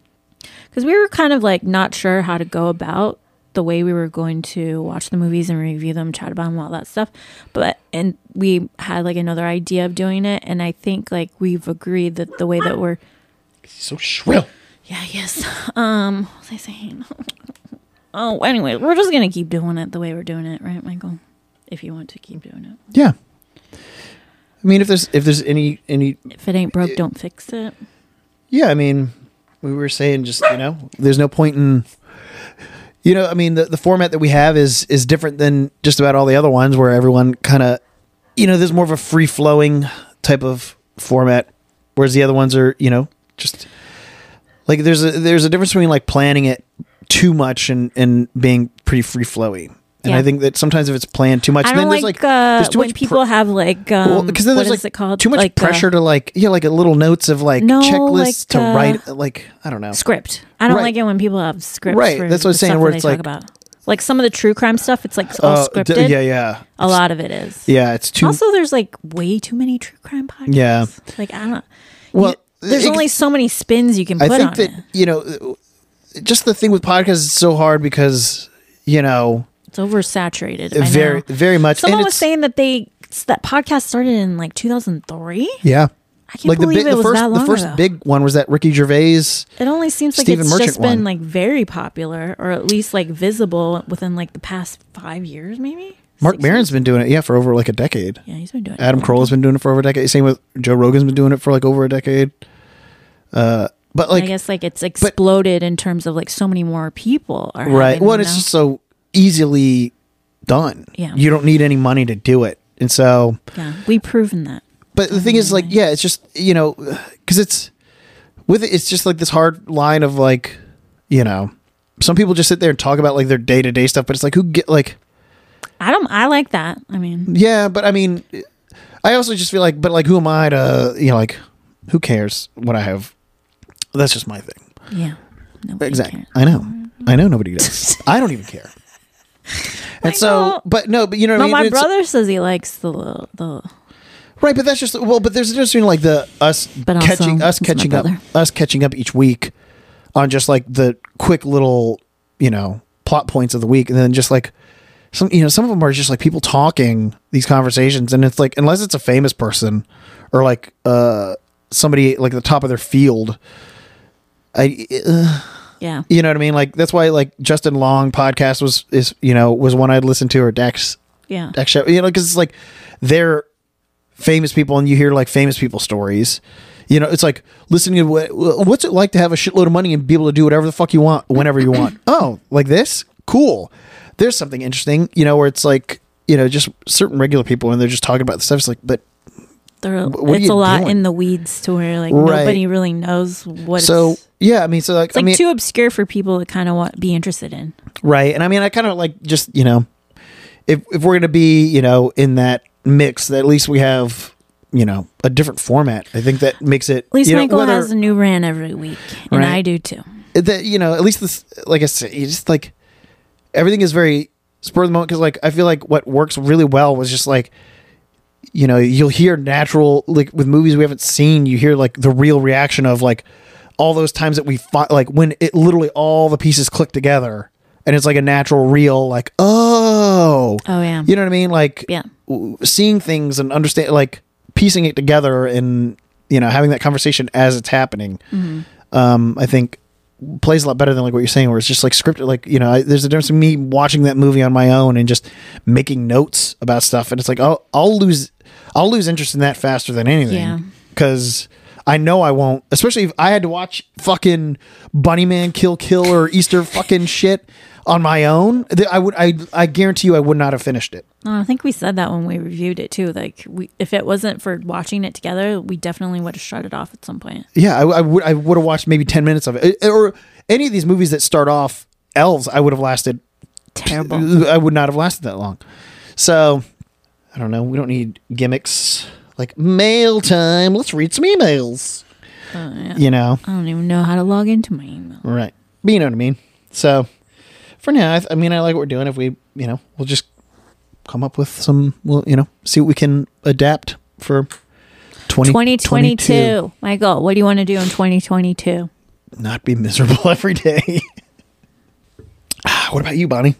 Speaker 2: because we were kind of like not sure how to go about the way we were going to watch the movies and review them, chat about them, all that stuff. But and we had like another idea of doing it, and I think like we've agreed that the way that we're
Speaker 1: so shrill.
Speaker 2: yeah, yes. Um, what was I saying? oh, anyway, we're just gonna keep doing it the way we're doing it, right, Michael? If you want to keep doing it,
Speaker 1: Yeah. I mean, if there's if there's any any
Speaker 2: if it ain't broke, don't fix it.
Speaker 1: yeah, I mean, we were saying just you know, there's no point in you know, I mean, the the format that we have is is different than just about all the other ones where everyone kind of you know, there's more of a free flowing type of format, whereas the other ones are you know just like there's a there's a difference between like planning it too much and and being pretty free flowy. And
Speaker 2: Yeah.
Speaker 1: I think that sometimes if it's planned too much,
Speaker 2: I
Speaker 1: then
Speaker 2: don't like,
Speaker 1: there's like,
Speaker 2: uh,
Speaker 1: there's too
Speaker 2: when
Speaker 1: much pre-
Speaker 2: people have like
Speaker 1: well,
Speaker 2: um,
Speaker 1: because then
Speaker 2: what
Speaker 1: there's
Speaker 2: is
Speaker 1: like
Speaker 2: it called?
Speaker 1: too much
Speaker 2: Like, uh,
Speaker 1: pressure to like yeah, like a little notes of like
Speaker 2: No,
Speaker 1: checklists to
Speaker 2: like, uh,
Speaker 1: write. Like I don't know.
Speaker 2: script. I don't
Speaker 1: Right.
Speaker 2: like it when people have scripts.
Speaker 1: Right,
Speaker 2: for
Speaker 1: that's what I was
Speaker 2: the
Speaker 1: saying,
Speaker 2: stuff
Speaker 1: where
Speaker 2: that
Speaker 1: it's
Speaker 2: they
Speaker 1: like-
Speaker 2: talk about like some of the true crime stuff. It's like all
Speaker 1: Uh, d-
Speaker 2: scripted.
Speaker 1: yeah, yeah,
Speaker 2: A lot of it is.
Speaker 1: yeah. It's too
Speaker 2: also, there's like way too many true crime podcasts.
Speaker 1: Yeah.
Speaker 2: like I don't.
Speaker 1: well.
Speaker 2: There's
Speaker 1: it-
Speaker 2: only so many spins you can
Speaker 1: I
Speaker 2: put
Speaker 1: think
Speaker 2: on
Speaker 1: that
Speaker 2: it.
Speaker 1: you know, just the thing with podcasts is so hard because you know
Speaker 2: It's oversaturated. I
Speaker 1: very
Speaker 2: know.
Speaker 1: very much. and
Speaker 2: Someone was
Speaker 1: it's-
Speaker 2: saying that they that podcast started in like 2003.
Speaker 1: yeah.
Speaker 2: I can't believe
Speaker 1: big-
Speaker 2: it was
Speaker 1: first
Speaker 2: that long
Speaker 1: the first
Speaker 2: ago.
Speaker 1: big one was that Ricky Gervais.
Speaker 2: it only seems like
Speaker 1: Stephen
Speaker 2: it's
Speaker 1: Merchant
Speaker 2: just been
Speaker 1: one.
Speaker 2: like very popular, or at least like visible within like the past five years, maybe.
Speaker 1: Mark
Speaker 2: Six
Speaker 1: Maron's been doing it, yeah, for over like a decade.
Speaker 2: Yeah, he's been doing
Speaker 1: Adam
Speaker 2: it.
Speaker 1: Carolla's been doing it for over a decade. Same with Joe Rogan's been doing it for like over a decade. Uh, but
Speaker 2: I
Speaker 1: like,
Speaker 2: guess like it's exploded in terms of like so many more people are
Speaker 1: right?
Speaker 2: having
Speaker 1: Well, and
Speaker 2: them
Speaker 1: it's
Speaker 2: now.
Speaker 1: just so easily done.
Speaker 2: Yeah.
Speaker 1: you don't need any money to do it, and so.
Speaker 2: yeah, we've proven that.
Speaker 1: But the thing is, like, yeah, it's just you know, because it's with it, it's just like this hard line of like, you know, some people just sit there and talk about like their day to day stuff, but it's like who get like,
Speaker 2: I don't. I like that. I mean,
Speaker 1: yeah, but I mean, I also just feel like, but like, who am I to you know, like, who cares what I have? That's just my thing.
Speaker 2: yeah, nobody
Speaker 1: Exactly.
Speaker 2: cares.
Speaker 1: I know. I know nobody does. I don't even care. And so,
Speaker 2: know.
Speaker 1: but no, but you know what
Speaker 2: No,
Speaker 1: I mean.
Speaker 2: my
Speaker 1: It's-
Speaker 2: brother says he likes the little- the.
Speaker 1: Right, but that's just well, but there's a difference between like the us
Speaker 2: But also,
Speaker 1: catching us
Speaker 2: it's my
Speaker 1: catching up
Speaker 2: brother.
Speaker 1: us catching up each week on just like the quick little you know plot points of the week, and then just like some you know some of them are just like people talking these conversations, and it's like unless it's a famous person or like uh somebody like the top of their field. I
Speaker 2: Yeah,
Speaker 1: you know what I mean like that's why like Justin Long podcast was is you know was one I'd listen to or Dax
Speaker 2: yeah,
Speaker 1: actually you know because it's like they're famous people and you hear like famous people stories you know it's like listening to what what's it like to have a shitload of money and be able to do whatever the fuck you want whenever you want oh like this cool there's something interesting you know where it's like you know just certain regular people and they're just talking about the stuff it's like but
Speaker 2: They're-
Speaker 1: Wh- what are
Speaker 2: it's
Speaker 1: you
Speaker 2: a lot
Speaker 1: doing?
Speaker 2: in the weeds to where like
Speaker 1: Right.
Speaker 2: nobody really knows what.
Speaker 1: so
Speaker 2: it's,
Speaker 1: yeah i mean so like
Speaker 2: it's like
Speaker 1: i mean
Speaker 2: too obscure for people to kind of want be interested in.
Speaker 1: right and i mean i kind of like just you know if if we're gonna be you know in that mix that at least we have you know a different format i think that makes it
Speaker 2: At least
Speaker 1: you know,
Speaker 2: Michael
Speaker 1: whether-
Speaker 2: has a new rant every week, and
Speaker 1: Right.
Speaker 2: I do too.
Speaker 1: that you know at least this like i said you just like everything is very spur of the moment because like i feel like what works really well was just like you know you'll hear natural like with movies we haven't seen you hear like the real reaction of like all those times that we fought like when it literally all the pieces click together and it's like a natural real like oh
Speaker 2: Oh yeah,
Speaker 1: you know what i mean like
Speaker 2: yeah.
Speaker 1: w- seeing things and understand like piecing it together and you know having that conversation as it's happening um i think plays a lot better than like what you're saying where it's just like scripted like you know I, there's a difference between me watching that movie on my own and just making notes about stuff and it's like oh i'll lose i'll lose interest in that faster than anything
Speaker 2: Yeah.
Speaker 1: because I know I won't. Especially if I had to watch fucking Bunny Man Kill Kill or Easter fucking shit on my own. th- I would. I I guarantee you, I would not have finished it.
Speaker 2: Oh, I think we said that when we reviewed it too. Like, we, if it wasn't for watching it together, we definitely would have shut it off at some point.
Speaker 1: Yeah, I, I would. I would have watched maybe ten minutes of it, Uh, or any of these movies that start off elves. I would have lasted.
Speaker 2: Terrible.
Speaker 1: I would not have lasted that long. So, I don't know. We don't need gimmicks like mail time. Let's read some emails.
Speaker 2: Oh, yeah.
Speaker 1: You know,
Speaker 2: I don't even know how to log into my email.
Speaker 1: right? But you know what I mean. So, for now, I, th- I mean, I like what we're doing. If we, you know, we'll just come up with some. We'll, you know, see what we can adapt for. 20, 2022.
Speaker 2: 2022. Michael, what do you want to do in 2022?
Speaker 1: not be miserable every day. Ah, what about you, Bonnie?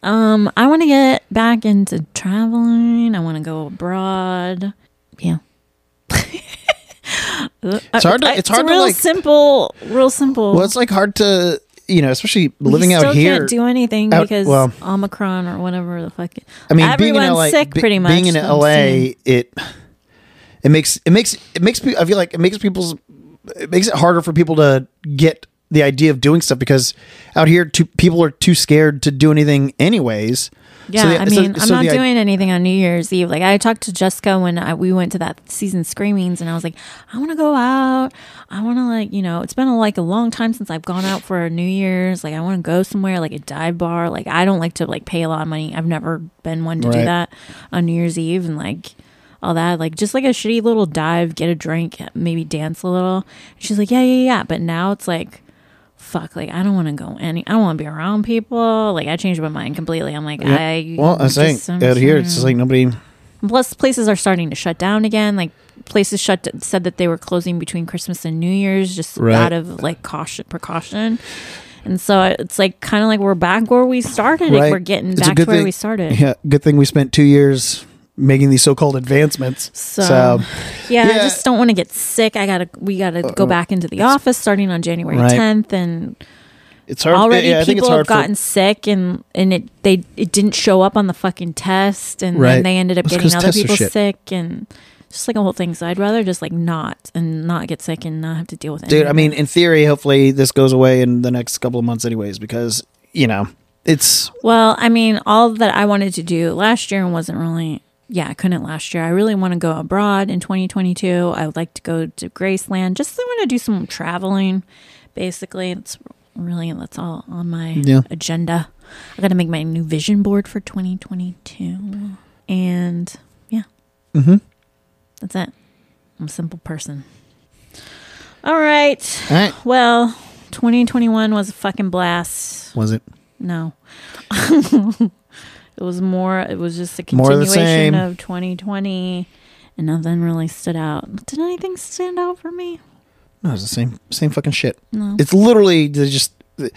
Speaker 2: Um, I want to get back into traveling. I want to go abroad. Yeah. it's
Speaker 1: hard to- it's hard to,
Speaker 2: real
Speaker 1: like-
Speaker 2: simple, real simple.
Speaker 1: Well, it's like hard to, you know, especially
Speaker 2: We
Speaker 1: living out
Speaker 2: still
Speaker 1: here.
Speaker 2: Can't do anything
Speaker 1: out-
Speaker 2: because
Speaker 1: well-
Speaker 2: Omicron or whatever the fuck. it-
Speaker 1: I mean, being
Speaker 2: everyone's
Speaker 1: in LA,
Speaker 2: sick
Speaker 1: be-
Speaker 2: pretty much.
Speaker 1: being in
Speaker 2: I'm
Speaker 1: LA,
Speaker 2: seeing.
Speaker 1: it it makes it makes it makes pe- I feel like it makes people's it makes it harder for people to get the idea of doing stuff because out here, too, people are too scared to do anything, anyways.
Speaker 2: Yeah,
Speaker 1: the-
Speaker 2: I mean, I'm
Speaker 1: so
Speaker 2: not
Speaker 1: the i-
Speaker 2: doing anything on New Year's Eve. Like I talked to Jessica when I, we went to that season screenings, and I was like, I want to go out. I want to like, you know, it's been like a long time since I've gone out for a New Year's. Like I want to go somewhere, like a dive bar. Like I don't like to like pay a lot of money. I've never been one to
Speaker 1: Right.
Speaker 2: do that on New Year's Eve, and like all that, like just like a shitty little dive, get a drink, maybe dance a little. She's like, yeah, yeah, yeah. But now it's like fuck like i don't want to go any i don't want to be around people like i changed my mind completely i'm like i
Speaker 1: Well, I'm saying
Speaker 2: just- I'm
Speaker 1: out here, it's
Speaker 2: sorry.
Speaker 1: just like nobody.
Speaker 2: plus places are starting to shut down again like places shut said that they were closing between christmas and new year's just
Speaker 1: Right.
Speaker 2: out of like caution precaution and so it's like kind of like we're back where we started
Speaker 1: Right.
Speaker 2: if we're getting
Speaker 1: It's a
Speaker 2: back to
Speaker 1: good
Speaker 2: where
Speaker 1: thing-
Speaker 2: we started
Speaker 1: Yeah, good thing we spent two years making these so-called advancements.
Speaker 2: So,
Speaker 1: so
Speaker 2: yeah, I
Speaker 1: Yeah. Uh,
Speaker 2: just don't want to get sick. I gotta, we gotta go back into the office starting on January
Speaker 1: Right.
Speaker 2: 10th, and
Speaker 1: It's hard.
Speaker 2: already
Speaker 1: yeah, I think
Speaker 2: people
Speaker 1: it's hard
Speaker 2: have gotten sick and and it they it didn't show up on the fucking test and
Speaker 1: Right.
Speaker 2: then they ended up
Speaker 1: That's
Speaker 2: getting
Speaker 1: 'cause
Speaker 2: other
Speaker 1: tests are
Speaker 2: people
Speaker 1: shit.
Speaker 2: sick and just like a whole thing. So I'd rather just like not and not get sick and not have to deal with it.
Speaker 1: for, dude. I mean, in theory, hopefully this goes away in the next couple of months, anyways, because you know it's
Speaker 2: well, I mean, all that I wanted to do last year wasn't really. Yeah, I couldn't last year. I really want to go abroad in 2022. I would like to go to Graceland. Just I want to do some traveling. Basically, it's really that's all on my
Speaker 1: Yeah.
Speaker 2: agenda. I got to make my new vision board for 2022, and yeah,
Speaker 1: mm-hmm.
Speaker 2: that's it. I'm a simple person. All right.
Speaker 1: all right.
Speaker 2: Well, 2021 was a fucking blast.
Speaker 1: Was it?
Speaker 2: No. it was more, it was just a
Speaker 1: More of the same.
Speaker 2: continuation of 2020, and nothing really stood out. Did anything stand out for me?
Speaker 1: No, it's the same same fucking shit.
Speaker 2: No.
Speaker 1: It's literally they just the-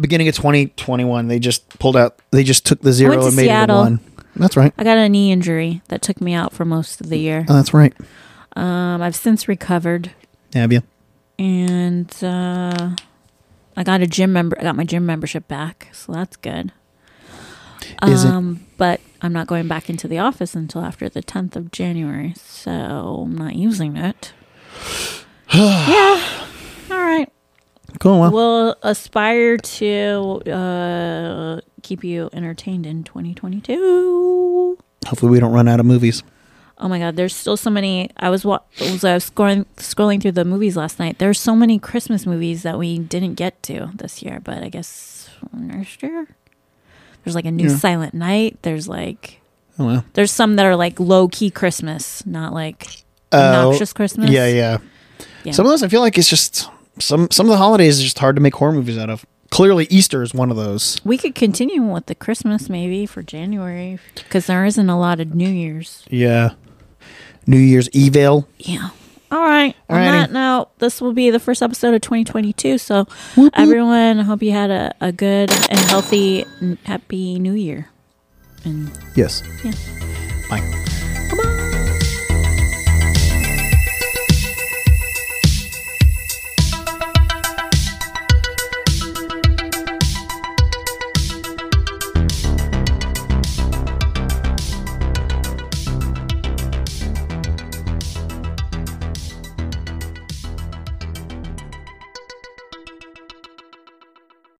Speaker 1: beginning of twenty twenty one. They just pulled out. They just took the
Speaker 2: went
Speaker 1: zero
Speaker 2: to
Speaker 1: and made
Speaker 2: Seattle.
Speaker 1: it a one. That's right.
Speaker 2: I got a knee injury that took me out for most of the year.
Speaker 1: Oh, that's right.
Speaker 2: Um, I've since recovered,
Speaker 1: Have you?
Speaker 2: and uh, I got a gym member. I got my gym membership back, so that's good.
Speaker 1: Is it-
Speaker 2: Um, but I'm not going back into the office until after the 10th of January, so I'm not using it. yeah. All right.
Speaker 1: Cool. Well,
Speaker 2: We'll aspire to uh, keep you entertained in 2022.
Speaker 1: hopefully we don't run out of movies.
Speaker 2: Oh my God! There's still so many. I was wa- was I was scrolling scrolling through the movies last night. There's so many Christmas movies that we didn't get to this year, but I guess next year. There's like a new
Speaker 1: Yeah.
Speaker 2: Silent Night. There's like
Speaker 1: Oh well.
Speaker 2: there's some that are like low key Christmas, not like
Speaker 1: Oh,
Speaker 2: obnoxious Christmas.
Speaker 1: Yeah, yeah,
Speaker 2: Yeah.
Speaker 1: Some of those, I feel like it's just some some of the holidays is just hard to make horror movies out of. Clearly, Easter is one of those.
Speaker 2: We could continue with the Christmas maybe for January because there isn't a lot of New Year's.
Speaker 1: Yeah. New Year's Evil.
Speaker 2: Yeah. All right. On
Speaker 1: Alrighty.
Speaker 2: that note, this will be the first episode of 2022. So, everyone, I hope you had a, a good and healthy, and happy new year. And
Speaker 1: Yes.
Speaker 2: yeah.
Speaker 1: Bye.